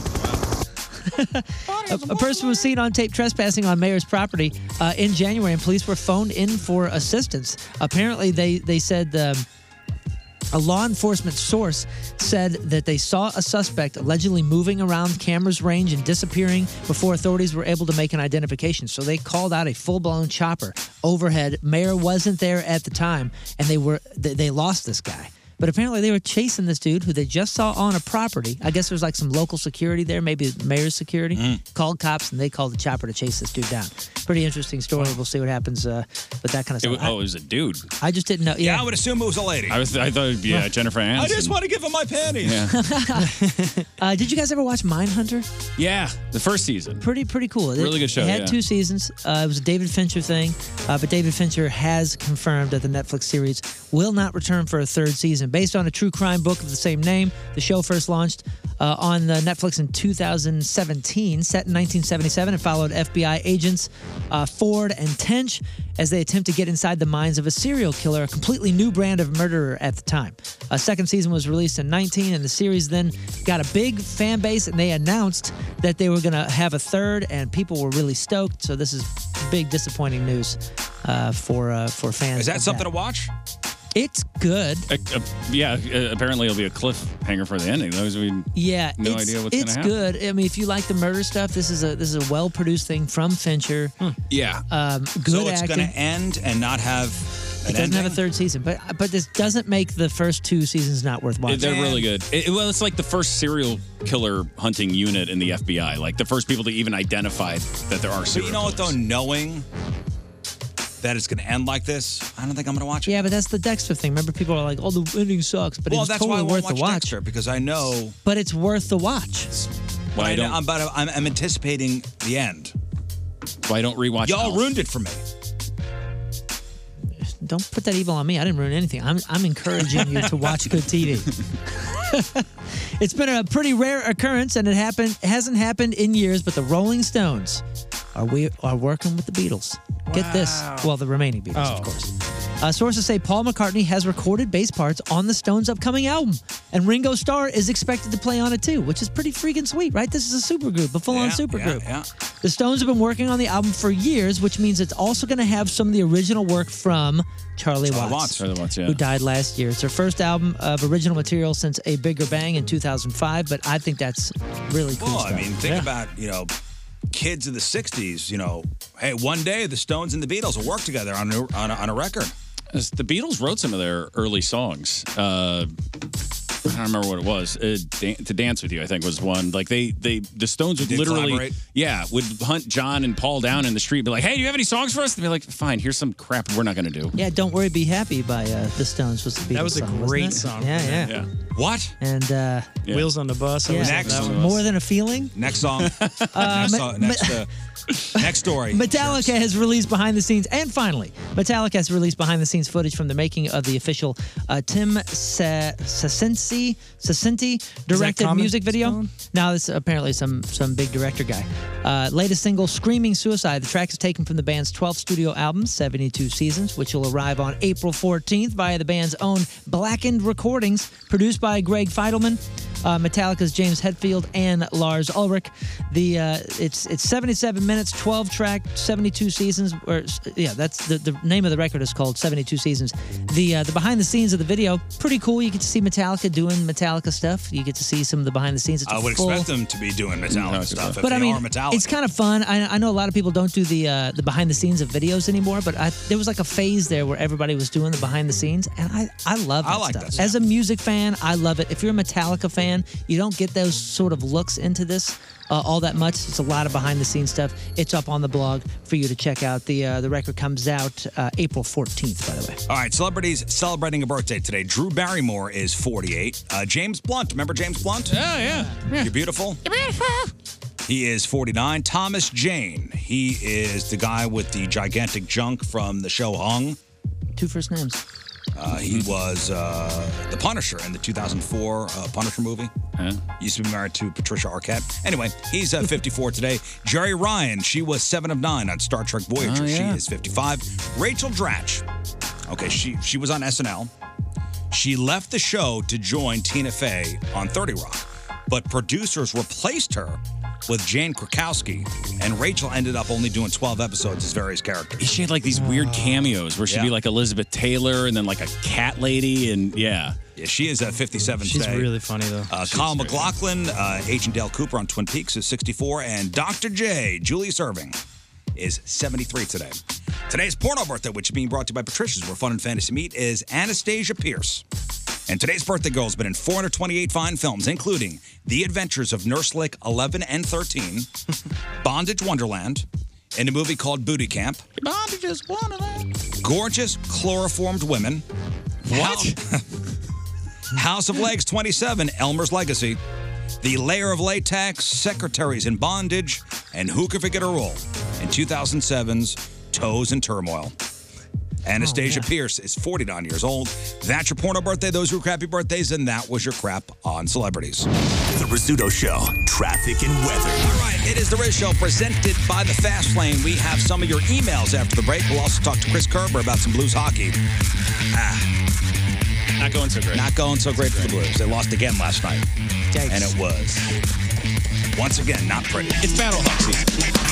a, a person was seen on tape trespassing on Mayer's property uh, in January, and police were phoned in for assistance. Apparently, they they said. Um, a law enforcement source said that they saw a suspect allegedly moving around cameras range and disappearing before authorities were able to make an identification. So they called out a full-blown chopper overhead. Mayor wasn't there at the time, and they were they, they lost this guy. But apparently they were chasing this dude who they just saw on a property. I guess there was like some local security there, maybe mayor's security.
Mm.
Called cops and they called the chopper to chase this dude down. Pretty interesting story. We'll see what happens uh, with that kind of
It,
stuff.
wa- oh, it was a dude.
I, I just didn't know. Yeah,
I would assume it was a lady.
I was. I thought. It'd be, yeah, Jennifer Aniston.
I just want to give him my panties.
Yeah.
uh, did you guys ever watch Mindhunter?
Yeah, the first season.
Pretty pretty cool. It-
Really good show,
It had
yeah.
two seasons. Uh, it was a David Fincher thing, uh, but David Fincher has confirmed that the Netflix series will not return for a third season. Based on a true crime book of the same name, the show first launched uh, on the Netflix in 2017, set in 1977, and followed FBI agents uh, Ford and Tench as they attempt to get inside the minds of a serial killer, a completely new brand of murderer at the time. A second season was released in 19, and the series then got a big fan base, and they announced that they were going to have a third, and people were really stoked. So this is big, disappointing news uh, for uh, for fans.
Is that
of
something to watch?
It's good.
Uh, uh, yeah, uh, apparently it'll be a cliffhanger for the ending. Those we
Yeah,
no
it's,
idea what's
it's
gonna happen.
good. I mean, if you like the murder stuff, this is a this is a well produced thing from Fincher.
Hmm.
Yeah.
Um, good
so it's
acting.
going to end and not have
it
an
doesn't
ending?
have a third season, but uh, but this doesn't make the first two seasons not worth watching.
They're really good. It- well, it's like the first serial killer hunting unit in the FBI. Like the first people to even identify that there are
But
serial.
you know what, though? Knowing that it's going to end like this, I don't think I'm going to watch it.
Yeah, but that's the Dexter thing. Remember, people are like, "Oh, the ending sucks," but
well,
it's
that's
totally
why I won't
worth
watch
the watch.
Dexter, because I know.
But it's worth the watch.
Why
I
don't-
am but I'm, I'm anticipating the end.
Why don't rewatch?
Y'all ruined it for me.
Don't put that evil on me. I didn't ruin anything. I'm I'm encouraging you to watch good TV. it's been a pretty rare occurrence, and it happened hasn't happened in years. But the Rolling Stones are we are working with the Beatles. Get this. Well, the remaining Beatles, of course. Uh, sources say Paul McCartney has recorded bass parts on the Stones' upcoming album, and Ringo Starr is expected to play on it too, which is pretty freaking sweet, right? This is a supergroup, a full-on
Yeah,
supergroup.
yeah,
The Stones have been working on the album for years, which means it's also going to have some of the original work from Charlie Watts,
Charlie Watts, yeah.
who died last year. It's their first album of original material since A Bigger Bang in 2005, but I think that's really cool.
Well, I
stuff.
mean, think about you know, kids of the '60s. You know, hey, one day the Stones and the Beatles will work together on a, on a, on a record.
As The Beatles wrote some of their early songs. Uh, I don't remember what it was. Uh, Dan- to dance with you, I think, was one. Like they, they, the Stones would
Did
literally,
collaborate?
yeah, would hunt John and Paul down in the street, be like, "Hey, do you have any songs for us?" And be like, "Fine, here's some crap we're not going to do."
Yeah, Don't Worry, Be Happy by uh, The Stones was the Beatles
That was a
song, wasn't
great
it?
song.
Yeah, yeah.
Yeah.
What?
And uh,
Wheels on the Bus. I
Yeah.
was
Next.
that one.
More Than a Feeling.
Next song.
Uh,
next,
Ma-
song- next, uh, next story.
Metallica has released behind the scenes, and finally, Metallica has released behind the scenes footage from the making of the official uh, Tim Sa- Sasinsi Sasinti directed
common
music video. Now this is apparently some some big director guy. Uh, latest single, "Screaming Suicide." The track is taken from the band's 12th studio album, 72 Seasons, which will arrive on April 14th via the band's own Blackened Recordings, produced by Greg Feidelman. Uh, Metallica's James Hetfield and Lars Ulrich. The uh, it's it's 77 minutes, 12 track, 72 seasons. Or yeah, that's the, the name of the record is called 72 Seasons. The uh, the behind the scenes of the video pretty cool. You get to see Metallica doing Metallica stuff. You get to see some of the behind the scenes. It's
I
a
would
full-
expect them to be doing Metallica stuff. If
but
they
I mean,
are Metallica.
it's kind of fun. I, I know a lot of people don't do the uh, the behind the scenes of videos anymore, but I, there was like a phase there where everybody was doing the behind the scenes, and I I love that
I like
stuff.
that
As a music fan, I love it. If you're a Metallica fan, you don't get those sort of looks into this uh, all that much. It's a lot of behind the scenes stuff. It's up on the blog for you to check out. The uh, the record comes out uh, April 14th, by the way.
All right, celebrities celebrating a birthday today. Drew Barrymore is 48. Uh, James Blunt, remember James Blunt? Yeah, yeah. You're beautiful. You're beautiful. He is 49. Thomas Jane, he is the guy with the gigantic junk from the show Hung.
Two first names.
Uh, he was uh, the Punisher in the 2004 uh, Punisher movie. He Used to be married to Patricia Arquette. Anyway, he's uh, 54 today. Jerry Ryan, she was seven of nine on Star Trek Voyager.
Oh, yeah.
She is 55. Rachel Dratch. Okay, she she was on SNL. She left the show to join Tina Fey on 30 Rock, but producers replaced her with Jane Krakowski, and Rachel ended up only doing 12 episodes as various characters.
She had like these weird cameos where she'd
Yeah.
be like Elizabeth Taylor and then like a cat lady, and yeah,
yeah, she is at 57
She's
today.
really
funny though.
Uh,
She's
Kyle
very-
McLaughlin, uh, Agent Dale Cooper on Twin Peaks is 64, and Dr. J, Julie Serving, is 73 today. Today's porno birthday, which is being brought to you by Patricia's, where fun and fantasy meet, is Anastasia Pierce. And today's birthday girl has been in 428 fine films, including The Adventures of Nurse Lick 11 and 13, Bondage Wonderland, and a movie called Booty Camp,
Bobby just wanted that.
Gorgeous Chloroformed Women, what? House of Legs 27, Elmer's Legacy, The Layer of Latex, Secretaries in Bondage, and Who Could Forget a Roll in 2007's Toes in Turmoil. Anastasia Pierce is 49 years old. That's your porno birthday, those who are crappy birthdays, and that was your crap on celebrities. The Rizzuto Show, traffic and weather. All right, it is the Riz Show presented by the Fast Lane. We have some of your emails after the break. We'll also talk to Chris Kerber about some Blues hockey. Ah,
not going so great.
Not going so great for the Blues. They lost again last night, and it was once again not pretty. It's battle hockey.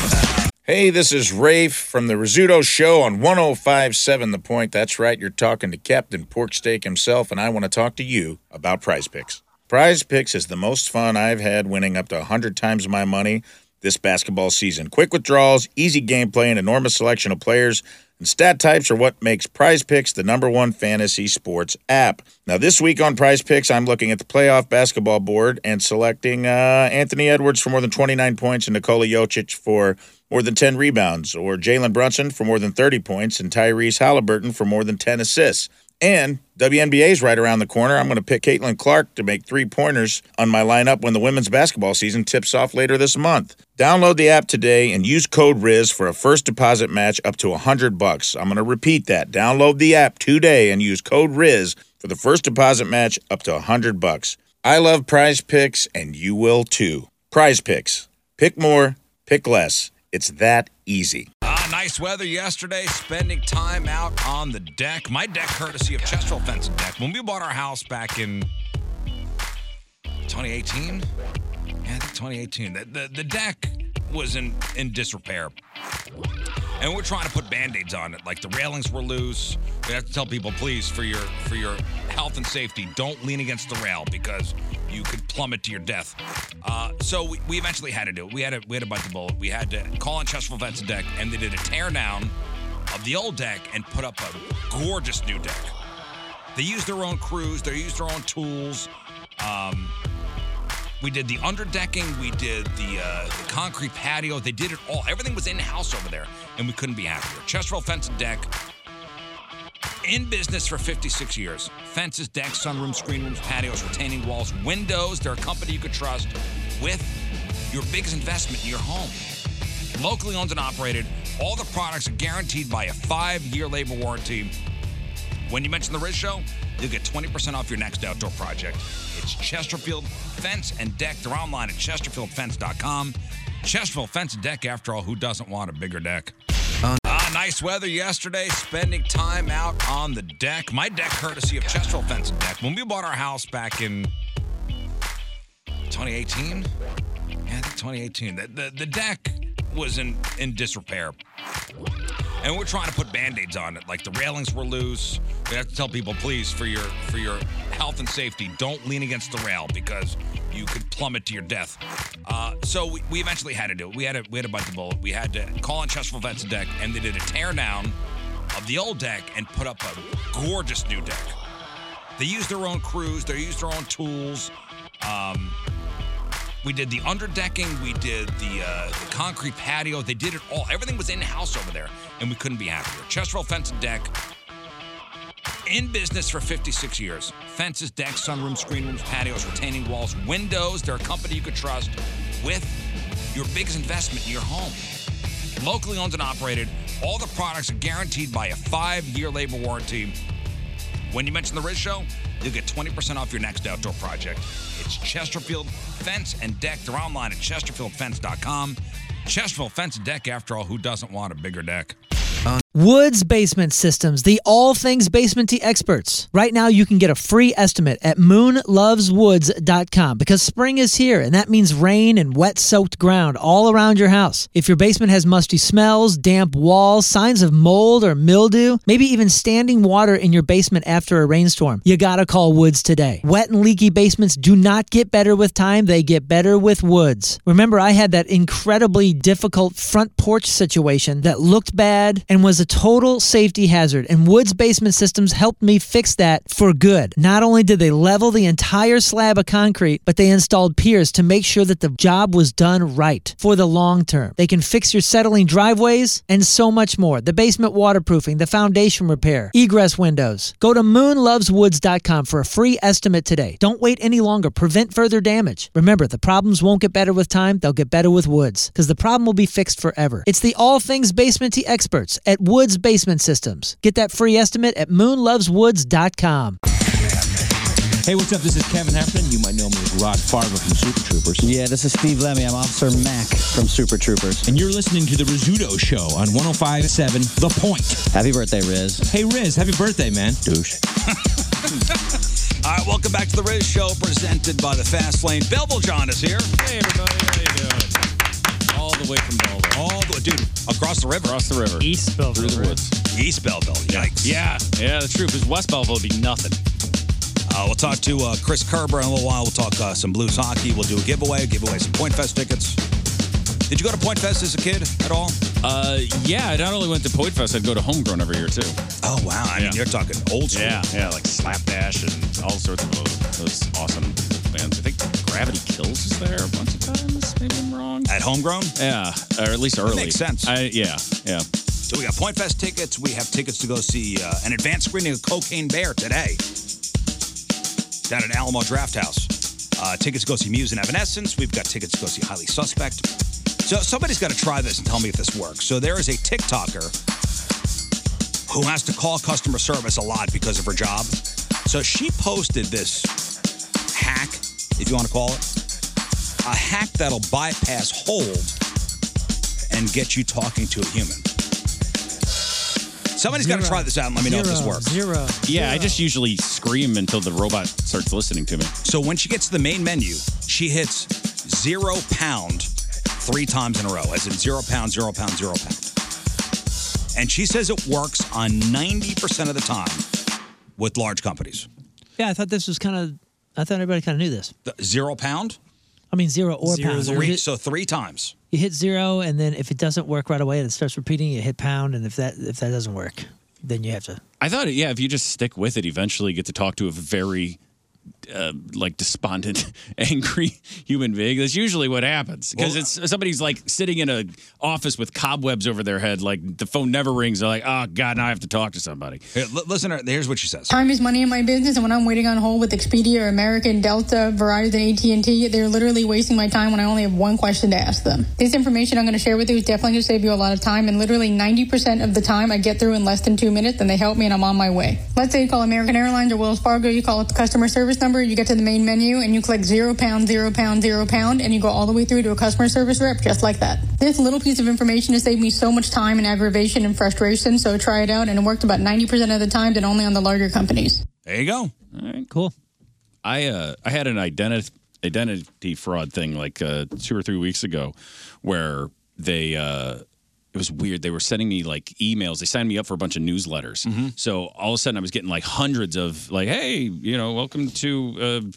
Hey, this is Rafe from the Rizzuto Show on 1057 The Point. That's right, you're talking to Captain Porksteak himself, and I want to talk to you about prize picks. Prize picks is the most fun I've had winning up to 100 times my money this basketball season. Quick withdrawals, easy gameplay, an enormous selection of players and stat types are what makes Prize Picks the number one fantasy sports app. Now, this week on Prize Picks, I'm looking at the playoff basketball board and selecting uh, Anthony Edwards for more than 29 points and Nikola Jokic for more than 10 rebounds, or Jalen Brunson for more than 30 points and Tyrese Halliburton for more than 10 assists. And WNBA's right around the corner. I'm going to pick Caitlin Clark to make three pointers on my lineup when the women's basketball season tips off later this month. Download the app today and use code RIZ for a first deposit match up to 100 bucks. I'm going to repeat that. Download the app today and use code RIZ for the first deposit match up to 100 bucks. I love prize picks and you will too. Prize picks. Pick more, pick less. It's that easy.
Yeah, Ah, nice weather yesterday. Spending time out on the deck. My deck, courtesy of Chesterfield Fence and Deck. When we bought our house back in 2018, yeah, I think 2018. The, the, the deck was in, in disrepair. And we're trying to put band-aids on it. Like the railings were loose. We have to tell people, please, for your for your health and safety, don't lean against the rail because you could plummet to your death. Uh, so we, we eventually had to do it. We had to we had to bite the bullet. We had to call on Chesterfield Vets Deck, and they did a tear down of the old deck and put up a gorgeous new deck. They used their own crews. They used their own tools. Um, we did the underdecking. We did the, uh, the concrete patio. They did it all. Everything was in house over there, and we couldn't be happier. Chesterfield Fence and Deck, in business for 56 years. Fences, decks, sunrooms, screen rooms, patios, retaining walls, windows. They're a company you could trust with your biggest investment in your home. Locally owned and operated. All the products are guaranteed by a five year labor warranty. When you mention the Riz Show, you'll get 20% off your next outdoor project. It's Chesterfield Fence and Deck. They're online at chesterfieldfence.com. Chesterfield Fence and Deck, after all, who doesn't want a bigger deck? Ah, nice weather yesterday. Spending time out on the deck. My deck, courtesy of Chesterfield Fence and Deck. When we bought our house back in 2018, yeah, I think 2018. The, the, the deck was in, in disrepair. And we're trying to put band-aids on it. Like the railings were loose. We have to tell people, please, for your for your health and safety, don't lean against the rail because you could plummet to your death. Uh, so we, we eventually had to do it. We had to we had to bite the bullet. We had to call on Chesterfield Vets and Deck, and they did a tear down of the old deck and put up a gorgeous new deck. They used their own crews. They used their own tools. Um, we did the underdecking. We did the, uh, the concrete patio. They did it all. Everything was in house over there, and we couldn't be happier. Chesterfield Fence and Deck, in business for 56 years. Fences, decks, sunrooms, screen rooms, patios, retaining walls, windows. They're a company you could trust with your biggest investment in your home. Locally owned and operated. All the products are guaranteed by a five year labor warranty. When you mention the Riz Show, you'll get 20% off your next outdoor project. It's Chesterfield Fence and Deck. They're online at chesterfieldfence.com. Chesterfield Fence and Deck, after all, who doesn't want a bigger deck?
Woods Basement Systems, the all things basement experts. Right now, you can get a free estimate at moonloveswoods.com because spring is here and that means rain and wet soaked ground all around your house. If your basement has musty smells, damp walls, signs of mold or mildew, maybe even standing water in your basement after a rainstorm, you gotta call Woods today. Wet and leaky basements do not get better with time, they get better with Woods. Remember, I had that incredibly difficult front porch situation that looked bad and was a total safety hazard, and Woods Basement Systems helped me fix that for good. Not only did they level the entire slab of concrete, but they installed piers to make sure that the job was done right for the long term. They can fix your settling driveways and so much more. The basement waterproofing, the foundation repair, egress windows. Go to moonloveswoods.com for a free estimate today. Don't wait any longer. Prevent further damage. Remember, the problems won't get better with time, they'll get better with Woods, because the problem will be fixed forever. It's the all things basement experts at Woods Basement Systems. Get that free estimate at moonloveswoods.com.
Hey, what's up? This is Kevin Heffernan. You might know me as Rod Farber from Super Troopers. Yeah, this is Steve Lemmy. I'm Officer Mac from Super Troopers.
And you're listening to The Rizzuto Show on 1057 The Point.
Happy birthday, Riz.
Hey, Riz, happy birthday, man.
Douche.
All right, welcome back to the Riz Show, presented by the Fast Lane. Belville John is here.
Hey, everybody. How you doing? All the way from Boulder.
All the dude across the river.
Across the river.
East Belville.
Through the woods.
East Belleville. Yikes.
Yeah. Yeah, the truth is West Belleville would be nothing.
Uh, we'll talk to uh, Chris Kerber in a little while. We'll talk uh, some Blues hockey. We'll do a giveaway. Give away some Point Fest tickets. Did you go to Point Fest as a kid at all?
Uh, yeah, I not only went to Poet Fest, I'd go to Homegrown every year, too.
Oh wow! I mean, you're talking old school.
Yeah, yeah, like Slapdash and all sorts of those, those awesome bands. I think Gravity Kills was there a bunch of times. Maybe I'm wrong.
At homegrown?
Yeah, or at least early.
makes sense.
I, yeah, yeah.
So we got Point Fest tickets. We have tickets to go see uh, an advanced screening of Cocaine Bear today down at Alamo Draft House. Uh, tickets to go see Muse and Evanescence. We've got tickets to go see Highly Suspect. So somebody's got to try this and tell me if this works. So there is a TikToker who has to call customer service a lot because of her job. So she posted this hack, if you want to call it, a hack that'll bypass hold and get you talking to a human. Somebody's got to try this out and let me know if this works.
Zero.
Yeah, I just usually scream until the robot starts listening to me.
So when she gets to the main menu, she hits zero pound three times in a row, as in zero pound, zero pound, zero pound. And she says it works on 90% of the time with large companies.
Yeah, I thought this was kind of. I thought everybody kind of knew this.
The zero pound?
I mean, zero or
Zero,
pound.
three-
You hit-
so three times.
You hit zero, and then if it doesn't work right away, and it starts repeating. You hit pound, and if that if that doesn't work, then you have to.
I thought, yeah, if you just stick with it, eventually you get to talk to a very uh, like despondent, angry human being. That's usually what happens because it's somebody's like sitting in a office with cobwebs over their head. Like the phone never rings. They're like, oh god, now I have to talk to somebody.
listen, here's what she says.
Time is money in my business, and when I'm waiting on hold with Expedia, American, Delta, Verizon, AT&T, they're literally wasting my time when I only have one question to ask them. This information I'm going to share with you is definitely going to save you a lot of time, and literally 90% of the time I get through in less than two minutes, and they help me, and I'm on my way. Let's say you call American Airlines or Wells Fargo, you call up the customer service number, you get to the main menu, and you click zero pound, zero pound, zero pound, and you go all the way through to a customer service rep just like that. This little piece of information has saved me so much time and aggravation and frustration, so try it out, and it worked about 90% of the time, and only on the larger companies.
There you go.
All right,
cool.
I uh, I had an identity identity fraud thing like uh, two or three weeks ago, where they uh, it was weird. They were sending me like emails. They signed me up for a bunch of newsletters.
Mm-hmm.
So all of a sudden, I was getting like hundreds of like, hey, you know, welcome to uh,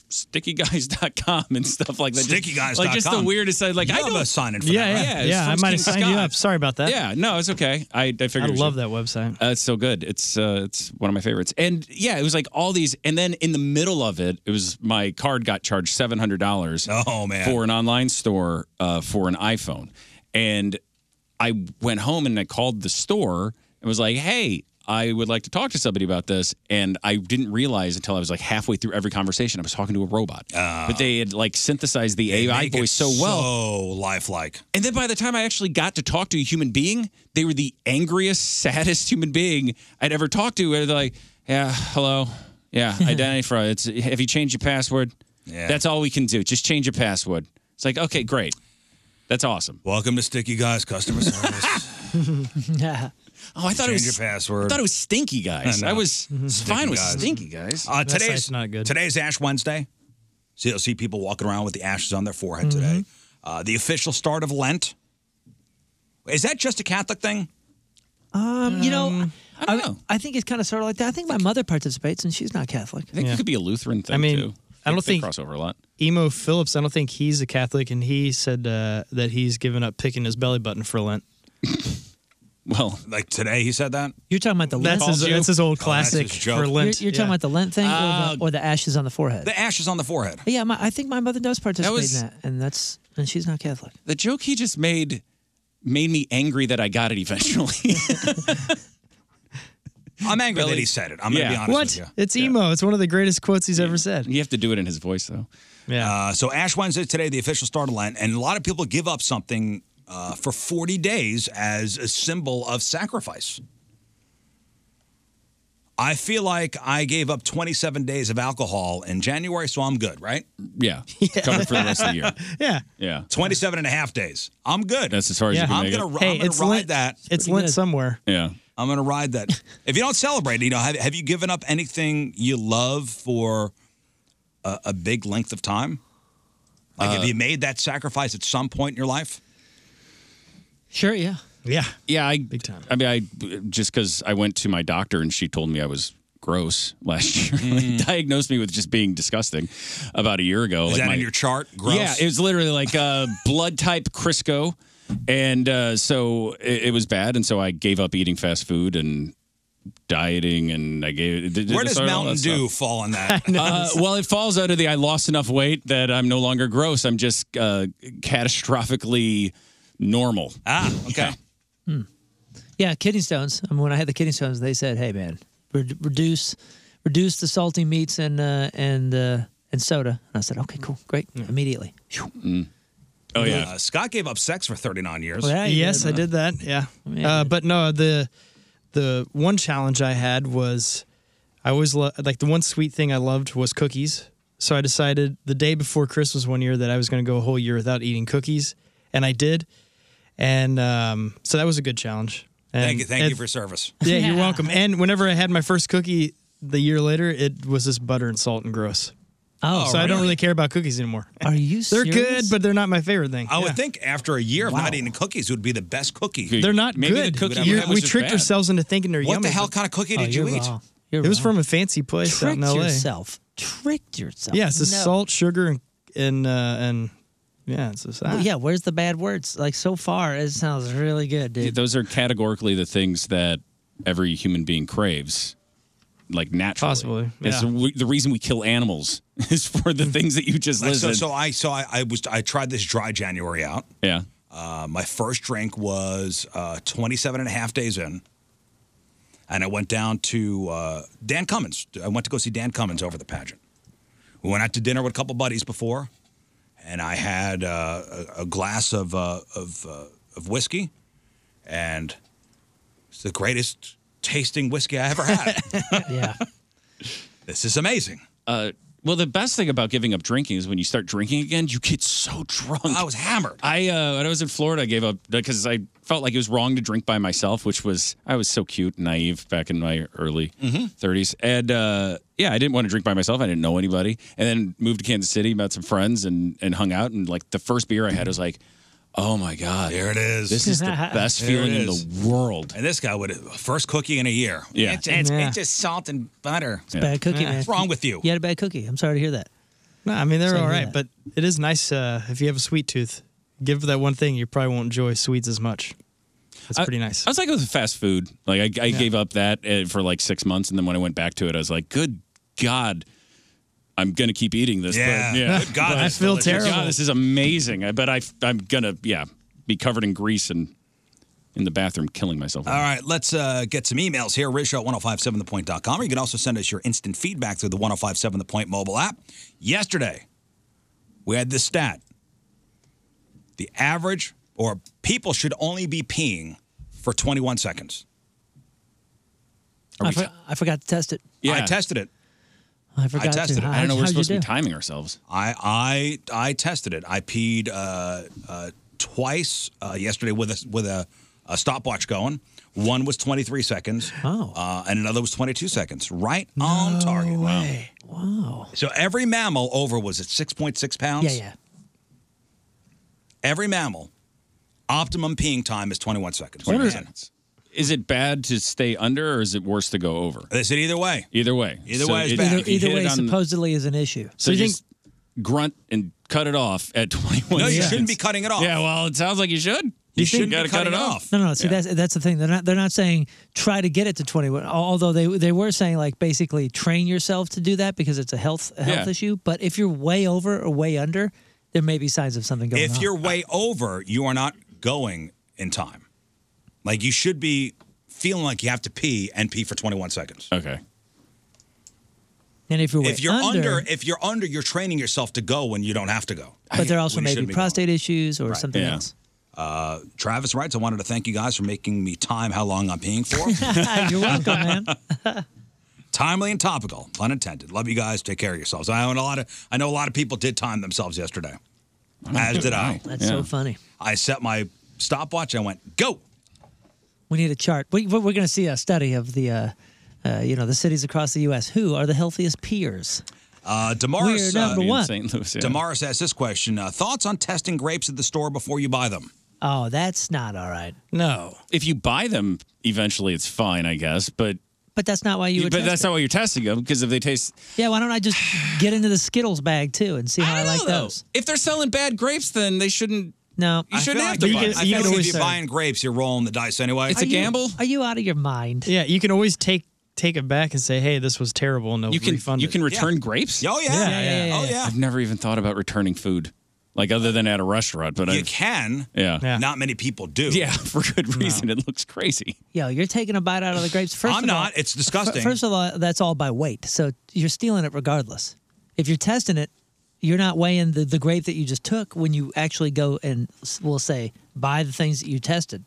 StickyGuys.com and stuff like that. Just-
StickyGuys.com.
like just the weirdest side. Like
You
I
have
don't
a sign in for
yeah,
that, right?
yeah,
Yeah,
it's
yeah, I
from
might have
King
signed you up.
Sorry about
that.
Yeah, no, it's okay. I I figured.
I
we
love
should-
that website.
uh, it's so good. It's uh, it's one of my favorites. And yeah, it was like all these. And then in the middle of it, it was my card got charged seven hundred dollars.
Oh man!
For an online store uh, for an iPhone, and I went home and I called the store and was like, "Hey, I would like to talk to somebody about this." And I didn't realize until I was like halfway through every conversation, I was talking to a robot. but they had like synthesized the AI
Ah. make it
voice so well,
so lifelike.
and then by the time I actually got to talk to a human being, they were the angriest, saddest human being I'd ever talked to. And They're like, yeah, hello. Yeah, identity fraud. It's, have you changed your password?
Yeah.
That's all we can do. Just change your password. It's like, okay, great. That's awesome.
Welcome to Sticky Guys customer service.
yeah.
Oh, I thought it
Change
was-
your password.
I thought it was Stinky Guys. I was
Mm-hmm.
fine with Stinky Guys.
Uh,
That
today's
site's not good.
Today's Ash Wednesday. So you'll see people walking around with the ashes on their forehead
Mhm.
today. Uh, the official start of Lent. Is that just a Catholic thing?
Um, you know, I
don't
I, I think it's kind of sort of like that. I think my mother participates, and she's not Catholic.
I think it could be a Lutheran thing
I mean,
too.
I don't
They
think-
cross over a lot.
Emo Phillips, I don't think he's a Catholic, and he said uh, that he's given up picking his belly button for Lent.
well,
like today he said that.
You're talking about the Lent.
That's his- that's his old
Oh, that's
classic
his
for
joke.
Lent.
You're, you're talking
Yeah.
about the Lent thing,
Uh,
or, the, or the ashes on the forehead.
The ashes on the forehead.
yeah, my, I think my mother does participate
was-
in that, and that's and she's not Catholic.
The joke he just made made me angry that I got it eventually.
I'm angry
Really?
that he said it. I'm going
Yeah.
to be honest
What?
with you.
It's emo. It's one of the greatest quotes he's ever said.
You have to do it in his voice, though.
Yeah.
Uh, so Ash Wednesday today, the official start of Lent, and a lot of people give up something uh, for 40 days as a symbol of sacrifice. I feel like I gave up 27 days of alcohol in January, so I'm good, right?
Yeah. Covered for the rest of the year.
Yeah.
Yeah.
27 and a half days. I'm good.
That's as far as you can
I'm
make it.
gonna,
Hey,
I'm going
it's
to ride
Lent-
that.
it's Lent
somewhere.
Yeah.
I'm going to ride that. if you don't celebrate, you know, have, have you given up anything you love for a, a big length of time? Like,
Uh,
have you made that sacrifice at some point in your life?
Sure. Yeah.
Yeah.
Yeah, I big time. I mean, I just because I went to my doctor and she told me I was gross last year. Like, diagnosed me with just being disgusting about a year ago.
Mm.
Oh,
Is
like
that
my,
in your chart? Gross.
Yeah, it was literally like uh, blood type Crisco, and uh, so it, it was bad, and so I gave up eating fast food and dieting, and I gave. did- did-
Where does
started all that
Mountain
stuff.
Dew fall in that?
Uh, well, it falls out of the I lost enough weight that I'm no longer gross. I'm just uh, catastrophically normal.
Ah, okay.
Yeah, kidney stones. I mean, when I had the kidney stones, they said, "Hey, man, re- reduce, reduce the salty meats and uh, and uh, and soda." And I said, "Okay, cool, great." Immediately.
Oh
yeah. Uh, Scott gave up sex for 39 years.
Oh, yes, I did that. Yeah.
Yeah.
Uh, but no, the the one challenge I had was I always lo- like the one sweet thing I loved was cookies. So I decided the day before Christmas one year that I was going to go a whole year without eating cookies, and I did. And um, so that was a good challenge.
Thank you,
And-
thank you
and-
for service.
Yeah, you're welcome. And whenever I had my first cookie the year later, it was just butter and salt and gross.
Oh,
so I don't
really?
really care about cookies anymore.
Are you?
They're
serious?
good, but they're not my favorite thing.
I
Yeah.
would think after a year of not eating cookies would be the best cookie.
They're not
Maybe
good.
The cookie
You're-
you had was
we
just
tricked
bad.
ourselves into thinking they're
What the
yummy.
hell
but-
kind of cookie did Oh, you you're eat? wrong.
it was from a fancy place out in
Tricked
L.A.
yourself. Tricked yourself.
Yeah, it's the
No.
salt, sugar, and and uh, and yeah, it's just,
Well, yeah, where's the bad words? Like so far, it sounds really good, dude.
Those are categorically the things that every human being craves, like naturally. Possibly. That's
yeah.
the w- the reason we kill animals is for the things that you just
Like, so,
listed.
so I so I, I was I tried this dry January out.
yeah.
Uh, my first drink was uh, 27 and a half days in. And I went down to uh, Dan Cummins. I went to go see Dan Cummins over the pageant. We went out to dinner with a couple buddies before, and I had uh, a, a glass of, uh, of, uh, of whiskey, and it's the greatest tasting whiskey I ever had.
yeah.
This is amazing.
Uh, well, the best thing about giving up drinking is when you start drinking again, you get so drunk. I was
hammered.
I uh, when I was in Florida, I gave up because I felt like it was wrong to drink by myself, which was I was so cute and naive back in my early
Mm-hmm.
30s, and uh, yeah, I didn't want to drink by myself. I didn't know anybody, and then moved to Kansas City, met some friends, and and hung out. And like the first beer I had was like, oh my god,
there it is.
This is the best
There it
feeling in
is.
the world.
And this guy would first cookie in a year.
Yeah.
It's, it's,
Yeah.
it's just salt and butter.
It's a bad cookie, man.
What's wrong with you?
You had a bad cookie. I'm sorry to hear that.
No, I mean they're
Sorry to
all
hear
right,
that.
but it is nice uh, if you have a sweet tooth. Give that one thing, you probably won't enjoy sweets as much. That's pretty nice.
I was like with fast food. Like I, I
Yeah.
gave up that uh, for like six months, and then when I went back to it, I was like, "Good God, I'm gonna keep eating this."
Yeah.
but, yeah.
Good God,
But-
I feel
Good God,
terrible.
this is amazing. I bet I, I'm gonna yeah be covered in grease and in the bathroom, killing myself.
All right, let's uh, get some emails here. Rich at 1057thepoint.com. Or you can also send us your instant feedback through the 1057 The Point mobile app. Yesterday, we had this stat the average or people should only be peeing for 21 seconds.
I, for- I forgot to test it.
I tested it.
I forgot
I tested
to.
it.
How'd- how'd you do?
timing ourselves.
I I I tested it. I peed uh, uh, twice uh, yesterday with a with a, a stopwatch going. One was 23 seconds.
Oh.
Uh, and another was 22 seconds. Right on target.
Wow.
So every mammal over was at 6.6 pounds.
Yeah, yeah.
Every mammal, optimum peeing time is 21 seconds.
What is it? Is it bad to stay under, or is it worse to go over?
They said either way.
Either way.
Either
So
way is
it-
bad.
if you
Either
hit it
way,
on-
supposedly is an issue.
So, you just grunt and cut it off at 21.
No, you
seconds.
shouldn't be cutting it off.
Yeah, well, it sounds like you should. You, should got to cut it off.
No, no. See, that's that's the thing. They're not they're not saying try to get it to twenty one. Although they they were saying like basically train yourself to do that because it's a health a health
Yeah.
issue. But if you're way over or way under, there may be signs of something going on.
If you're way over, you are not going in time. Like you should be feeling like you have to pee and pee for 21 seconds.
Okay.
and if you're way
If you're
under,
under, if you're under, you're training yourself to go when you don't have to go.
but there also
When you
may be
shouldn't going.
prostate issues or something else.
Uh, Travis writes, I wanted to thank you guys for making me time how long I'm peeing for.
You're welcome, man.
Timely and topical, pun intended. Love you guys. Take care of yourselves. I know a lot of, I know a lot of people did time themselves yesterday, as did I.
That's so funny.
I set my stopwatch. I went go.
We need a chart. We, we're going to see a study of the, uh, uh, you know, the cities across the U.S. Who are the healthiest peers?
Uh, Damaris,
We're number
uh,
one.
Damaris asked this question: uh, Thoughts on testing grapes at the store before you buy them?
Oh, that's not all right.
No.
If you buy them, eventually it's fine, I guess. But
But that's not why you. Would
but
test
that's
it.
not why you're testing them because if they taste,
Yeah, why don't I just get into the Skittles bag too and see how I, like
though.
those?
If they're selling bad grapes, then they shouldn't.
No,
You shouldn't have to
You
buy
can,
them.
I feel like if you're buying grapes, you're rolling the dice anyway.
It's a Are you- gamble.
Are you out of your mind?
Yeah, you can always take take it back and say, "Hey, this was terrible," and they'll
You can-
refund
you
it.
can return Yeah. grapes? Oh, yeah. Yeah, yeah, yeah, yeah. I've never even thought about returning food, like other than at a restaurant. But
You
I've-
can.
Yeah.
Not many people do.
Yeah, for good reason. It looks crazy.
Yo, you're taking a bite out of the grapes. First
I'm
of all-
not. It's disgusting.
F- First of all, that's all by weight, so you're stealing it regardless. If you're testing it, you're not weighing the, the grape that you just took when you actually go and s- we'll say buy the things that you tested.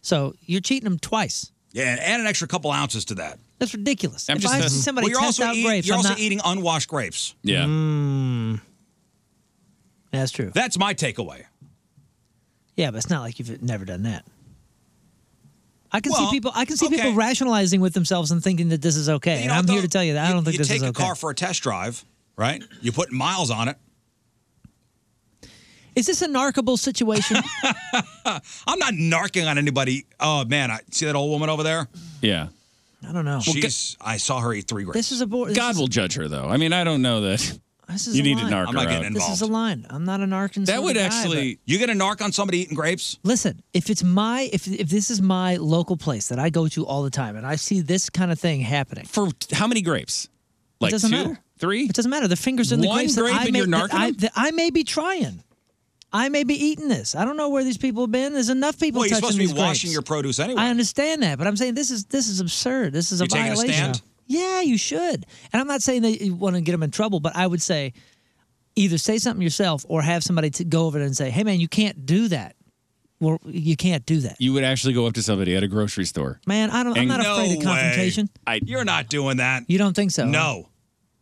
So you're cheating them twice.
Yeah, add an extra couple ounces to that.
That's ridiculous.
I'm
if
just
I see
testing.
somebody
Well, you're
test
also
out
eat-
grapes,
you're
I'm
also
not-
eating unwashed grapes.
Yeah.
That's true.
That's my takeaway.
Yeah, but it's not like you've never done that. I can
Well,
see people. I can see
okay.
people rationalizing with themselves and thinking that this is okay. and I'm here to tell you that I don't think
you
this
take
is
a
okay.
car for a test drive, right? You put miles on it.
Is this a narkable situation?
I'm not narking on anybody. Oh man, I see that old woman over there.
Yeah.
I don't know.
She's. I saw her eat three grapes.
This is a board.
God will judge her, though. I mean, I don't know that.
This is
you
a
need
line.
to narc her out.
This is a line. I'm not a narc. and so the guy,
you get a narc on somebody eating grapes?
but- Listen, if it's my if if this is my local place that I go to all the time and I see this kind of thing happening
for how many grapes? Like
it doesn't
two?
matter.
Three? It
doesn't matter. The fingers in the
One
grapes
grape
that I
and
may,
you're
that
narking
I,
them?
that I may be trying. I may be eating this. I don't know where these people have been. There's enough people
Well, you're
touching
supposed to
these
be washing
grapes.
your produce anyway.
I understand that, but I'm saying this is this is absurd. This is a
You taking a
violation.
stand?
Yeah, you should. And I'm not saying that you want to get them in trouble, but I would say either say something yourself or have somebody to go over and say, "Hey, man, you can't do that. Well, you can't do that,
You would actually go up to somebody at a grocery store.
man. I don't. I'm
And-
not afraid of
No way.
confrontation.
I,
You're not doing that.
You don't think so?
No.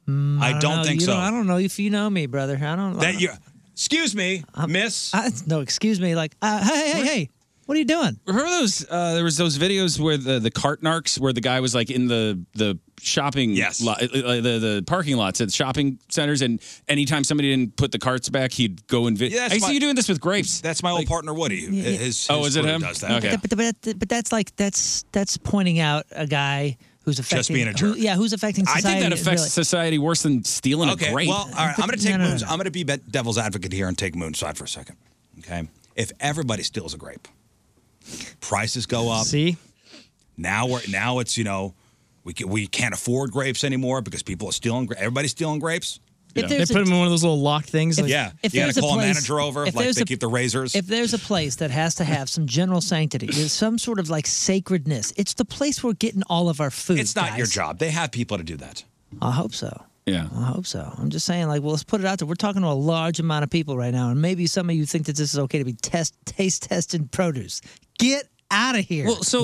Mm,
I don't
know.
think
You
so.
I don't know if you know me, brother. I don't. I
That
don't-
you. Excuse me, miss.
I, no, excuse me. Like, uh, hey, hey, hey, what are you doing?
Remember those? Uh, there was those videos where the the cart narcs, where the guy was like in the the shopping yes. lot, uh, uh, the the parking lots at shopping centers, and anytime somebody didn't put the carts back, he'd go and video.
Yeah, that's
I
my-
see you doing this with grapes.
That's my old partner Woody. His, his
oh, is it
crew
him?
Does that.
Okay.
But, but, but, but that's like that's that's pointing out a guy who's affecting
being a
who-
jerk.
yeah, who's affecting
I think
society.
that affects
really.
society worse than stealing
okay.
a grape.
Well, all right. I'm going to take
But- no, no, no,
Moon's.
no.
I'm going to be bet- devil's advocate here and take Moon's side for a second. Okay. If everybody steals a grape, prices go up.
See.
Now we're now it's you know we can, we can't afford grapes anymore because people are stealing. gra- Everybody's stealing grapes.
If
They
Yeah.
put them in one of those little lock things.
If-
like-
yeah,
if
you got
there's
to
a
call a
place-
manager over.
if
Like
there's
they
a-
keep the razors.
If there's a place that has to have some general sanctity, there's some sort of like sacredness. It's the place we're getting all of our food.
it's not your
guys.
job. They have people to do that.
I hope so.
Yeah.
I hope so. I'm just saying, like, well, let's put it out there. We're talking to a large amount of people right now, and maybe some of you think that this is okay to be test taste testing produce. Get out of here.
Well, so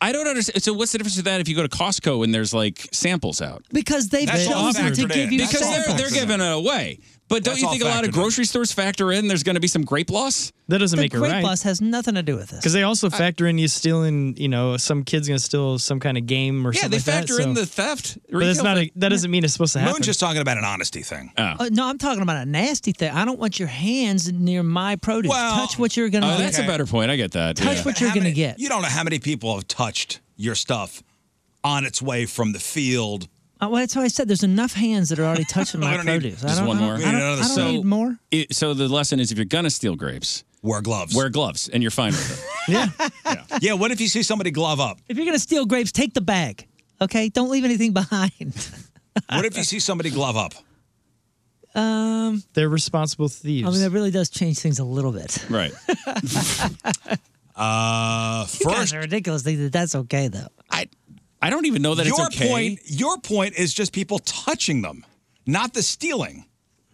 I don't understand. So what's the difference with that if you go to Costco and there's like samples out?
because they've chosen to give you
because they're,
samples.
they're giving it away. But don't
That's
you
all
think a lot of
factored in.
grocery stores factor in there's going to be some grape loss?
That doesn't
the Uh,
make it
grape
right.
loss has nothing to do with this.
Because they also
I-
factor in you stealing, you know, some kid's gonna steal some kind of game or
Yeah,
something.
they
like that,
factor in
so-
the theft,
But that's
retail
not. A,
theft.
that doesn't mean it's supposed to happen.
Moon's just talking about an honesty thing.
Uh, no, I'm talking about a nasty thing. I don't want your hands near my produce. Touch what you're
Oh,
going to get.
point. I get that.
Touch what you're going to get.
You don't know how many people have touched your stuff on its way from the field.
Uh, well, that's why I said there's enough hands that are already touching my
I don't need-
produce. I
Just
don't,
one
I don't-
more.
I don't, I don't need more.
It, so the lesson is if you're going to steal grapes,
wear gloves.
Wear gloves, and you're fine with it.
Yeah, what if you see somebody glove up?
If you're going to steal grapes, take the bag. Okay, don't leave anything behind.
What if you see somebody glove up?
Um,
They're responsible
I
thieves.
mean, that really does change things a little bit.
Right.
uh,
You guys are ridiculous. Think that that's okay though.
I I don't even know that it's
your
okay.
Point, your point is just people touching them, not the stealing.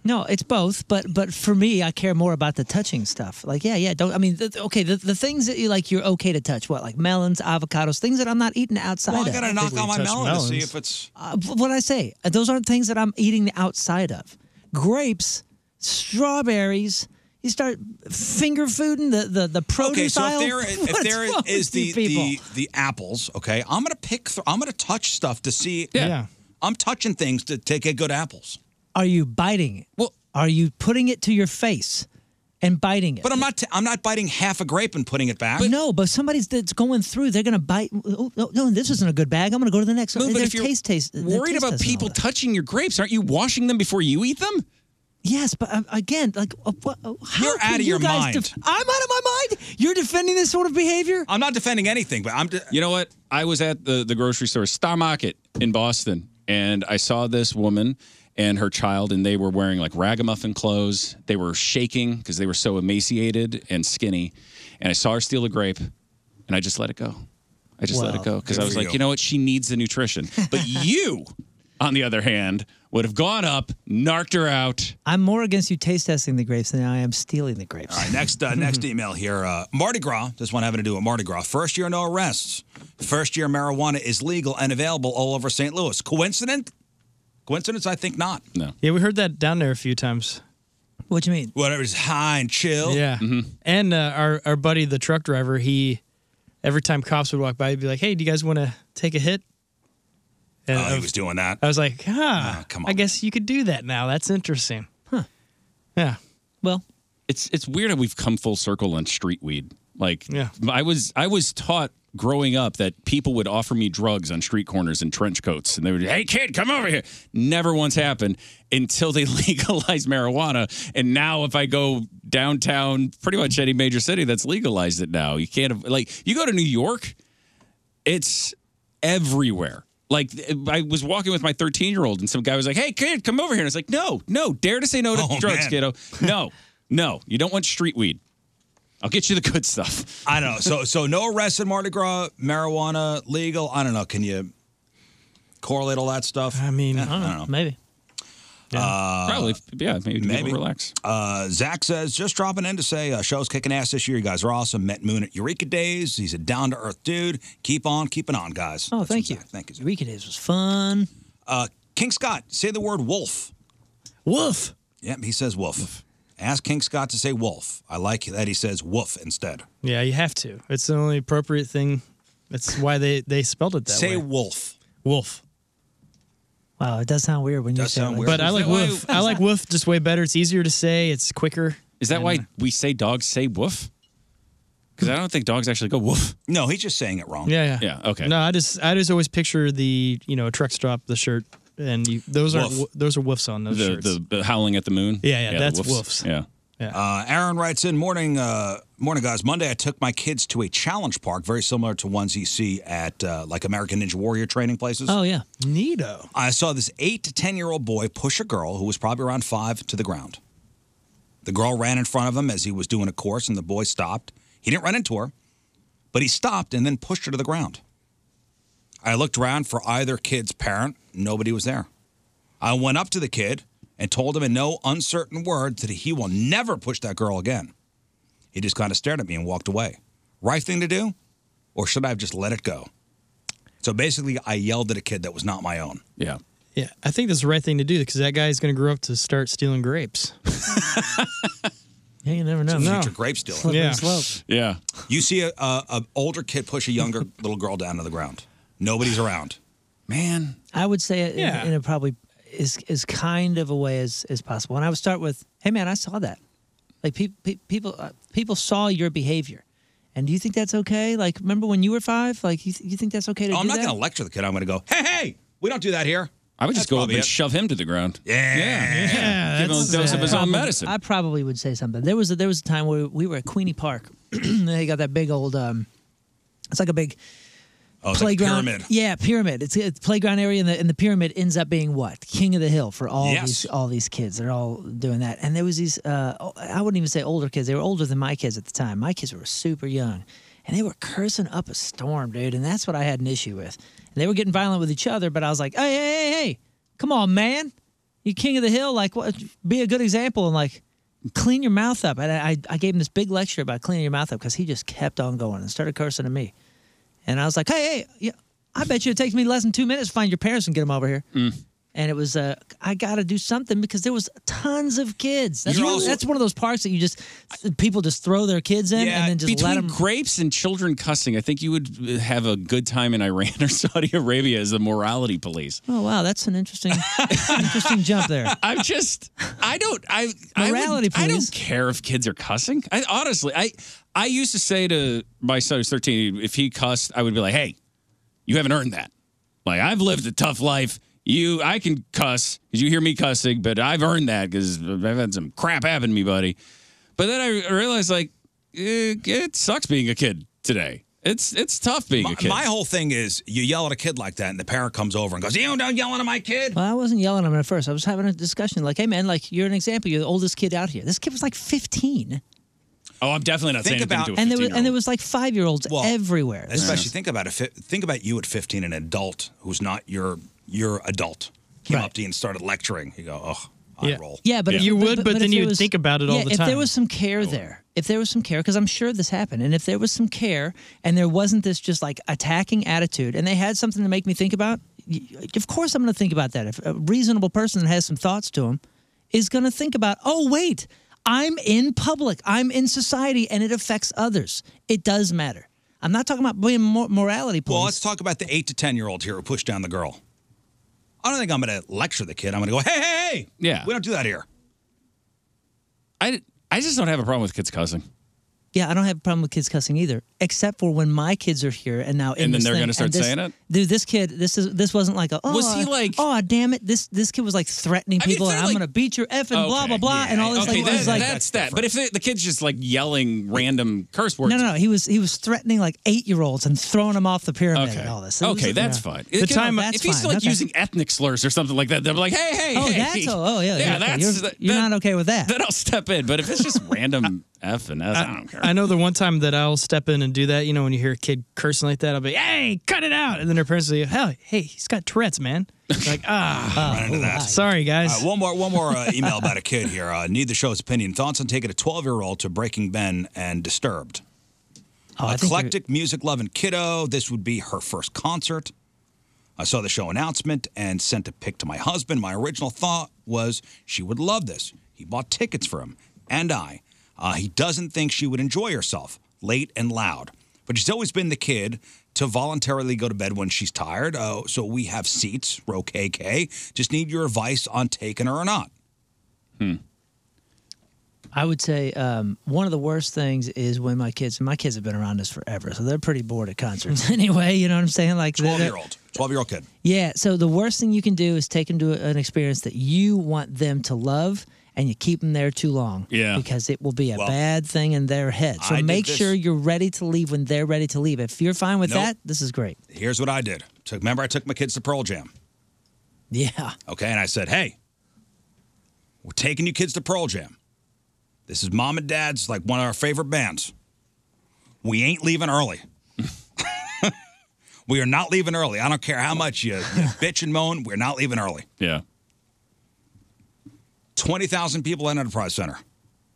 No, it's both, but but for me, I care more about the touching stuff. Like, yeah, yeah, don't. I mean, th- okay, the, the things that you like, you're okay to touch. What, like melons, avocados, things that I'm not eating outside.
Well, I
of.
gotta knock on my melon to see if it's.
Uh, what I say, uh, those aren't things that I'm eating outside of. Grapes, strawberries. You start finger fooding the the the produce
Okay, so if
aisle.
there, if
What's
there
wrong
is
with you
the,
people?
the the apples, okay, I'm gonna pick. Th- I'm gonna touch stuff to see.
Yeah. Yeah.
I'm touching things to take a good apples.
Are you biting it? Well, are you putting it to your face and biting it?
But I'm not. T- I'm not biting half a grape and putting it back.
no, but somebody's that's going through. They're gonna bite. Oh, no, no, this isn't a good bag. I'm gonna go to the next
No,
one.
but
Their
if you're
taste, taste, their
worried
taste
about
doesn't know
people
that.
touching your grapes, aren't you washing them before you eat them?
Yes, but um, again, like, uh, what, uh, how
You're
can
out of
you
your
guys
mind.
def- I'm out of my mind. You're defending this sort of behavior.
I'm not defending anything, but I'm. De-
You know what? I was at the, the grocery store, Star Market in Boston, and I saw this woman and her child, and they were wearing like ragamuffin clothes. They were shaking because they were so emaciated and skinny. And I saw her steal a grape, and I just let it go. I just let
Wow.
it go because
Good
I was
for
like,
you.
you know what? She needs the nutrition. But you, on the other hand, would have gone up, narked her out.
I'm more against you taste testing the grapes than I am stealing the grapes.
All right, next uh, next email here. Uh, Mardi Gras, this one having to do with Mardi Gras. First year, no arrests. First year, marijuana is legal and available all over St. Louis. Coincidence? Coincidence? I think not.
No.
Yeah, we heard that down there a few times.
What do you mean?
Mm-hmm.
Whatever's high and chill.
Yeah. And uh, our our buddy the truck driver, he every time cops would walk by, he'd be like, "Hey, do you guys want to take a hit?" And
oh,
I
he was Oh, doing that.
I was like, "Huh, I guess you could do that now. That's interesting." Huh? Yeah. Well,
It's it's weird how we've come full circle on street weed. Like
Yeah.
I was I was taught growing up that people would offer me drugs on street corners in trench coats and they would hey kid come over here never once happened until they legalized marijuana and now if i go downtown pretty much any major city that's legalized it now you can't like you go to new york it's everywhere. Like I was walking with my 13 year old, and some guy was like, "Hey, kid, come over here." And it's like, "No, no, dare to say no to
Oh,
drugs,
man.
kiddo. No, no, you don't want street weed. I'll get you the good stuff."
I don't know. So so no arrests in Mardi Gras, marijuana legal. I don't know. Can you correlate all that stuff? I
mean,
I don't know.
Maybe.
Uh,
Probably, yeah, maybe, people relax.
Uh, Zach says, just dropping in to say, uh, show's kicking ass this year. You guys are awesome. Met Moon at Eureka Days. He's a down to earth dude. Keep on keeping on, guys.
Oh, thank you.
Thank you.
Eureka Days was fun.
Uh, King Scott, say the word wolf.
Wolf.
Yep, he says wolf. Ask King Scott to say wolf. I like that he says wolf instead.
yeah, you have to. It's the only appropriate thing. That's why they they spelled it that
say
way.
wolf.
Wolf.
Wow, it does sound weird when you say it. like
But
that.
I like woof. I like woof just way better. It's easier to say. It's quicker.
Is that why we say dogs say woof? Because I don't think dogs actually go woof.
No, he's just saying it wrong.
Yeah, yeah,
Oh. yeah. Okay.
No, I just I just always picture the you know truck stop the shirt and you, those are
Woof.
those are woofs on those
the,
shirts.
the the howling at the moon.
Yeah, yeah,
the
that's
woofs.
woofs.
Yeah.
Uh, Aaron writes in morning, uh, morning guys. Monday, I took my kids to a challenge park, very similar to ones you see at uh, like American Ninja Warrior training places.
Oh yeah.
Neato.
I saw this eight to ten year old boy push a girl who was probably around five to the ground. The girl ran in front of him as he was doing a course, and the boy stopped. He didn't run into her, but he stopped and then pushed her to the ground. I looked around for either kid's parent. Nobody was there. I went up to the kid and told him in no uncertain words that he will never push that girl again. He just kind of stared at me and walked away. Right thing to do? Or should I have just let it go? So basically, I yelled at a kid that was not my own.
Yeah.
yeah, I think that's the right thing to do because that guy's going to grow up to start stealing grapes.
yeah, you never know.
Some future grape stealer.
Slippery Yeah. slope.
Yeah.
You see a, a, a older kid push a younger little girl down to the ground. Nobody's around. Man.
I would say it
Yeah.
in, in a probably as as kind of a way as as possible. And I would start with, "Hey, man, I saw that. Like pe- pe- people uh, people saw your behavior, and do you think that's okay? Like, remember when you were five? Like, you, th- you think that's okay to
Oh, I'm
do
not
that?
going to lecture the kid. I'm going to go, hey, hey, we don't do that here.
I would just
That's
go up
probably
and
it.
shove him to the ground.
Yeah.
Yeah.
Uh,
Give him a dose of his own
Probably-
medicine.
uh, I probably would say something. There was a, there was a time where we were at Queenie Park. they got that big old um, it's like a big
Oh, it's like a
playground.
pyramid.
Yeah, pyramid. It's a playground area, and the, and the pyramid ends up being what king of the hill for all
Yes.
these all these kids. They're all doing that, and there was these. Uh, o- I wouldn't even say older kids. They were older than my kids at the time. My kids were super young, and they were cursing up a storm, dude. And that's what I had an issue with. And they were getting violent with each other, but I was like, hey, hey, hey, hey, come on, man, you king of the hill. Like, what? Be a good example and like. Clean your mouth up. And I, I- I gave him this big lecture about cleaning your mouth up because he just kept on going and started cursing at me. And I was like, hey, hey, yeah, I bet you it takes me less than two minutes to find your parents and get them over here.
Mm.
And it was, uh, I got to do something because there was tons of kids. That's,
You're
one,
also-
that's one of those parks that you just, people just throw their kids in and then just
between
let them.
grapes and children cussing, I think you would have a good time in Iran or Saudi Arabia as the morality police.
Oh, wow, that's an interesting, interesting jump there.
I'm just, I don't, I, morality I, would, I don't care if kids are cussing. I, honestly, I, I used to say to my son who's 13, if he cussed, I would be like, hey, you haven't earned that. Like I've lived a tough life. You, I can cuss because you hear me cussing, but I've earned that because I've had some crap happen to me, buddy. But then I realized like eh, it, it sucks being a kid today. It's it's tough being
My,
a kid.
my whole thing is you yell at a kid like that, and the parent comes over and goes, you don't yell at my kid.
Well, I wasn't yelling at him at first. I was having a discussion like, hey, man, like, you're an example. You're the oldest kid out here. This kid was like 15.
oh, I'm definitely not
Think
saying
about-
anything to a
And there, was,
15-year-old.
and there was like five year olds everywhere.
Especially think about it. fi- Think about you at 15, an adult who's not your your adult came up to you and started lecturing. You go, oh, I
Yeah.
roll.
Yeah, but if-
you would, but,
if
then
there
you would
was-
think about it all
yeah,
the
if
time.
there was some care there, if there was some care, because I'm sure this happened, and if there was some care, and there wasn't this just like attacking attitude, and they had something to make me think about, y- of course I'm going to think about that. If a reasonable person that has some thoughts to him is going to think about, oh wait, I'm in public, I'm in society, and it affects others. It does matter. I'm not talking about being mor- morality
Well, let's talk about the eight to ten year old here who pushed down the girl. I don't think I'm going to lecture the kid. I'm going to go, hey, hey, hey.
Yeah.
We don't do that here.
I, I just don't have a problem with kids cussing.
Yeah, I don't have a problem with kids cussing either, except for when my kids are here and now. in
And then
this
they're
thing-
gonna start
and this-
saying it?
Dude, this kid, this is this wasn't like a. Oh,
Was he
like? Oh, damn it! This this kid was like threatening
mean,
people.
they're
and I'm
like-
gonna beat your effing blah
Okay,
blah blah
yeah.
and all this.
Okay,
like, it
that-
was like,
that's that. But if the, the kid's just like yelling random curse words,
No, no, no. He was he was threatening like eight year olds and throwing them off the pyramid and all this. It was-
okay, that's
yeah.
fine. It- if he's like
okay.
using ethnic slurs or something like that, they're like, hey, hey,
oh,
hey.
that's oh, oh yeah,
yeah.
okay.
That's
you're, you're not okay with that. Uh,
then I'll step in. But if it's just random f and s, I don't care.
I know the one time that I'll step in and do that, you know, when you hear a kid cursing like that, I'll be, hey, cut it out. And then their parents will be, hell, hey, he's got Tourette's, man. like, ah,
Run into that.
sorry, guys.
All right, one more, one more uh, email about a kid here. Uh, need the show's opinion. Thoughts on taking a 12 year old to Breaking Ben and Disturbed?
Oh, I think you're-
Eclectic music loving kiddo. This would be her first concert. I saw the show announcement and sent a pic to my husband. My original thought was she would love this. He bought tickets for him and I. Uh, he doesn't think she would enjoy herself, late and loud. But she's always been the kid to voluntarily go to bed when she's tired. Uh, so we have seats, row KK. Just need your advice on taking her or not.
I would say um, one of the worst things is when my kids. My kids have been around us forever, so they're pretty bored at concerts anyway. You know what I'm saying? Like they're-
12 year old, 12 year old kid.
Yeah. So the worst thing you can do is take them to an experience that you want them to love, and you keep them there too long.
Yeah.
Because it will be a
Well,
bad thing in their head. So
I did
make
this.
sure you're ready to leave when they're ready to leave. If you're fine with
Nope.
that, this is great.
Here's what I did. Took, remember, I took my kids to Pearl Jam.
Yeah.
Okay. And I said, hey, we're taking you kids to Pearl Jam. This is mom and dad's, like one of our favorite bands. We ain't leaving early. we are not leaving early. I don't care how much you, you bitch and moan, we're not leaving early.
Yeah.
20,000 people at Enterprise Center.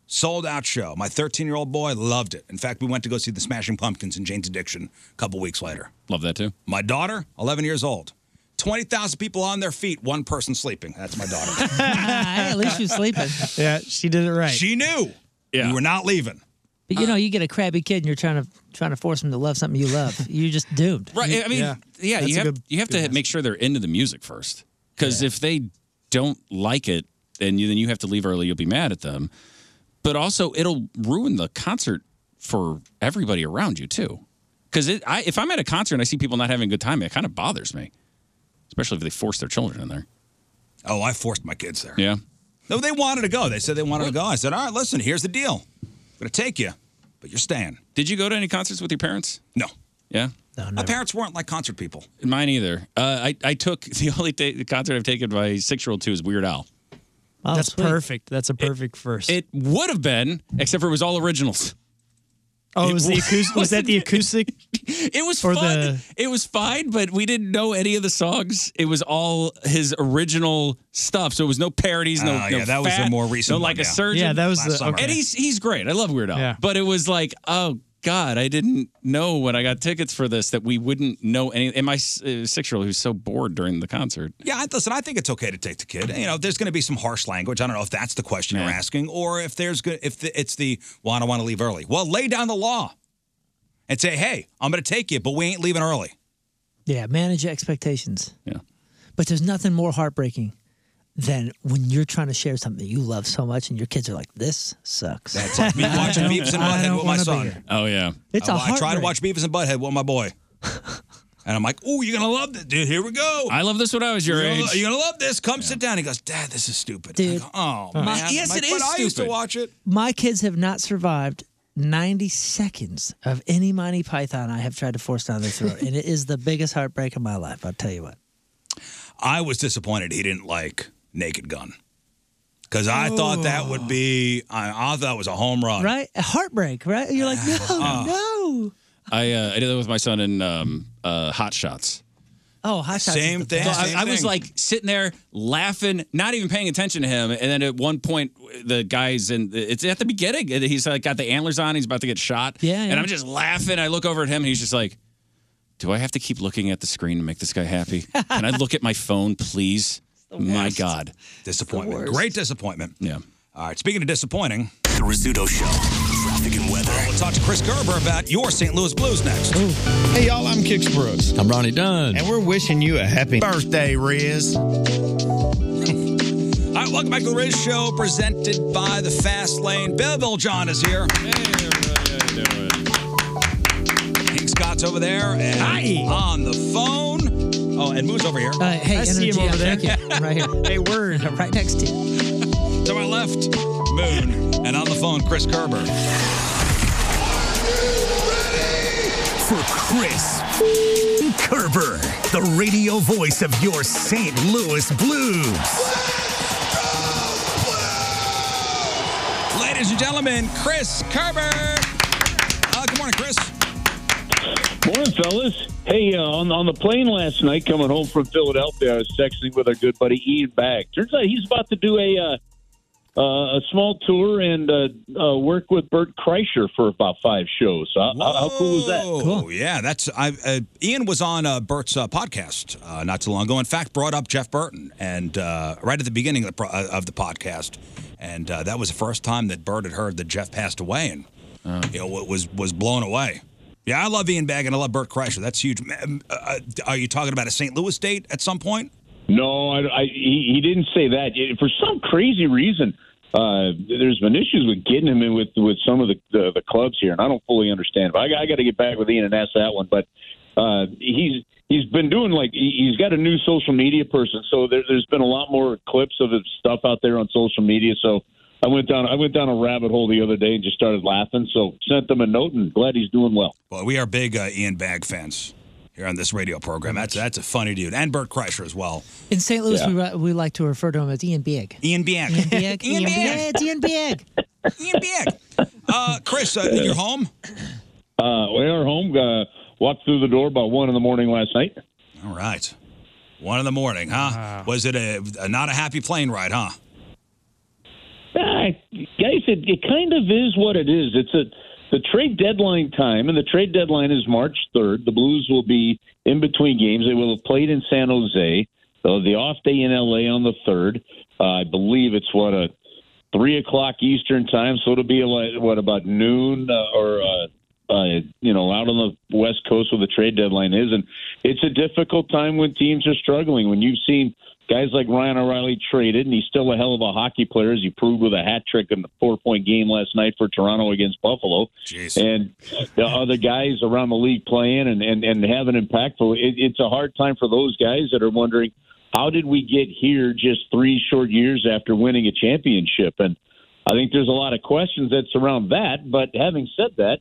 Sold out show. My 13 year old boy loved it. In fact, we went to go see the Smashing Pumpkins in Jane's Addiction a couple weeks later.
Love that too.
My daughter, 11 years old. 20,000 people on their feet, one person sleeping. That's my daughter.
at least you're sleeping.
Yeah, she did it right.
She knew. Yeah. We were not leaving.
But you know, you get a crabby kid, and you're trying to trying to force him to love something you love. You're just doomed.
Right. I mean, yeah, you have you have to make sure they're into the music first. Because if they don't like it, and you, then you have to leave early, you'll be mad at them. But also, it'll ruin the concert for everybody around you too. Because I, if I'm at a concert and I see people not having a good time, it kind of bothers me, especially if they force their children in there.
Oh, I forced my kids there.
Yeah.
No, they wanted to go. They said they wanted to go. I said, all right, listen, here's the deal. I'm going to take you, but you're staying.
Did you go to any concerts with your parents?
No.
Yeah.
My parents weren't like concert people.
Mine either. Uh, I I took the only day, the concert I've taken my six year old to is Weird Al.
That's perfect. That's a perfect first.
It would have been, except for it was all originals.
oh, it was, the
wa-
acoustic? Was that the acoustic?
It was
Or
fun. It was fine, but we didn't know any of the songs. It was all his original stuff. So it was no parodies, no,
Oh, yeah,
no
that was the
fat,
more recent
no like
one,
a
yeah.
surgeon.
Yeah, that was Last the- summer.
And
okay.
he's he's great. I love Weird Al.
Yeah.
But it was like, oh God, I didn't know when I got tickets for this that we wouldn't know any. And my six year old who's so bored during the concert.
Yeah, I- listen, I think it's okay to take the kid. You know, there's going to be some harsh language. I don't know if that's the question you're asking, or if there's good, if the, it's the well, I don't want to leave early. Well, lay down the law and say, hey, I'm going to take you, but we ain't leaving early.
Yeah, manage your expectations.
Yeah.
But there's nothing more heartbreaking than when you're trying to share something that you love so much and your kids are like, this sucks.
That's like me watching Beavis and
I
Butthead
don't
with my
wanna be
son.
here.
Oh yeah,
It's a
I, I try to
heartbreak.
watch Beavis and Butthead with my boy, and I'm like, oh, you're going to love this, dude. Here we go.
I love this when I was your
you're gonna
age.
lo- you're going to love this. Come sit down. He goes, Dad, this is stupid. I
Dude.
go, oh
My-
man.
Yes,
I'm like,
it
"But
is
I used to
stupid."
watch it.
My kids have not survived 90 seconds of any Monty Python I have tried to force down their throat. and it is the biggest heartbreak of my life, I'll tell you what.
I was disappointed he didn't like Naked Gun because I thought that would be I, I thought it was a home run.
Right? Heartbreak, right? You're like, no,
Uh,
no.
I uh, I did that with my son in um, uh, Hot Shots.
Oh, hot shots. is the
So
best.
I, I was like sitting there laughing, not even paying attention to him. And then at one point, the guys in it's at the beginning. and He's like got the antlers on. He's about to get shot.
Yeah, yeah.
And I'm just laughing. I look over at him, and he's just like, "Do I have to keep looking at the screen to make this guy happy? Can I look at my phone, please? My God,
disappointment. Great disappointment.
Yeah.
All right. Speaking of disappointing, the Rizzuto Show.
traffic and weather.
We'll talk to Chris Gerber about your St. Louis Blues next.
Hey, y'all, I'm Kix Brooks.
I'm Ronnie Dunn.
And we're wishing you a happy birthday, Riz.
All right, welcome back to the Riz Show, presented by the Fast Lane. Belleville John is here. Hey, King Scott's over there, and
Hi.
on the phone. Oh, and Moo's over here.
Uh, hey,
I see him
Energy,
over
yeah,
there.
Thank you. I'm right here. hey, word. I'm right next to you.
To my left, Moon, and on the phone, Chris Gerber.
For Chris Kerber, the radio voice of your St. Louis Blues.
Ladies and gentlemen, Chris Kerber. Uh, good morning, Chris.
Morning, fellas. Hey, uh, on on the plane last night coming home from Philadelphia, I was texting with our good buddy Ian Bag. Turns out he's about to do a uh, uh, a small tour and uh, uh, work with Bert Kreischer for about five shows. Uh, how- how cool is that?
Oh, yeah, that's I. Uh, Ian was on uh, Bert's uh, podcast uh, not too long ago. In fact, brought up Jeff Burton and uh, right at the beginning of the, pro- uh, of the podcast, and uh, that was the first time that Bert had heard that Jeff passed away, and you know wa- was was blown away. Yeah, I love Ian Bag and I love Bert Kreischer. That's huge. Ma- um, uh, Uh, are you talking about a St. Louis date at some point?
No, I, I, he, he didn't say that. It- for some crazy reason, uh, there's been issues with getting him in with with some of the the, the clubs here, and I don't fully understand. But I, I got to get back with Ian and ask that one. But uh, he's he's been doing like he- he's got a new social media person, so there, there's been a lot more clips of his stuff out there on social media. So. I went down. I went down a rabbit hole the other day and just started laughing. So sent them a note and glad he's doing well.
Well, we are big uh, Ian Bag fans here on this radio program. That's that's a funny dude, and Bert Kreischer as well.
In St. Louis,
Yeah.
we, ri- we like to refer to him as Ian Bieg.
Ian Bieg.
Ian Bieg.
Ian
Ian Bieg.
Bieg.
Yeah, it's Ian Bieg.
Uh, Chris, uh, you're home.
Uh, we are home. Uh, walked through the door about one in the morning last night.
All right. One in the morning, huh? Was it a, a not a happy plane ride, huh?
Ah, guys, it, it kind of is what it is. It's a the trade deadline time, and the trade deadline is March third. The Blues will be in between games. They will have played in San Jose. So the off day in LA on the third. Uh, I believe it's what a three o'clock Eastern time. So it'll be like what about noon uh, or uh, uh, you know out on the West Coast where the trade deadline is, and it's a difficult time when teams are struggling. When you've seen guys like Ryan O'Reilly traded, and he's still a hell of a hockey player, as he proved with a hat trick in the four point game last night for Toronto against Buffalo. And the other guys around the league playing and, and, and having impactful. It, it's a hard time for those guys that are wondering, how did we get here just three short years after winning a championship? And I think there's a lot of questions that surround that. But having said that,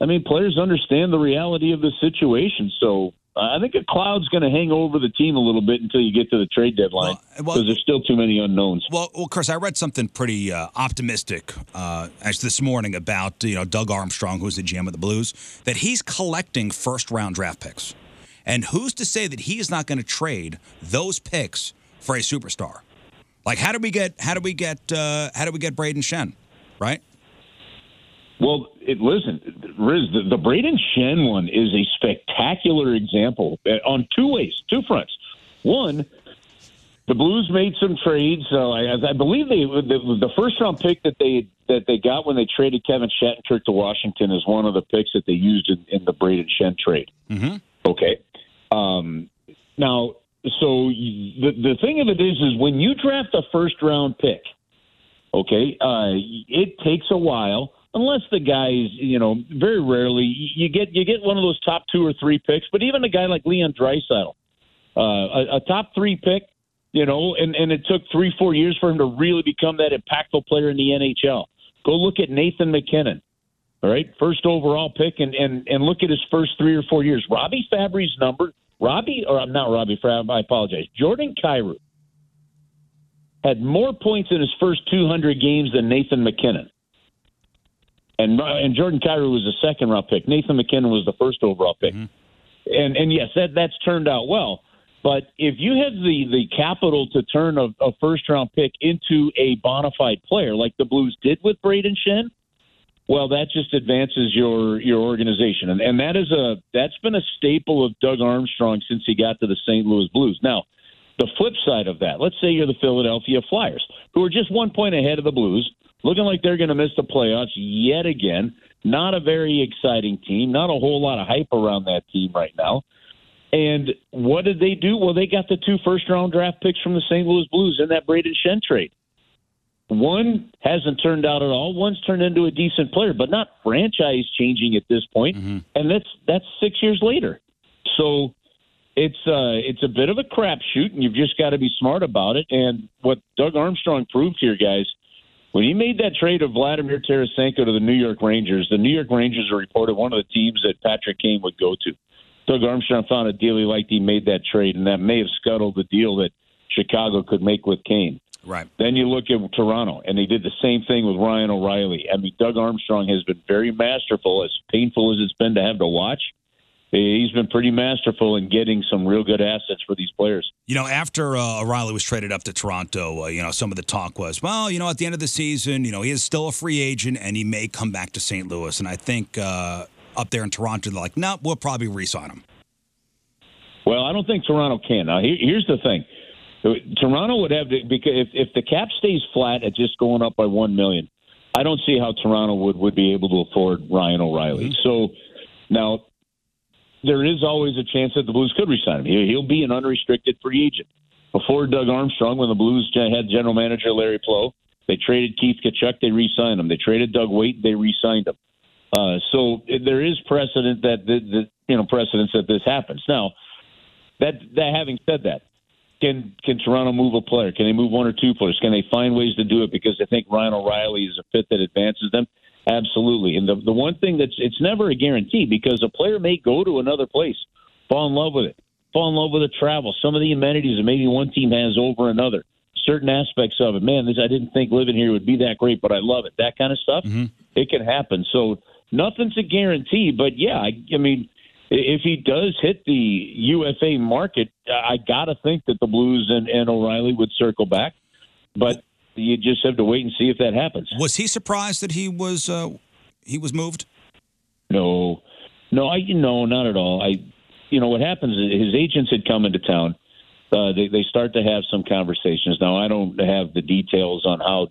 I mean, players understand the reality of the situation. So uh, I think a cloud's going to hang over the team a little bit until you get to the trade deadline because there's still too many unknowns.
Well, well, Chris, I read something pretty uh, optimistic uh, actually this morning about you know Doug Armstrong, who's the GM of the Blues, that he's collecting first round draft picks, and who's to say that he is not going to trade those picks for a superstar? Like, how do we get how do we get uh, how do we get Braden Shen, right?
Well, it, listen, Riz, the, the Braden Shen one is a spectacular example uh, on two ways, two fronts. One, the Blues made some trades. So I, I believe they the, the first round pick that they that they got when they traded Kevin Shattenkirk to Washington is one of the picks that they used in, in the Braden Shen trade. Okay. Um, now, so y- the the thing of it is, is when you draft a first round pick, okay, uh, it takes a while unless the guys, you know, very rarely y- you get you get one of those top two or three picks. But even a guy like Leon Dreisaitl, uh, a, a top three pick, you know, and and it took three four years for him to really become that impactful player in the NHL. Go look at Nathan McKinnon. All right, first overall pick, and and and look at his first three or four years. Robbie Fabry's number, Robbie, or I'm not Robbie Fabry. I apologize. Jordan Cairo had more points in his first 200 games than Nathan McKinnon, and and Jordan Cairo was the second round pick. Nathan McKinnon was the first overall pick, and and yes, that that's turned out well. But if you have the the capital to turn a, a first round pick into a bona fide player like the Blues did with Braden Shen, well, that just advances your your organization, and and that is a that's been a staple of Doug Armstrong since he got to the St. Louis Blues. Now, the flip side of that, let's say you're the Philadelphia Flyers, who are just one point ahead of the Blues, looking like they're going to miss the playoffs yet again. Not a very exciting team. Not a whole lot of hype around that team right now. And what did they do? Well, they got the two first round draft picks from the St. Louis Blues in that Braden Shen trade. One hasn't turned out at all. One's turned into a decent player, but not franchise changing at this point. And that's that's six years later. So it's uh, it's a bit of a crapshoot, and you've just got to be smart about it. And what Doug Armstrong proved here, guys, when he made that trade of Vladimir Tarasenko to the New York Rangers, the New York Rangers are reported one of the teams that Patrick Kane would go to. Doug Armstrong found a deal he liked. He made that trade, and that may have scuttled the deal that Chicago could make with Kane.
Right.
Then you look at Toronto, and they did the same thing with Ryan O'Reilly. I mean, Doug Armstrong has been very masterful, as painful as it's been to have to watch. He's been pretty masterful in getting some real good assets for these players.
You know, after uh, O'Reilly was traded up to Toronto, uh, you know, some of the talk was, well, you know, at the end of the season, you know, he is still a free agent and he may come back to St. Louis. And I think uh, up there in Toronto, they're like, no, we'll probably re sign him.
Well, I don't think Toronto can. Now, here, here's the thing: Toronto would have to because if, if the cap stays flat at just going up by one million, I don't see how Toronto would would be able to afford Ryan O'Reilly. So now there is always a chance that the Blues could resign him. He- He'll be an unrestricted free agent. Before Doug Armstrong, when the Blues gen- had general manager Larry Plow, they traded Keith Kachuk, they re-signed him. They traded Doug Waite, they re-signed him. Uh, so it- there is precedent that the, the you know precedence that this happens. Now, that that having said that, can can Toronto move a player? Can they move one or two players? Can they find ways to do it because they think Ryan O'Reilly is a fit that advances them? Absolutely. And the the one thing that's it's never a guarantee because a player may go to another place, fall in love with it, fall in love with the travel, some of the amenities that maybe one team has over another, certain aspects of it. Man, this I didn't think living here would be that great, but I love it. That kind of stuff.
Mm-hmm.
It can happen. So nothing's a guarantee, but yeah, I, I mean i- if he does hit the UFA market, I got to think that the Blues and, and O'Reilly would circle back. But you just have to wait and see if that happens.
Was he surprised that he was uh, he was moved?
No, no, I no, not at all. I, you know, what happens is his agents had come into town. Uh, they they start to have some conversations. Now I don't have the details on how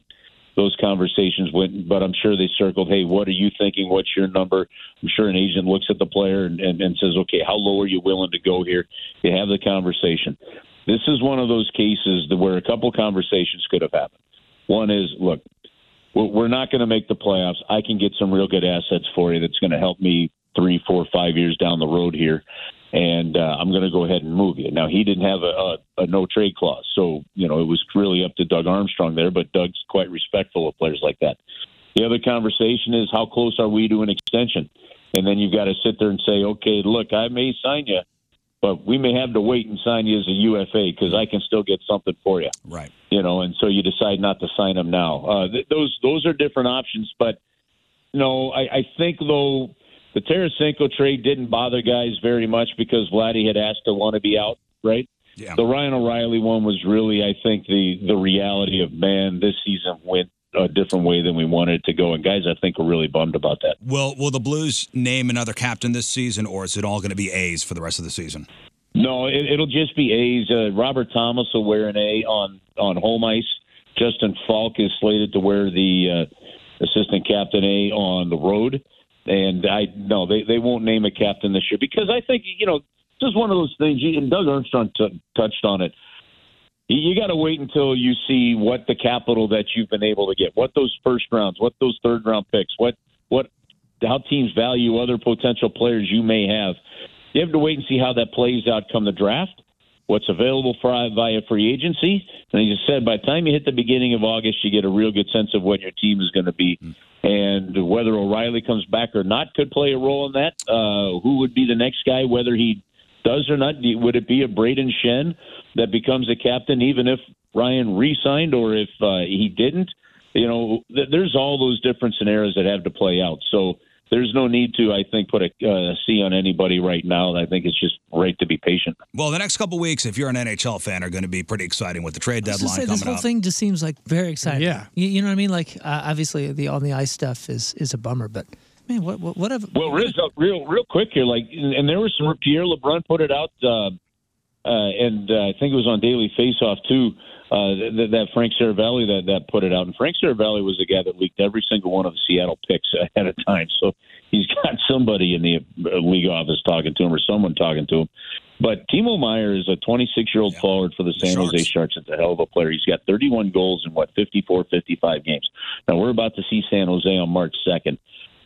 those conversations went, but I'm sure they circled. Hey, what are you thinking? What's your number? I'm sure an agent looks at the player and, and, and says, okay, how low are you willing to go here? You have the conversation. This is one of those cases that where a couple conversations could have happened. One is, look, we're we're not going to make the playoffs. I can get some real good assets for you that's going to help me three, four, five years down the road here, and uh, I'm going to go ahead and move you. Now he didn't have a, a, a no trade clause, so you know it was really up to Doug Armstrong there. But Doug's quite respectful of players like that. The other conversation is how close are we to an extension? And then you've got to sit there and say, okay, look, I may sign you, but we may have to wait and sign you as a UFA because I can still get something for you
Right.
you know, and so you decide not to sign him now. Uh, th- those those are different options, but no, I, I think though the Tarasenko trade didn't bother guys very much because Vladdy had asked to want to be out, right?
Yeah.
The Ryan O'Reilly one was really, I think, the the reality of man, this season went a different way than we wanted it to go, and guys, I think, were really bummed about that.
Will Will the Blues name another captain this season, or is it all going to be A's for the rest of the season?
No, it, it'll just be A's. Uh, Robert Thomas will wear an A on on home ice. Justin Falk is slated to wear the uh, assistant captain A on the road. And I no, they they won't name a captain this year because I think you know this is one of those things. you- And Doug Armstrong t- touched on it. You, you got to wait until you see what the capital that you've been able to get, what those first rounds, what those third round picks, what what how teams value other potential players you may have. You have to wait and see how that plays out come the draft, what's available for via free agency. And as you said, by the time you hit the beginning of August, you get a real good sense of what your team is going to be. And whether O'Reilly comes back or not could play a role in that. Uh, who would be the next guy, whether he does or not? Do- Would it be a Braden Shen that becomes a captain, even if Ryan re signed or if uh, he didn't? You know, th- there's all those different scenarios that have to play out. So there's no need to, I think, put a uh, C on anybody right now. I think it's just right to be patient.
Well, the next couple weeks, if you're an NHL fan, are going to be pretty exciting with the trade
I was
deadline
just saying,
coming
this whole
up.
thing just seems like very exciting.
Yeah.
you, you know what I mean? Like uh, obviously the on the ice stuff is is a bummer, but man, what what, what have
Well, Riz, uh, real real quick here, like, and, and there was some Pierre LeBrun put it out, uh, uh, and uh, I think it was on Daily Faceoff too. uh, th- that Frank Saravelli that, that put it out. And Frank Saravelli was the guy that leaked every single one of the Seattle picks ahead of time. So he's got somebody in the uh, league office talking to him or someone talking to him. But Timo Meyer is a 26 year old forward for the San Jose Sharks. It's a hell of a player. He's got 31 goals in what 54, 55 games. Now we're about to see San Jose on March 2nd.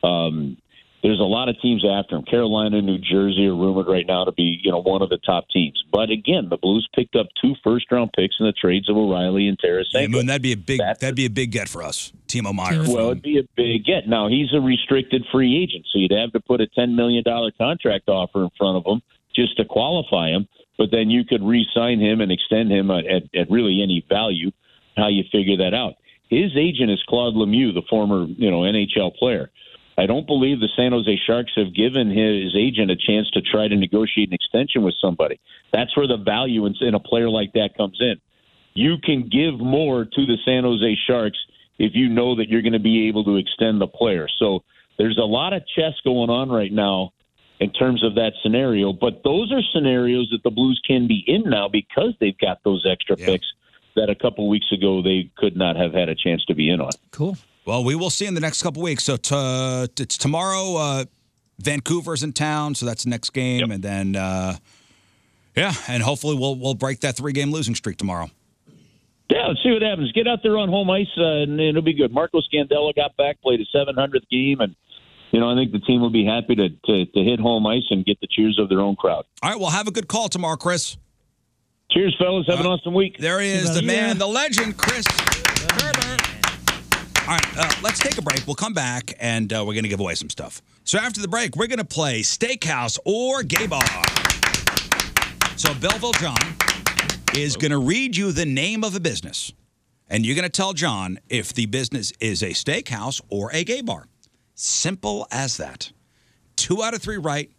Um, there's a lot of teams after him. Carolina, New Jersey are rumored right now to be, you know, one of the top teams. But again, the Blues picked up two first round picks in the trades of O'Reilly and
Yeah,
Tarasenko.
Moon, that'd be a big that'd be a big get for us. Timo Meyer.
Well, it'd be a big get. Now he's a restricted free agent, so you'd have to put a ten million dollar contract offer in front of him just to qualify him. But then you could re-sign him and extend him at, at, at really any value. How you figure that out? His agent is Claude Lemieux, the former you know NHL player. I don't believe the San Jose Sharks have given his agent a chance to try to negotiate an extension with somebody. That's where the value in, in a player like that comes in you can give more to the San Jose Sharks if you know that you're going to be able to extend the player. So there's a lot of chess going on right now in terms of that scenario, but those are scenarios that the Blues can be in now because they've got those extra picks that a couple weeks ago they could not have had a chance to be in on.
Cool. Well, we will see in the next couple weeks. So to it's tomorrow. Uh, Vancouver's in town, so that's the next game, and then uh, yeah, and hopefully we'll we'll break that three game losing streak tomorrow.
Yeah, let's see what happens. Get out there on home ice, uh, and it'll be good. Marco Scandella got back, played his 700th game, and you know I think the team will be happy to, to to hit home ice and get the cheers of their own crowd.
All right, well, have a good call tomorrow, Chris. Uh,
Cheers, fellas. Have an awesome week.
There he is, the man, the legend, Chris Herbert. All right, uh, let's take a break. We'll come back, and uh, we're going to give away some stuff. So after the break, we're going to play Steakhouse or Gay Bar. So Belleville John is going to read you the name of a business, and you're going to tell John if the business is a steakhouse or a gay bar. Simple as that. Two out of three right,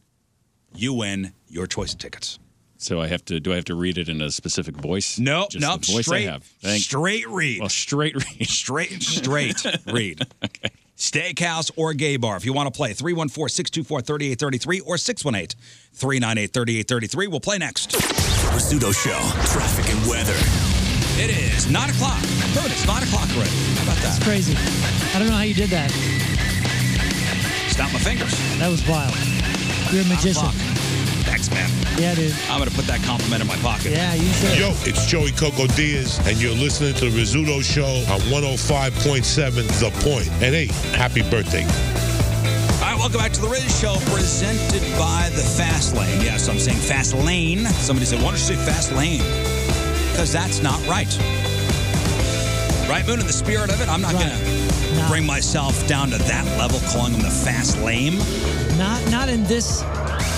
you win your choice of tickets.
So I have to do I have to read it in a specific voice?
No,
Just
no,
the voice
straight,
I have. Thank-
straight read.
Well, straight read.
Straight, straight read. okay. Steakhouse or gay bar. If you want to play, 314 624 3833 or 618 398 3833. We'll play next. Rizzuto Show, traffic and weather. It is 9 o'clock. Dude, it's 9 o'clock already. How about that?
It's crazy. I don't know how you did that.
Stop my fingers.
That was wild. You're a magician.
Fuck. Thanks, man.
Yeah, dude.
I'm going to put that compliment in my pocket.
Yeah, you should.
Yo, it's Joey Coco Diaz, and you're listening to the Rizzuto Show on 105.7 The Point. And hey, happy birthday.
All right, welcome back to the Riz Show, presented by the Fast Lane. Yes, I'm saying Fast Lane. Somebody said, "Why don't you say Fast Lane?" Because that's not right. Right, Moon. In the spirit of it, I'm not gonna bring myself down to that level, calling them the Fast Lame.
Not not in this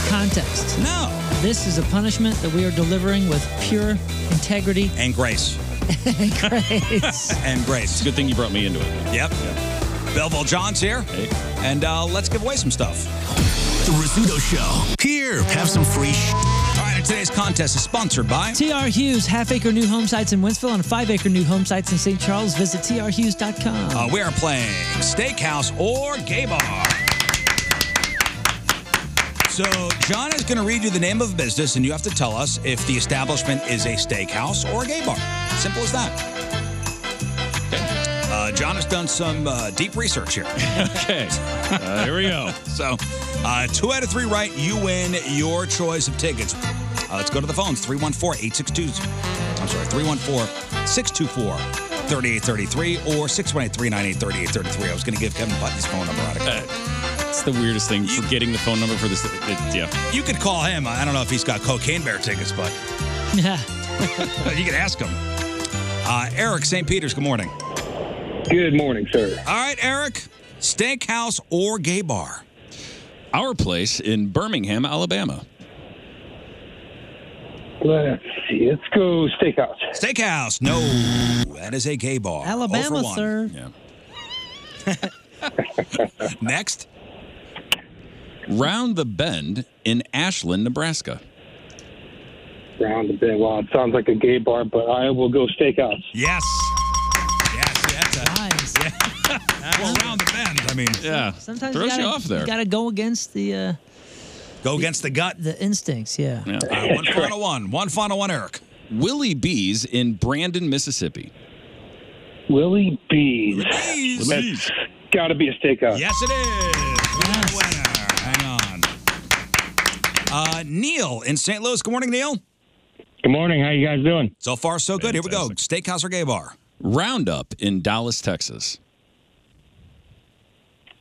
context.
No.
This is a punishment that we are delivering with pure integrity
and grace.
and grace.
and grace. It's
a good thing you brought me into it.
Yep. Belleville John's here, and uh, let's give away some stuff. The Rizzuto Show. Here, have some free. Sh- All right, and today's contest is sponsored by.
TR Hughes, half acre new home sites in Wentzville and five acre new home sites in St. Charles. Visit trhughes.com.
Uh, we are playing Steakhouse or Gay Bar. So, John is going to read you the name of a business, and you have to tell us if the establishment is a steakhouse or a gay bar. Simple as that. Uh, John has done some uh, deep research here. okay.
Uh, here we go.
so, uh, two out of three right, you win your choice of tickets. Uh, let's go to the phones 314 862. I'm sorry, 314 624 3833 or 618 398 3833. I was going to give Kevin Butt his phone number out of
It's the weirdest thing. Forgetting the phone number for this. It, yeah.
You could call him. I don't know if he's got cocaine bear tickets, but
Yeah.
you could ask him. Uh, Eric St. Peter's, good morning.
Good morning, sir.
All right, Eric, steakhouse or gay bar?
Our place in Birmingham, Alabama.
Let's see. Let's go steakhouse.
Steakhouse. No, that is a gay bar.
Alabama,
sir. Next.
Round the Bend in Ashland, Nebraska.
Round the bit. Wow, it sounds like a gay bar, but I will go steakhouse.
Yes. Yes, that's a, nice. Yeah. well, round the bend. I mean,
yeah.
Sometimes you gotta, You gotta go against the uh,
Go against the gut.
the instincts. Yeah.
Uh, All right, one final one. One final one, Eric.
Willie Bees in Brandon, Mississippi.
Willie Bees. That's got to be a stakeout.
Yes, it is. Winner, winner. Hang on. Uh, Neil in St. Louis. Good morning, Neil.
Good morning. How you guys doing?
So far, so good. Here we go. Steakhouse or gay bar?
Roundup in Dallas, Texas.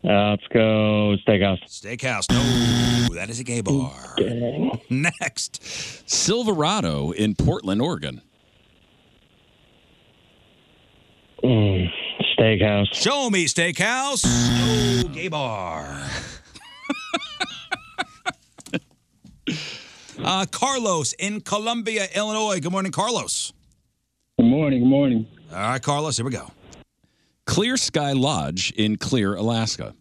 Uh, let's go steakhouse.
Steakhouse. No, that is a gay bar. Next,
Silverado in Portland, Oregon.
Mm, steakhouse.
Show me steakhouse. No, gay bar. uh, Carlos in Columbia, Illinois. Good morning, Carlos.
Good morning. Good morning.
All right, Carlos. Here we go.
Clear Sky Lodge in Clear, Alaska.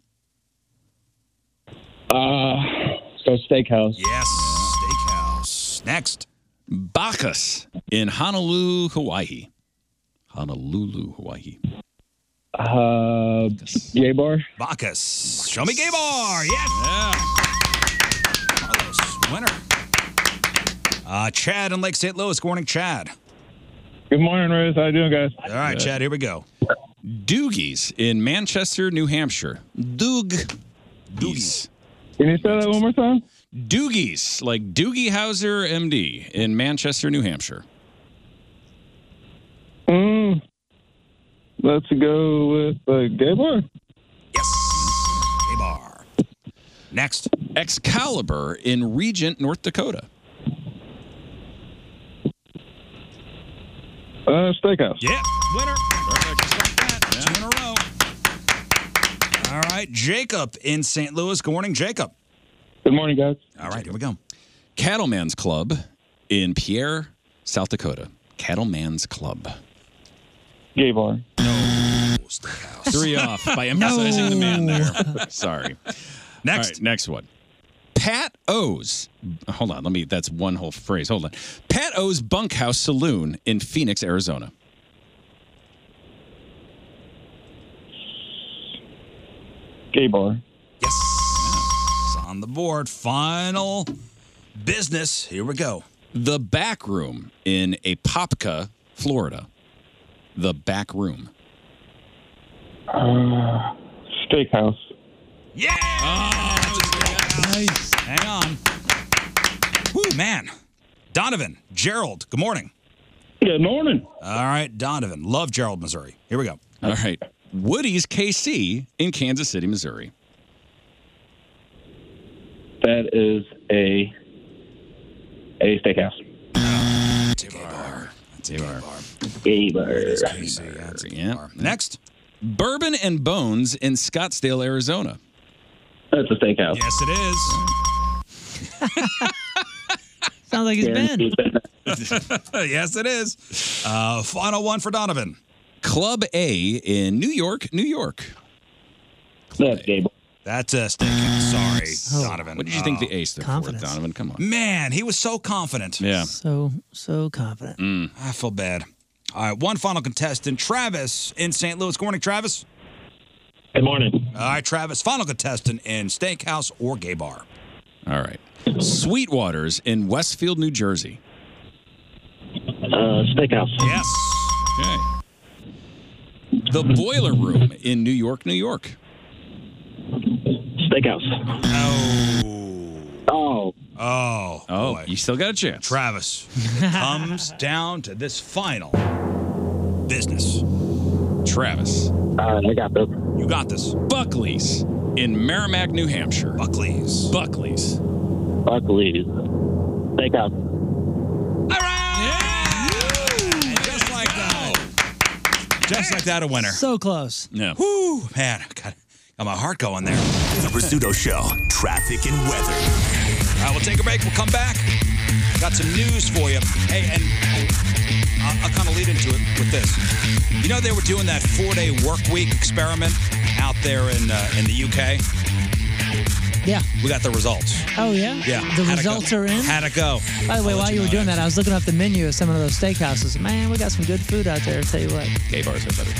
Uh, so steakhouse.
Yes, steakhouse. Next,
Bacchus in Honolulu, Hawaii. Honolulu, Hawaii.
Uh, gay bar.
Bacchus. Show me gay bar. Yes. Carlos, winner. Uh, Chad in Lake St. Louis. Good morning, Chad.
Good morning, Ruth. How you doing, guys?
All right, Chad. Here we go.
Doogies in Manchester, New Hampshire. Doog. Doogies.
Can you say that one more time?
Doogies, like Doogie Howser, MD, in Manchester, New Hampshire.
Mm, let's go with uh, gay bar.
Gay bar. Next,
Excalibur in Regent, North Dakota.
Uh, steakhouse.
Yeah, winner. Perfect. Just like that. Two in a row. All right, Jacob in St. Louis. Good morning, Jacob.
Good morning, guys.
All right, here we go.
Cattleman's Club in Pierre, South Dakota. Cattleman's Club.
Gay bar.
Three off by emphasizing the man there. Sorry. Next. next one. Pat O's. Hold on, let me. That's one whole phrase. Hold on. Pat O's Bunkhouse Saloon in Phoenix, Arizona.
Gay bar.
It's on the board. Final business. Here we go.
The Back Room in Apopka, Florida. The Back Room.
Uh, steakhouse.
Yeah! Oh, nice. Hang on. Woo, man. Donovan, Gerald, good morning.
Good morning.
All right, Donovan. Love Gerald, Missouri. Here we go.
All right. Woody's KC in Kansas City, Missouri.
That is a a steakhouse. Gay bar.
Yeah. Next. Bourbon and Bones in Scottsdale, Arizona.
That's a steakhouse.
Yes, it is.
Sounds like it's Ben.
yes, it is. Uh, final one for Donovan.
Club A in New York, New York.
That's gay bar.
That's a steakhouse. Sorry, Donovan.
Oh. What did you think the A stood for, Donovan? Come on.
Man, he was so confident. Mm.
Yeah.
So so confident.
I feel bad. All right, one final contestant, Travis in St. Louis. Good morning, Travis.
Good morning.
All right, Travis, final contestant in steakhouse or gay bar.
All right. Sweetwaters in Westfield, New Jersey.
Uh, steakhouse.
Yes.
Okay. The Boiler Room in New York, New York.
Steakhouse. Oh.
Oh,
Oh,
boy.
you still got a chance.
Travis, it comes down to this final business.
Travis.
Uh, I got this.
You got this.
Buckley's in Merrimack, New Hampshire.
Buckley's.
Buckley's.
Buckley's. Steakhouse.
All right! Just like that. Just like that, a winner.
So close.
Yeah.
Whoo, man. Got, got my heart going there.
The Rizzuto Show, traffic and weather.
All right, we'll take a break. We'll come back. Got some news for you. Hey, and I'll, I'll kind of lead into it with this. You know, they were doing that four-day work week experiment out there in uh, in the UK.
Yeah.
We got the results.
Oh yeah.
Yeah,
The
how'd it go?
results are in.
How'd it go?
By the way,
I'll let
while you were
know.
doing that, I was looking up the menu of some of those steakhouses. Man, we got some good food out there. I'll tell you what.
Gay bars are better.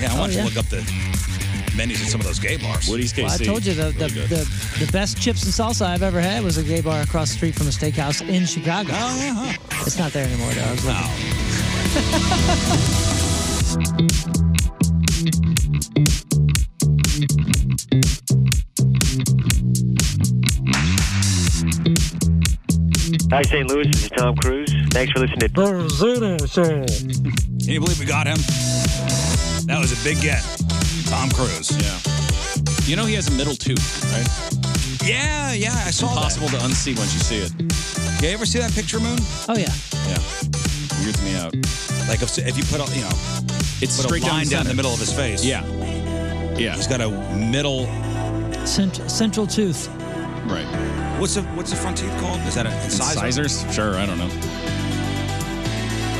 yeah, I want you
oh, yeah.
to look up the menus at some of those gay bars. Woody's
Well, I told you the, the, the, the best chips and salsa I've ever had was a gay bar across the street from a steakhouse in Chicago. Oh, yeah. It's not there anymore, though. I was looking.
Hi, St. Louis. This is Tom Cruise. Thanks for listening to
Can you believe we got him? That was a big get. Tom Cruise.
Yeah. You know he has a middle tooth, right?
Yeah, yeah, I saw
Impossible to unsee once you see it.
Yeah, you ever see that picture, Moon?
Oh, yeah.
Yeah. Weirds me out.
Like if, if you put a, you know,
It's
put
straight
a
down
line
the
down the
center.
middle of his face.
Yeah. Yeah.
He's got a middle.
Cent- central tooth.
Right.
What's the what's the front teeth called? Is that a incisor?
Incisors? Sure, I don't know.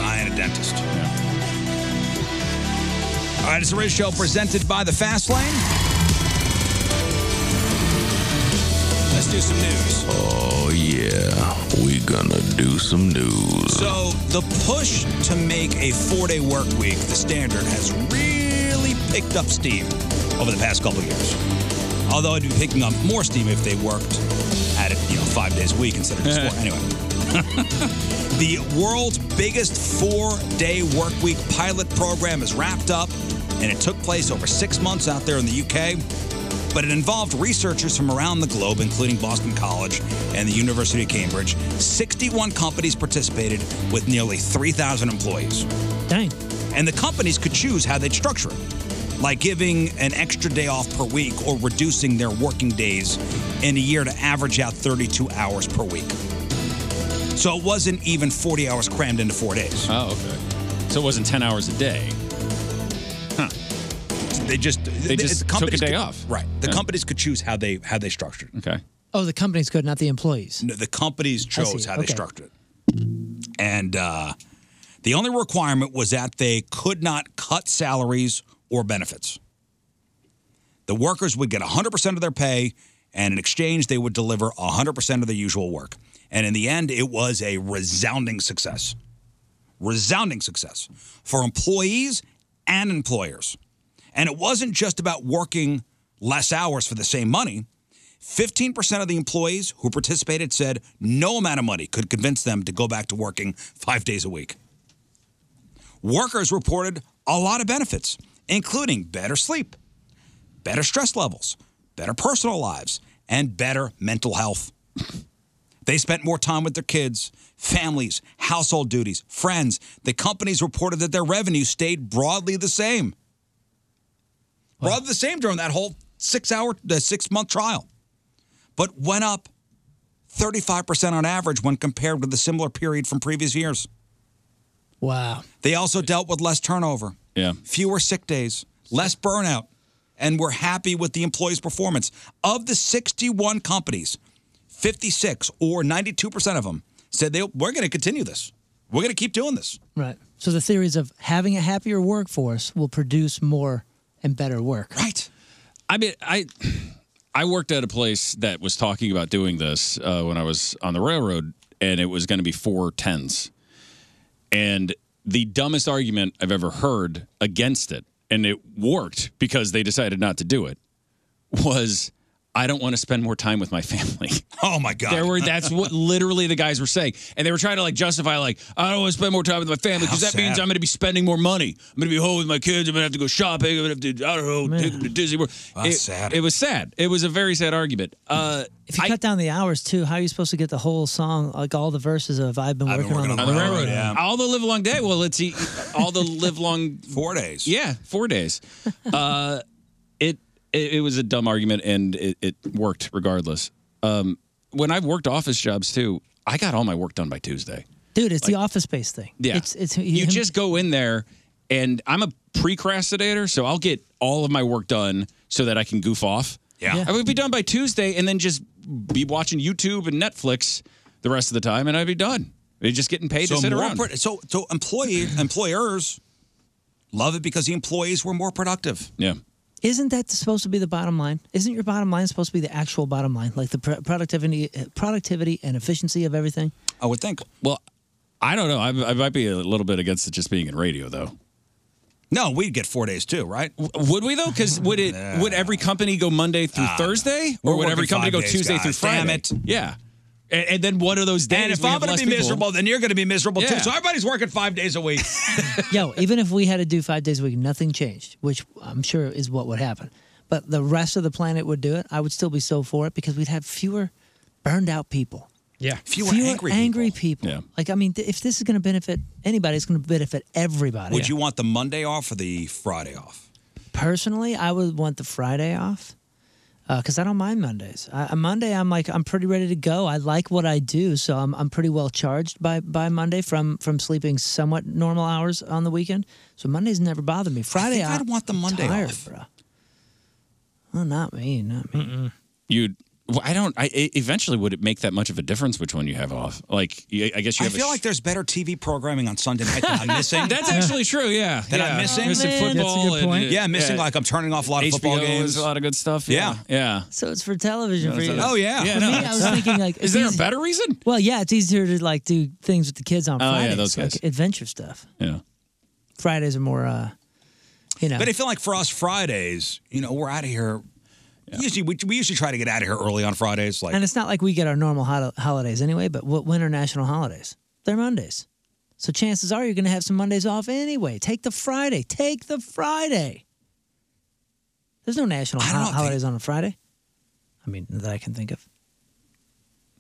I ain't a dentist. All right, it's the Riz Show presented by the Fast Lane. Let's do some news.
Oh, yeah. We gonna do some news.
So the push to make a four-day work week, the standard, has really picked up steam over the past couple of years. Although it'd be picking up more steam if they worked at it, you know, five days a week instead of just four. Anyway, the world's biggest four-day work week pilot program is wrapped up, and it took place over six months out there in the UK. But it involved researchers from around the globe, including Boston College and the University of Cambridge. 61 companies participated with nearly 3,000 employees.
Dang.
And the companies could choose how they'd structure it, like giving an extra day off per week or reducing their working days in a year to average out 32 hours per week. So it wasn't even 40 hours crammed into four days.
Oh, okay. So it wasn't 10 hours a day. Huh.
They just
They just took a
companies
day
could-
off.
Right. The
Yeah.
companies could choose how they how they structured. it.
Okay.
Oh, the company's good, not the employees.
No, the companies
I see.
chose how they
Okay.
structured it. And uh, the only requirement was that they could not cut salaries or benefits. The workers would get 100% of their pay, and in exchange, they would deliver 100% of their usual work. And in the end, it was a resounding success. Resounding success for employees and employers. And it wasn't just about working less hours for the same money. 15% of the employees who participated said no amount of money could convince them to go back to working five days a week. Workers reported a lot of benefits, including better sleep, better stress levels, better personal lives, and better mental health. They spent more time with their kids, families, household duties, friends. The companies reported that their revenue stayed broadly the same. Broadly the same during that whole six hour, uh, six month trial but went up 35% on average when compared with the similar period from previous years.
Wow.
They also dealt with less turnover,
Yeah.
fewer sick days, less burnout, and were happy with the employees' performance. Of the 61 companies, 56 or 92% of them said they we're going to continue this. We're going to keep doing this.
Right. So the theories of having a happier workforce will produce more and better work.
Right.
I mean, I I worked at a place that was talking about doing this uh, when I was on the railroad, and it was going to be four tens, and the dumbest argument I've ever heard against it, and it worked because they decided not to do it, was I don't want to spend more time with my family.
Oh my god!
There were that's what literally the guys were saying, and they were trying to like justify like I don't want to spend more time with my family because
How
that means
sad.
I'm going to be spending more money. I'm going to be home with my kids. I'm going to have to go shopping. I'm going to have to I don't know take them to Disney World.
That's
it,
sad.
It was sad. It was a very sad argument. Uh,
If you cut down the hours too, how are you supposed to get the whole song, like all the verses of "I've been working, on, the railroad"?
All the live long day. Well, let's see. All the live long
four days.
Yeah, four days. Uh, it, it it was a dumb argument, and it, it worked regardless. Um, when I've worked office jobs too, I got all my work done by Tuesday.
Dude, it's the office space thing.
Yeah.
It's it's
you just go in there, and I'm a precrastinator, so I'll get all of my work done so that I can goof off.
Yeah.
I would be done by Tuesday and then just be watching YouTube and Netflix the rest of the time, and I'd be done. They're just getting paid to sit
more
around.
pro- so so employee employers love it because the employees were more productive.
Yeah.
Isn't that supposed to be the bottom line? Isn't your bottom line supposed to be the actual bottom line, like the pr- productivity, productivity and efficiency of everything?
I would think.
Well, I don't know. I, I might be a little bit against it just being in radio, though.
No, we'd get four days too, right?
Would we though? Because would it would every company go Monday through
Ah,
Thursday,
we're
or would
working
every company go
five days,
Tuesday
guys.
through Friday?
Damn it.
Yeah, and, and then one of those days.
And if
we have
I'm going
less
to be
people.
miserable, then you're going to be miserable too.
Yeah.
So everybody's working five days a week.
Yo, even if we had to do five days a week, nothing changed, which I'm sure is what would happen. But the rest of the planet would do it. I would still be so for it because we'd have fewer burned out people.
Yeah. Fewer, angry
people. Like, I mean, th- if this is going to benefit anybody, it's going to benefit everybody.
Would you want the Monday off or the Friday off?
Personally, I would want the Friday off because I don't mind Mondays. I, on Monday, I'm like I'm pretty ready to go. I like what I do, so I'm I'm pretty well charged by by Monday from from sleeping somewhat normal hours on the weekend. So Mondays never bother me. Friday,
think I'd
I'm
want the Monday
tired,
off.
bro. Well, not me, not me.
You'd. Well, I don't. I e- eventually would it make that much of a difference which one you have off? Like, y- I guess you
I
have.
feel
a
like there's better TV programming on Sunday night that I'm missing.
That's actually true. Yeah,
That
yeah.
I'm missing.
Missing football. and, uh,
yeah, missing like I'm turning off a lot of
HBO
football
is
games.
A lot of good stuff. Yeah, yeah.
So it's for television
No,
for you.
it's not- Oh, yeah. Yeah,
For
no,
me, I
it's-
was thinking like,
Is
it's
there a
easy-
better reason?
Well, yeah, it's easier to like do things with the kids on
Oh, yeah,
Fridays,
those guys.
like adventure stuff.
Yeah.
Fridays are more, uh you know.
But I feel like for us Fridays, you know, we're out of here. Usually, we, we usually try to get out of here early on Fridays. Like,
and it's not like we get our normal hol- holidays anyway. But what when are national holidays? They're Mondays. So chances are you're going to have some Mondays off anyway. Take the Friday. Take the Friday. There's no national ho- holidays on a Friday. I mean, that I can think of.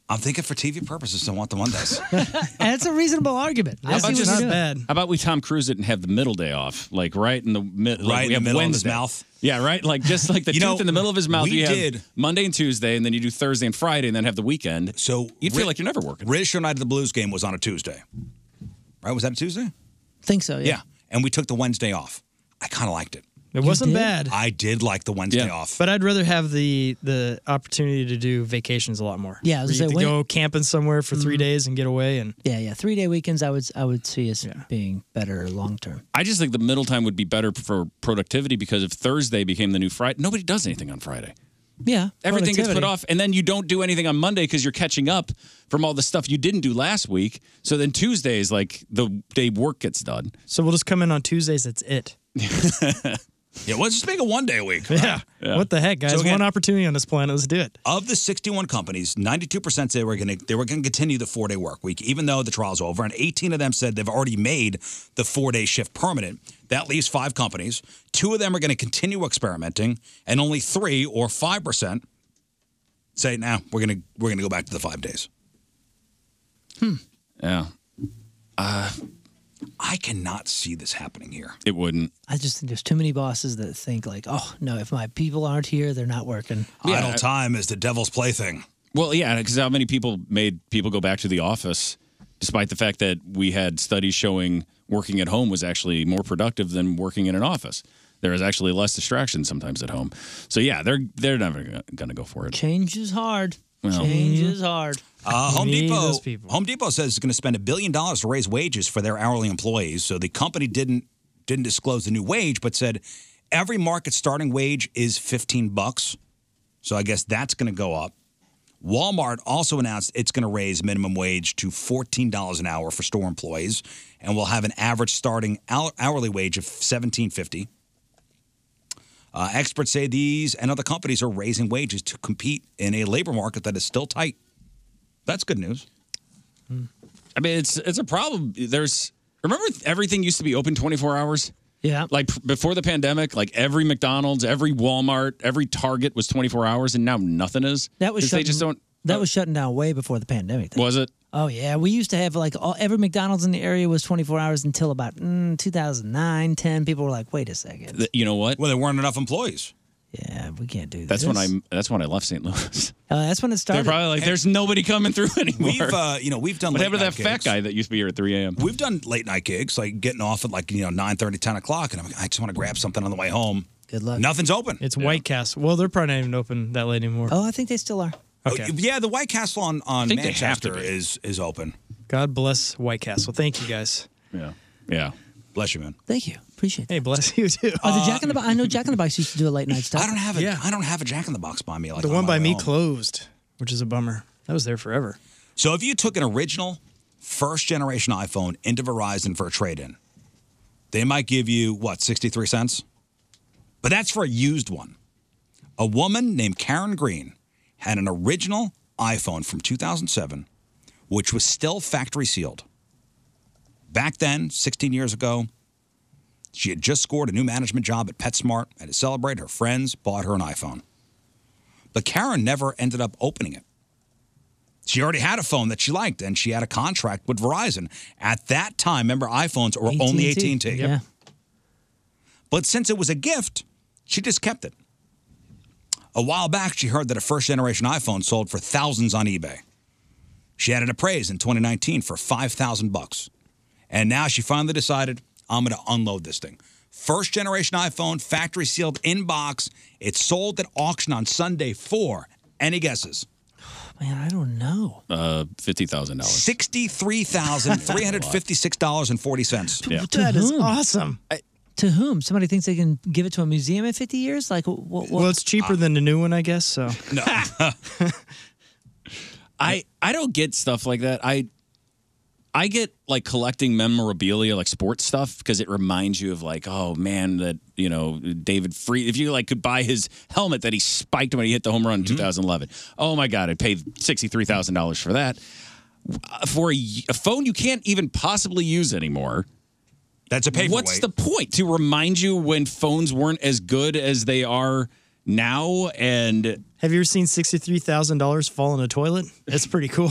I'm thinking for TV purposes, I want the Mondays.
That's a reasonable argument. I see what you're doing.
How about we Tom Cruise it and have the middle day off, like right in the middle, like
Right
we
in the
have
middle of his
Wednesday.
mouth.
Yeah, right. Like just like the
You
tooth
know,
in the middle of his mouth.
we
you have
did-
Monday and Tuesday, and then you do Thursday and Friday, and then have the weekend.
So
you'd feel like you're never working.
Riz showed night at the Blues game was on a Tuesday, right? Was that a Tuesday?
Think so. Yeah.
And we took the Wednesday off. I kind of liked it.
It You wasn't did? bad.
I did like the Wednesday off.
But I'd rather have the the opportunity to do vacations a lot more.
Yeah, I was
Where you have
gonna say, Mm-hmm.
to
when-
go camping somewhere for three days and get away. And
Yeah, yeah. Three day weekends, I would I would see as being better long term.
I just think the middle time would be better for productivity because if Thursday became the new Friday, nobody does anything on Friday.
Yeah,
Everything gets put
productivity.
off, and then you don't do anything on Monday because you're catching up from all the stuff you didn't do last week. So then Tuesday is like the day work gets done.
so we'll just come in on Tuesdays. That's it.
yeah, let's just make it one day a week.
Yeah. What the heck, guys?
So again-
One opportunity on this planet. Let's do it.
Of the 61 companies, 92% said they were going to they were going to continue the four day work week, even though the trial's over, and 18 of them said they've already made the four day shift permanent. That leaves five companies. Two of them are going to continue experimenting, and only three or five percent say, "Now we're going to we're going to go back to the five days."
Hmm.
Yeah, uh,
I cannot see this happening here.
it wouldn't.
I just think there's too many bosses that think like, oh no, if my people aren't here, they're not working.
Idle time is the devil's plaything.
Well, yeah, because how many people made people go back to the office, despite the fact that we had studies showing working at home was actually more productive than working in an office. There is actually less distraction sometimes at home. So yeah, they're they're never going to go for it.
Change is hard.
Well.
Change is hard.
Uh, Home Depot. Home Depot says it's going to spend a billion dollars to raise wages for their hourly employees. So the company didn't didn't disclose the new wage, but said every market starting wage is fifteen bucks. So I guess that's going to go up. Walmart also announced it's going to raise minimum wage to fourteen dollars an hour for store employees, and will have an average starting hou- hourly wage of seventeen fifty. Uh, experts say these and other companies are raising wages to compete in a labor market that is still tight. That's good news.
I mean, it's it's a problem. There's remember everything used to be open 24 hours.
Yeah.
Like p- before the pandemic, like every McDonald's, every Walmart, every Target was 24 hours, and now nothing is.
That was
'Cause
shutting,
they just don't.
That was shutting down way before the pandemic.
Was it?
Oh yeah, we used to have like all, every McDonald's in the area was 24 hours until about mm, 2009, 10. People were like, wait a second,
Th- You know what?
Well, there weren't enough employees.
Yeah, we can't do
That's
this.
when I that's when I left St. Louis.
uh, that's when it started.
They're probably like, "There's nobody coming through anymore."
We've, uh, you know, we've done
whatever
late
that
night
fat
gigs.
guy that used to be here at 3 a.m.
We've done late night gigs, like getting off at like you know 9, 10 o'clock, and I'm like, I just want to grab something on the way home.
Good luck.
Nothing's open.
It's White Castle. Well, they're probably not even open that late anymore.
Oh, I think they still are.
Okay.
Oh, yeah, the White Castle on on
think they have to
Manchester is is open.
God bless White Castle. Thank you guys.
Yeah. Yeah.
Bless you, man.
Thank you. Appreciate it.
Hey, bless you too.
Oh, the Jack in the Box. I know Jack in the Box used to do a late night stuff.
I don't have a I don't have a Jack in the Box by me. Like
the
on
one
my
by
way
me
home.
closed, which is a bummer. That was there forever.
So if you took an original first generation iPhone into Verizon for a trade in, They might give you what, 63 cents? But that's for a used one. A woman named Karen Green had an original iPhone from 2007 which was still factory sealed. Back then, 16 years ago, she had just scored a new management job at PetSmart, and to celebrate, her friends bought her an iPhone. But Karen never ended up opening it. She already had a phone that she liked, and she had a contract with Verizon. At that time, remember, iPhones were only
AT&T,
AT&T.
yeah.
But since it was a gift, she just kept it. A while back, she heard that a first-generation iPhone sold for thousands on eBay. She had it appraised in 2019 for 5,000 bucks. And now she finally decided, I'm going to unload this thing. First generation iPhone, factory sealed in box. It sold at auction on Sunday for any guesses?
Man, I don't know.
Uh, fifty thousand dollars.
$63,356.40.
Yeah.
That is
awesome.
to whom? Somebody thinks they can give it to a museum in 50 years? Like, what? Uh,
Well, it's cheaper than the new one, I guess. So
no,
I I don't get stuff like that. I I get like collecting memorabilia, like sports stuff, because it reminds you of like, oh man, that you know David Free. If you like could buy his helmet that he spiked when he hit the home run
Mm-hmm.
in 2011. Oh my God, I paid sixty three thousand dollars for that Uh, for a, y- a phone you can't even possibly use anymore.
That's a paperweight.
What's the point to remind you when phones weren't as good as they are now? And
have you ever seen sixty three thousand dollars fall in a toilet? That's pretty cool.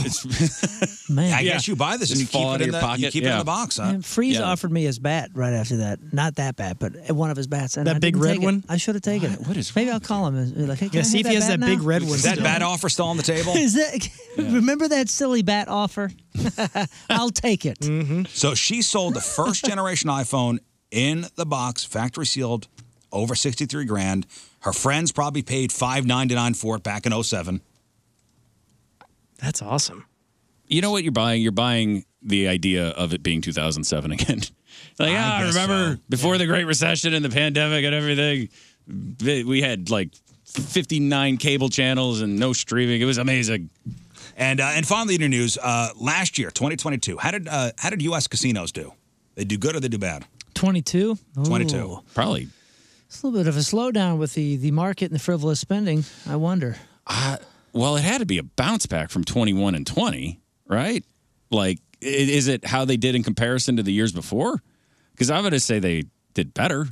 Man,
I guess you buy this and you keep it in the, You keep it in the box. Huh?
Man, Freeze offered me his bat right after that. Not that bat, but one of his bats. And
That
I
big
didn't
red
take it.
one?
I should have taken it.
What is
Maybe I'll call him and be like, hey, can
Yeah,
I
see
have
if he has
bat
that big
now?
red one
Is that bad offer still on the table?
Is that, remember that silly bat offer? I'll take it.
Mm-hmm.
So she sold the first generation iPhone in the box, factory sealed, over 63 grand. Her friends probably paid 5.99 for it back in 07.
That's awesome.
you know what you're buying? You're buying the idea of it being 2007 again. like, ah,
guess
remember before the Great Recession and the pandemic and everything, th- we had like 59 cable channels and no streaming. It was amazing.
And uh, and finally, in your news, uh, last year, 2022, how did uh, how did U.S. casinos do? They do good or they do bad?
22?
22,
Ooh.
probably.
It's a little bit of a slowdown with the, the market and the frivolous spending. I wonder.
Uh, well, it had to be a bounce back from 21 and 20, right? Like, i- is it how they did in comparison to the years before? Because I'm going to say they did better.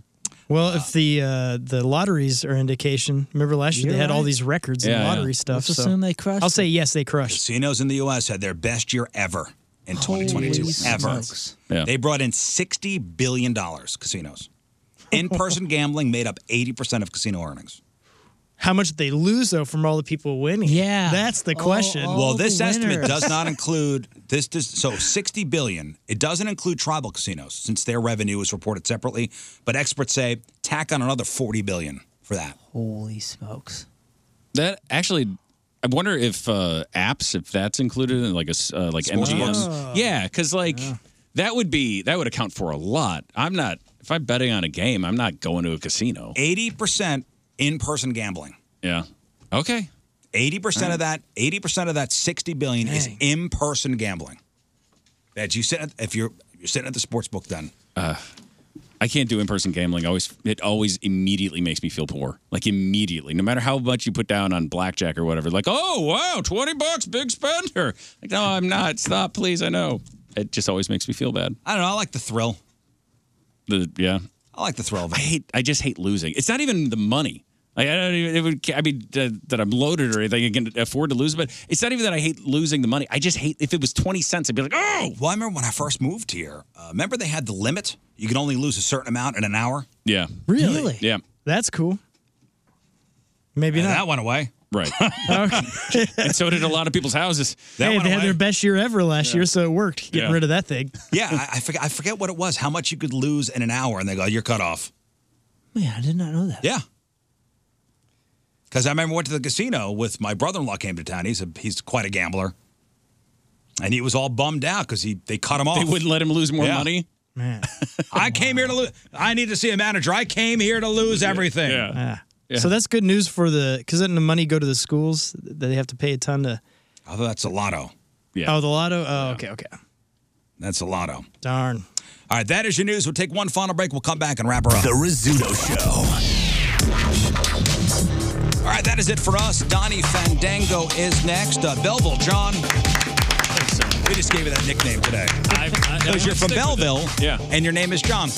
Well, if the uh, the lotteries are indication, remember last year
You're
they had all
right.
these records and
Yeah, yeah.
lottery stuff.
Let's
so
assume they crushed
I'll
it.
say yes, they crushed.
Casinos in the U.S. had their best year ever in 2022.
Holy
ever.
smokes.
Yeah.
They brought in $60 billion, casinos. In person gambling made up 80% of casino earnings.
How much did they lose though from all the people winning? Yeah, that's the question.
Oh,
well, this estimate does not include this. Does, so, 60 billion. It doesn't include tribal casinos since their revenue is reported separately. But experts say tack on another 40 billion for that.
Holy smokes.
That actually, I wonder if uh, apps, if that's included in like a s- uh, like
Sports
MGM.
books.
Yeah, because like that would be that would account for a lot. I'm not if I'm betting on a game, I'm not going to a casino.
Eighty percent in person gambling.
Yeah. Okay.
Eighty percent of that, eighty percent of that sixty billion is in person gambling. That you sit at, if you're you're sitting at the sports book then.
Uh, I can't do in person gambling. I Always it always immediately makes me feel poor. Like immediately, no matter how much you put down on blackjack or whatever. Like oh wow, twenty bucks, big spender. Like no, I'm not. Stop, please. I know. It just always makes me feel bad.
I don't know. I like the thrill.
The yeah.
I like the thrill of it.
I hate. I just hate losing. It's not even the money. Like, I don't even. It would. I mean, uh, that I'm loaded or anything. I can afford to lose, but it's not even that I hate losing the money. I just hate. If it was twenty cents, I'd be like, oh.
Well, I remember when I first moved here. Uh, remember they had the limit. You could only lose a certain amount in an hour.
Yeah.
Really?
Yeah.
That's cool. Maybe
And
not.
that went away.
Right. and so did a lot of people's houses.
hey, they had their best year ever last year, so it worked. Getting
Yeah.
rid of that thing.
Yeah, I, I forget. I forget what it was. How much you could lose in an hour, and they go, "You're cut off."
Man, I did not know that.
Yeah. Because I remember went to the casino with my brother-in-law came to town. He's a, he's quite a gambler, and he was all bummed out because he they cut him off.
They wouldn't let him lose more
Yeah.
money.
Man.
I came here to lose. I need to see a manager. I came here to lose everything.
Yeah. So that's good news for the because then the money go to the schools that they have to pay a ton to.
Although Oh, that's a lotto.
Yeah.
Oh, the lotto. Oh, okay, okay.
That's a lotto.
Darn.
All right, that is your news. We'll take one final break. We'll come back and wrap her up.
The Rizzuto Show.
All right, that is it for us. Donnie Fandango is next. Uh, Belleville, John. We just gave you that nickname today. Because you're from Belleville,
Yeah.
and your name is John.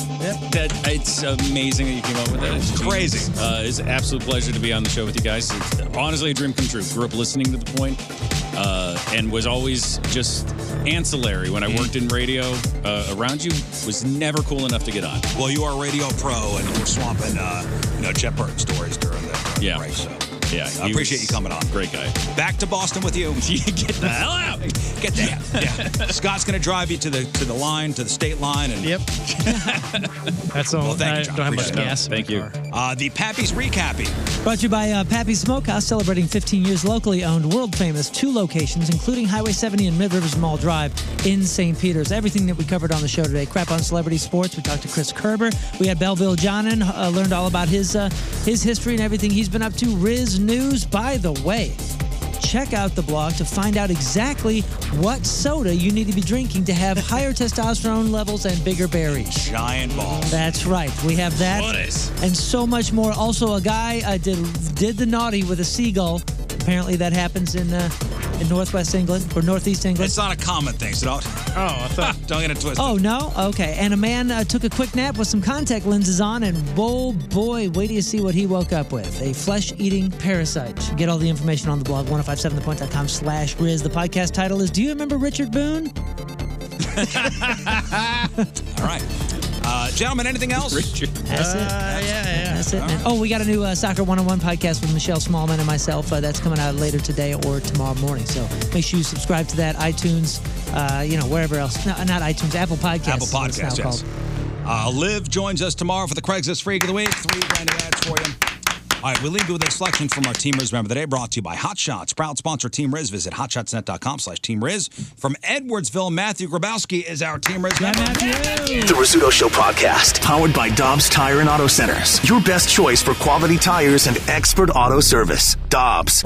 That it's amazing that you came up with that. It's crazy. Uh, it's an absolute pleasure to be on the show with you guys. It's honestly a dream come true. Grew up listening to the point, uh, and was always just ancillary when I
Mm-hmm.
worked in radio. Uh, around you was never cool enough to get on.
Well, you are a radio pro, and we're swamping, uh, you know, Chet Burton stories during the during the
Yeah.
break. So,
Yeah,
I
he
appreciate
was
you coming on.
Great guy.
Back to Boston with you. Get the hell out. Get the hell. Yeah. Scott's going to drive you to the to the line, to the state line, and yep.
That's all.
Well, thank you,
I
John.
don't have much
Appreciate it.
gas.
Thank you.
Uh, the Pappy's recappy.
Brought to you by uh, Pappy Smokehouse, celebrating 15 years locally owned, world famous, two locations, including Highway 70 and Mid Rivers Mall Drive in St. Peter's. Everything that we covered on the show today crap on celebrity sports. We talked to Chris Kerber. We had Belleville Johnnon, uh, learned all about his, uh, his history and everything he's been up to. Riz News, by the way. Check out the blog to find out exactly what soda you need to be drinking to have higher testosterone levels and bigger berries.
Giant balls.
That's right. We have that
Flores.
and so much more. Also, a guy uh, did did the naughty with a seagull. Apparently, that happens in uh, in northwest England or northeast England.
It's not a common thing, so don't. Oh, I thought. don't get it twisted.
Oh no! Okay, and a man uh, took a quick nap with some contact lenses on, and oh boy, wait till you see what he woke up with—a flesh-eating parasite. Get all the information on the blog 1057thepoint.com slash Riz. The podcast title is "Do You Remember Richard Boone?"
All right. Uh, gentlemen, anything else?
That's it.
Uh,
yeah, yeah. That's it. man. Oh, we got a new uh, Soccer 101 podcast with Michelle Smallman and myself. Uh, that's coming out later today or tomorrow morning. So make sure you subscribe to that. iTunes, uh, you know, wherever else. No, not iTunes, Apple Podcasts.
Apple
is what it's now
Podcast, yes.
called.
Uh, Liv joins us tomorrow for the Craigslist Freak of the Week. Three brand new ads for you. All right, we leave you with a selection from our Team Riz member today, brought to you by Hot Shots. Proud sponsor Team Riz. Visit hotshotsnet.com slash Team Riz. From Edwardsville, Matthew Grabowski is our Team Riz member.
The Rizzuto Show podcast, powered by Dobbs Tire and Auto Centers. Your best choice for quality tires and expert auto service. Dobbs.